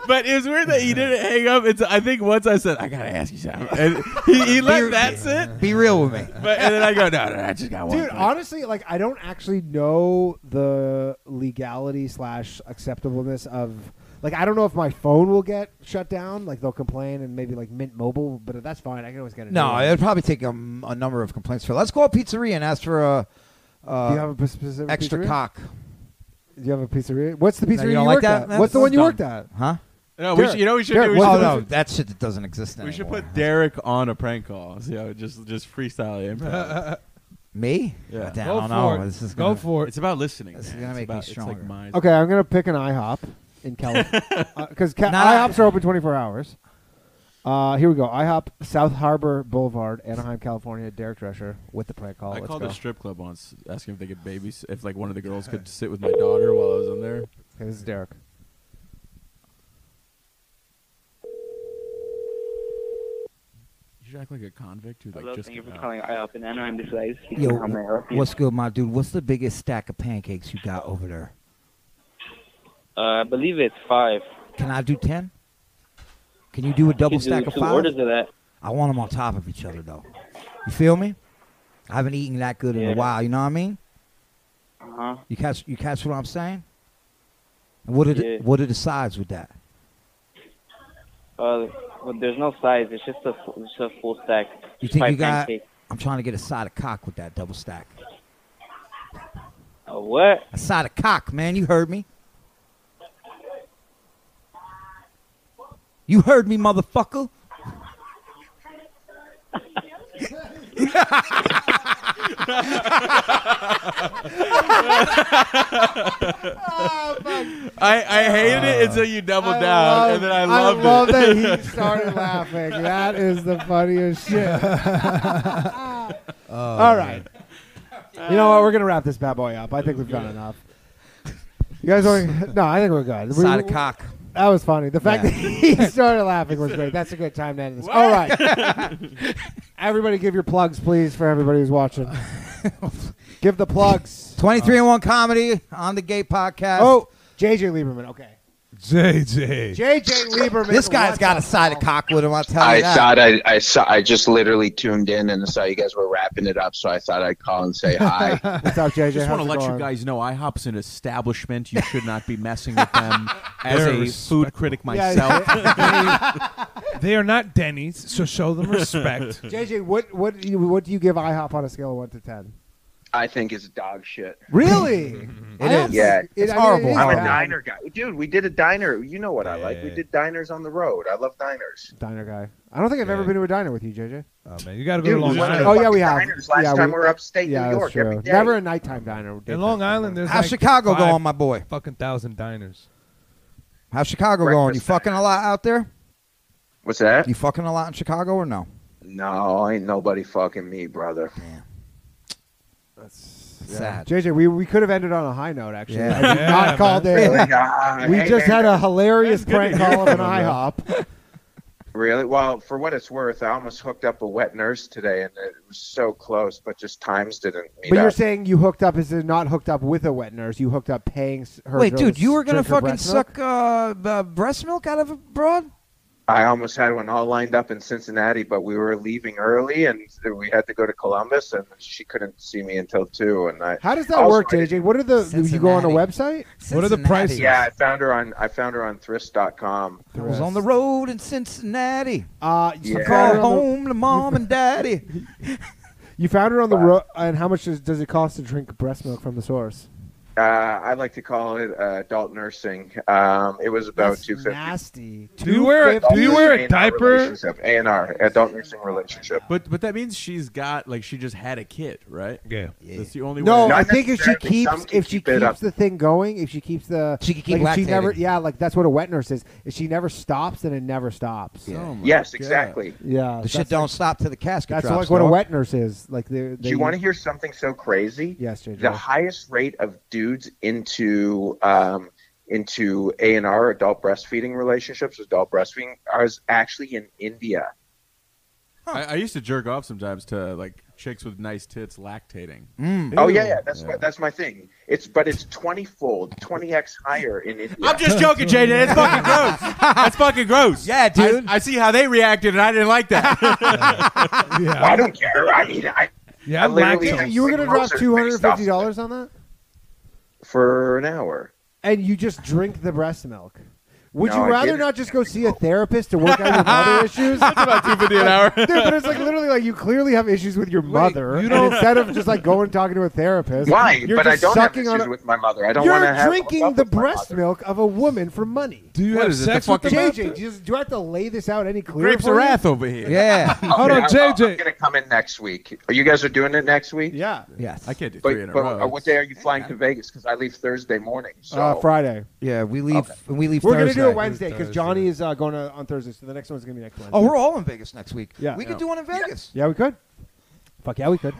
S18: But it was weird that he didn't hang up. It's I think once I said I gotta ask you something, and he, he let that sit.
S15: Be real with me.
S18: But and then I go no, no, I just got one.
S1: Dude, honestly, like I don't actually know the legality slash acceptableness of like I don't know if my phone will get shut down. Like they'll complain and maybe like Mint Mobile, but that's fine. I can always get it.
S15: No, it'd probably take a, a number of complaints for. Let's call a pizzeria and ask for a. Uh,
S1: Do you have a p- specific
S15: extra
S1: pizzeria?
S15: cock?
S1: Do you have a pizzeria? What's the
S15: No, you
S1: pizzeria you,
S15: don't like
S1: worked
S15: that?
S1: at?
S15: That's-
S1: What's the one you
S15: that's
S1: worked
S15: dumb.
S1: at?
S15: Huh?
S18: No, we should, you know what we should do. We
S15: oh
S18: should-
S15: no, that shit that doesn't exist anymore.
S18: We should put Derek on a prank call. See how just just freestyle improv.
S15: me.
S18: Yeah.
S15: Damn, I don't know. This is gonna,
S18: for it. It's about listening. This
S15: is gonna make me
S18: It's
S15: stronger.
S18: like mind.
S1: Okay, I'm gonna pick an IHOP in California because
S15: Nah.
S1: IHOPs are open 24 hours. Uh, here we go. IHOP, South Harbor Boulevard, Anaheim, California. Derek Drescher with the prank call.
S18: I
S1: Let's
S18: called
S1: go.
S18: a strip club once, asking if they could babysit, if like one of the girls could sit with my daughter while I was in there.
S1: Okay, this is Derek.
S18: You should act like a convict who like
S10: Hello,
S18: just.
S10: thank you for
S18: got out.
S10: calling IOP and Anaheim. This is Ice.
S15: Yo,
S10: How may I help you?
S15: what's good, my dude? What's the biggest stack of pancakes you got over there?
S10: Uh, I believe it's five.
S15: Can I do ten? Can you do a double
S10: You do
S15: stack of
S10: two
S15: five?
S10: orders of that.
S15: I want them on top of each other, though. You feel me? I haven't eaten that good in a
S14: Yeah.
S15: while. You know what I mean?
S10: Uh-huh.
S15: You catch you catch what I'm saying? And what are
S10: Yeah.
S15: the, what are the sides with that?
S10: Uh, but there's no size. It's just a fu- it's a full stack.
S15: You think
S10: Five
S15: you got?
S10: pancakes.
S15: I'm trying to get a side of cock with that double stack.
S10: A what?
S15: A side of cock, man. You heard me. You heard me, motherfucker.
S18: I, I hated it until you doubled down, and then I loved
S1: I love
S18: it.
S1: that he started laughing. That is the funniest shit. All right. You know what? We're gonna wrap this bad boy up. I think we've done enough. You guys want? No, I think we're good. We-
S15: Side of cock.
S1: That was funny. The fact
S15: Yeah.
S1: that he started laughing was great. That's a good time to end this. All right. Everybody, give your plugs, please, for everybody who's watching. give the plugs.
S15: Twenty-three and one comedy on the Gay Podcast.
S1: Oh, JJ Lieberman. Okay.
S3: JJ.
S1: JJ Lieberman.
S15: This guy's got a side of cock with him. I'll tell
S11: I
S15: you that.
S11: thought I, I saw I just literally tuned in and saw you guys were wrapping it up, so I thought I'd call and say hi.
S1: What's up, JJ?
S11: I just
S1: How's
S11: wanna
S1: it
S11: let you
S1: going?
S11: guys know IHOP's an establishment. You should not be messing with them.
S18: As
S3: They're
S18: a
S3: respectful.
S18: food critic
S1: Yeah,
S18: myself,
S3: they, they are not Denny's, so show them respect.
S1: JJ, what what do you, what do you give IHOP on a scale of one to ten?
S11: I think it's dog shit.
S1: Really? It I don't is. think-
S11: Yeah,
S1: it- It's I mean, it horrible. is
S11: I'm a
S1: bad.
S11: diner guy, dude. We did a diner. You know what I like. We
S1: yeah.
S11: did diners on the road. I love diners.
S1: Diner guy. I don't think I've ever been to a diner with you, JJ.
S3: Oh man, you got
S11: Dude, we went to
S1: Oh yeah,
S11: fucking
S1: we have.
S11: diners last
S1: yeah,
S11: time we were upstate
S1: yeah,
S11: New
S1: that's
S11: York
S1: true.
S11: every day.
S1: Never a nighttime diner.
S3: In Long Island, there's
S15: How's
S3: like
S15: Chicago
S3: five
S15: going, my boy?
S3: Fucking thousand diners.
S15: How's Chicago going? You fucking a lot out there?
S11: What's that?
S15: You fucking a lot in Chicago or no?
S11: No, ain't nobody fucking me, brother.
S1: Yeah.
S15: Sad.
S1: JJ, we, we could have ended on a high note actually.
S15: Yeah.
S1: I did
S15: Yeah,
S1: not
S15: man.
S1: call Dave.
S11: Really? Nah,
S1: we
S11: hey,
S1: just
S11: man.
S1: had a hilarious
S11: That's good
S1: prank
S11: to hear
S1: call of an
S11: from him,
S1: IHOP.
S11: Really? Well, for what it's worth, I almost hooked up a wet nurse today, and it was so close, but just times didn't meet
S1: But you're
S11: up.
S1: saying you hooked up is it not hooked up with a wet nurse? You hooked up paying s- her.
S15: Wait,
S1: to
S15: dude, you were gonna
S1: drink her
S15: fucking
S1: breast milk?
S15: suck uh, b- uh, breast milk out of a broad?
S11: I almost had one all lined up in Cincinnati, but we were leaving early, and we had to go to Columbus, and she couldn't see me until two. And I
S1: How does that
S11: also,
S1: work,
S11: I didn't-
S1: JJ? What are the you go on a website?
S15: What are the Cincinnati. prices?
S11: Yeah, I found her on I found her on Thrifts.com.
S15: I was on the road in Cincinnati.
S1: Uh,
S11: you
S15: I
S11: Yeah.
S15: called
S11: found-
S15: home to mom and daddy.
S1: You found her on the road, and how much does, does it cost to drink breast milk from the source?
S11: Uh, I like to call it uh, adult nursing. Um, it was about two fifty.
S1: Nasty.
S18: Do you wear- do you wear a diaper?
S11: A and R, adult nursing relationship.
S15: Oh
S18: but but that means she's got like she just had a kid, right? Yeah, that's the only
S1: No,
S18: way.
S1: I think if she keeps if she
S18: it up.
S1: keeps the thing going, if she keeps the she
S15: can keep
S1: like, if
S15: lactating.
S1: she never yeah, like that's what a wet nurse is. If she never stops, then it never stops.
S15: Yeah. Oh my
S11: Yes, exactly.
S1: Yeah,
S15: The
S1: that's
S15: shit don't stop till the casket
S1: That's
S15: drops.
S1: like what a
S15: dog.
S1: wet nurse is. Like they,
S11: Do you want to hear something so crazy?
S1: Yes, JJ.
S11: The highest rate of dudes into um, into A and R adult breastfeeding relationships, adult breastfeeding, is actually in India.
S18: I, I used to jerk off sometimes to like chicks with nice tits lactating.
S1: Hmm.
S11: Oh yeah, yeah, that's my that's my thing. It's but it's twenty fold, twenty x higher in India.
S18: I'm just joking, Jaden. It's fucking gross. That's fucking gross. Yeah, dude. I, I see how they reacted, and I didn't like that.
S11: I don't care. I mean, I
S18: Yeah,
S11: I literally
S1: You,
S11: have
S1: you were gonna
S11: cirrhosis
S1: drop
S11: based
S1: two hundred
S11: off
S1: fifty dollars on that,
S11: for an hour.
S1: and you just drink the breast milk. Would
S11: No, I
S1: you rather
S11: didn't.
S1: not just go see a therapist to work out your mother issues?
S18: That's about two fifty an hour.
S1: Dude, but it's like literally like you clearly have issues with your mother. You and instead of just like going and talking to a therapist,
S11: Why?
S1: You're
S11: but I
S1: just
S11: don't have
S1: sucking
S11: issues
S1: on a-
S11: with my mother. I don't
S1: You're
S11: want to have.
S1: drinking the breast milk of a woman for money.
S3: Do you
S11: What
S3: have
S11: is it, the
S3: sex with
S1: JJ,
S3: the
S1: do you- do I have to lay this out any clearer?
S11: Grapes
S1: for
S11: of
S1: you?
S11: wrath
S18: over here.
S15: Yeah.
S11: Hold on, JJ. I'm gonna come in next week. Are you guys are doing it next week?
S1: Yeah.
S15: Yes.
S18: I can't do three in
S11: But,
S18: a
S11: but
S18: row.
S11: uh, what day are you flying to Vegas? Because I leave Thursday morning. So
S1: Uh, Friday.
S15: Yeah, we leave. We leave.
S1: We're
S15: Thursday.
S1: gonna do it Wednesday because Johnny is uh, going to, on Thursday, so the next one's gonna be next Wednesday.
S15: Oh, we're all in Vegas next week.
S1: Yeah.
S15: we could do one in Vegas.
S1: Yeah, we could. Fuck yeah, we could.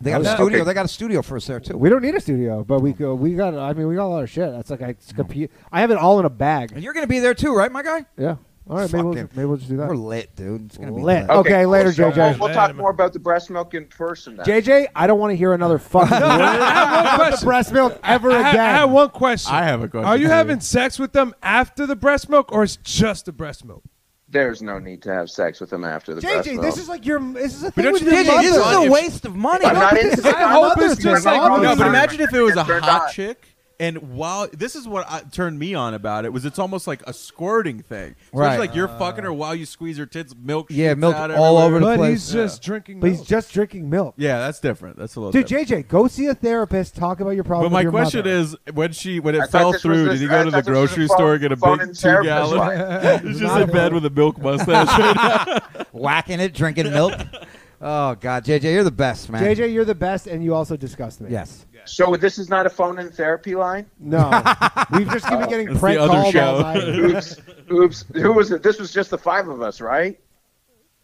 S15: They got
S1: Yeah.
S15: a studio. They got a studio for us there too.
S1: We don't need a studio, but we go. We got. I mean, we got a lot of shit. That's like I it's compute. I have it all in a bag.
S15: And you're gonna be there too, right, my guy?
S1: Yeah. All right. Maybe we'll,
S15: Fucking-
S1: maybe we'll just do that.
S15: We're lit, dude. It's gonna be
S1: Lit.
S15: lit.
S1: Okay, later,
S11: cool. So
S1: JJ.
S11: We'll, we'll talk more about the breast milk in person. Then.
S1: JJ, I don't want to hear another fucking word about the breast milk ever
S3: I,
S1: again.
S3: have, I have one question.
S18: I have a question.
S3: Are you
S18: for
S3: having sex with them after the breast milk, or it's just the breast milk?
S11: There's no need to have sex with him after the breast
S1: JJ,
S11: milk.
S1: this is like your. This is a
S11: But
S1: thing
S11: don't
S1: with
S11: you
S1: your
S11: think it
S1: mother.
S11: is a waste
S15: of money?
S11: I'm not into
S1: I hope
S11: it's just like-
S18: no, but
S11: Mother's
S18: imagine if it was a
S11: They're
S18: hot
S11: not.
S18: chick. And while this is what I, turned me on about it was it's almost like a squirting thing. So
S15: Right.
S18: It's like you're fucking her while you squeeze her tits, milk.
S15: Yeah,
S18: shoots
S15: milk
S18: out
S15: all
S18: everywhere.
S15: over the But place. he's
S1: just
S3: drinking.
S1: But he's just drinking milk.
S18: Yeah, that's different. That's a little.
S1: Dude,
S18: different.
S1: JJ, go see a therapist. Talk about your problem.
S18: But my
S1: with your
S18: question
S1: mother.
S18: is, when she when
S1: I
S18: it
S1: thought
S18: fell
S1: this was
S18: through,
S1: just-
S18: did he
S1: I
S18: go to
S1: thought
S18: the
S1: this was
S18: grocery
S1: just
S18: store
S1: phone-
S18: and get a
S1: phone
S18: big
S1: and
S18: two
S1: therapist
S18: gallon?
S1: line.
S18: He's just in bed with a milk mustache.
S15: Whacking it, drinking milk. Oh God, JJ, you're the best man.
S1: JJ, you're the best, and you also disgust me.
S15: Yes.
S11: So this is not a phone and therapy line.
S1: No, we've just been getting
S11: That's the
S1: prank
S11: other
S1: calls all
S11: show.
S1: night.
S11: Oops, oops. Who was it? This was just the five of us, right?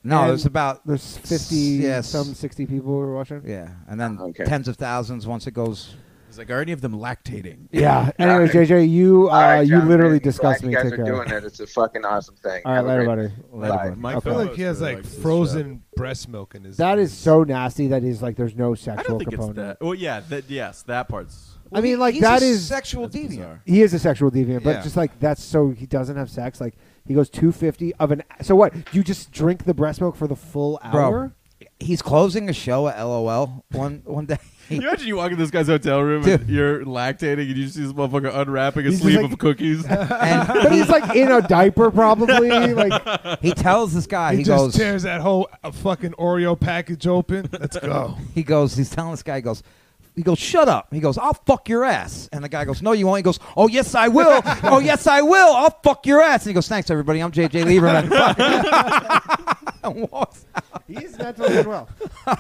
S15: No,
S1: And
S15: there's about
S1: there's fifty,
S15: yes.
S1: some sixty people who are watching.
S15: Yeah, and
S1: Ah,
S15: then tens of thousands once it goes.
S18: There's like already of them lactating.
S1: Yeah. Anyway, JJ, you uh, you literally disgust
S11: Glad
S1: me.
S11: you guys
S1: Take
S11: are
S1: care.
S11: doing it. It's a fucking awesome thing.
S1: All right,
S11: Have a
S1: later,
S11: great-
S1: buddy.
S11: Bye.
S1: Later, buddy.
S3: I
S1: Okay.
S3: feel like he has like frozen breast milk in his.
S1: That is so nasty. That is like there's no sexual
S18: I don't think it's
S1: component.
S18: that. Well, yeah, that yes, that part's.
S1: I mean, like that is
S15: sexual deviant.
S1: He is a sexual deviant, but
S18: Yeah.
S1: just like that's so he doesn't have sex. Like he goes two fifty of an. So what? You just drink the breast milk for the full hour?
S15: Bro, he's closing a show at LOL one one day.
S18: Can you imagine you walk in this guy's hotel room and you're lactating and you see this motherfucker unwrapping a
S1: He's just
S18: sleeve
S1: like-
S18: of cookies?
S1: but he's like in a diaper, probably. Like
S15: he tells this guy,
S3: He,
S15: he
S3: just
S15: goes-
S3: tears that whole uh, fucking Oreo package open. Let's go.
S15: He goes, he's telling this guy, he goes, he goes, shut up. He goes, I'll fuck your ass. And the guy goes, no, you won't. He goes, oh, yes, I will. oh, yes, I will. I'll fuck your ass. And he goes, thanks, everybody. I'm JJ Lieberman. and walks out.
S1: He is not doing well.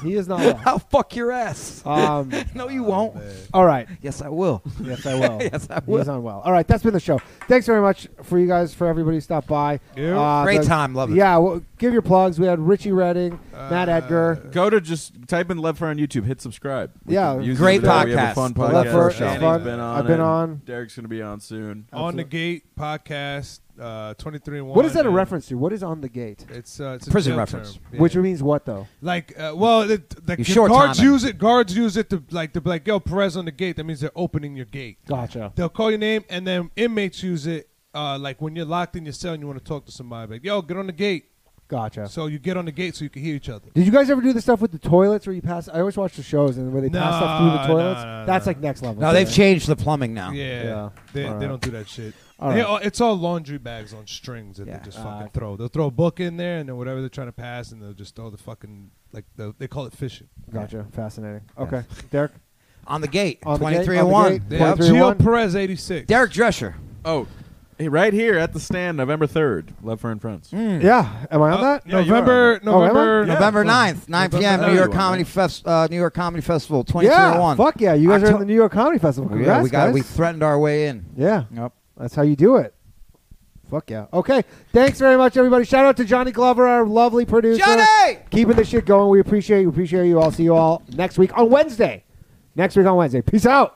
S1: He is not well.
S15: I'll fuck your ass.
S1: Um,
S15: no, you won't.
S3: Oh,
S1: All right.
S15: Yes, I will.
S1: Yes, I will.
S15: yes, I
S1: He's
S15: will.
S1: unwell. All right, that's been the show. Thanks very much for you guys, for everybody who stopped by. Uh,
S15: Yeah. Great time, love it.
S1: Yeah, well, give your plugs. We had Richie Redding,
S3: Uh,
S1: Matt Edgar.
S18: Go to just type in Left Fur on YouTube, hit subscribe. We
S1: Yeah.
S18: can use it
S1: Great
S18: for that. We have
S1: podcast.
S18: a fun
S1: The
S18: podcast.
S1: Left Fur is
S18: Danny's
S1: fun.
S18: Been on
S1: I've been
S18: it.
S1: on.
S18: Derek's gonna be on soon.
S3: On the gate podcast, uh, twenty three and one.
S1: What is that a
S3: and-
S1: reference to? What is on the gate?
S3: It's, uh, it's a Prison jail reference. term. Yeah.
S1: Which means what though?
S3: Like, uh, well, it, like
S1: You
S3: the
S1: short
S3: guards
S1: timing.
S3: use it. Guards use it to like to be like, yo, Perez on the gate. That means they're opening your gate.
S1: Gotcha.
S3: They'll call your name, and then inmates use it. Uh, like when you're locked in your cell and you want to talk to somebody, like, yo, get on the gate.
S1: Gotcha.
S3: So you get on the gate so you can hear each other.
S1: Did you guys ever do the stuff with the toilets where you pass? I always watch the shows and where they pass stuff through
S3: No,
S1: the toilets.
S3: no, no,
S1: That's
S3: no.
S1: like next level.
S15: No,
S1: to
S15: they've
S1: me.
S15: changed the plumbing now.
S3: Yeah, They,
S1: All
S3: they
S1: right.
S3: don't do that shit.
S1: All
S3: They
S18: oh,
S1: right.
S3: all- it's all laundry bags on strings that they
S18: Uh,
S3: just fucking throw. They'll throw a book in there and then whatever they're trying to pass, and they'll just throw the fucking like the, they call it fishing.
S1: Gotcha. Fascinating.
S3: Yes.
S1: Okay, Derek.
S15: On the gate.
S1: On the gate,
S15: 2301.
S1: on the gate,
S3: Yeah,
S1: 2301.
S3: Gio Perez, eighty six.
S15: Derek Drescher.
S18: Oh, hey, right here at the stand, November third. Left Fur and Friends.
S1: Hmm. Yeah. Am
S3: Uh,
S1: I on that?
S18: yeah, you are on November- that. Oh, am I? November- Yeah.
S15: November
S18: Yeah.
S15: 9th, 9 p.m.
S18: November-
S15: New York
S18: Yeah.
S15: Comedy Fest, uh, New York Comedy Festival,
S1: Yeah.
S15: 2201.
S1: Fuck yeah! You guys
S3: Oh.
S1: are in
S15: Octo-
S1: the New York Comedy Festival. Congrats,
S15: oh yeah, we got
S1: guys.
S15: we threatened our way in.
S1: Yeah.
S15: Yep.
S1: That's how you do it. Fuck yeah. Okay. Thanks very much, everybody. Shout out to Johnny Glover, our lovely producer. Johnny! Keeping this shit going. We appreciate you. Appreciate you. I'll see you all next week on Wednesday. Next week on Wednesday. Peace out.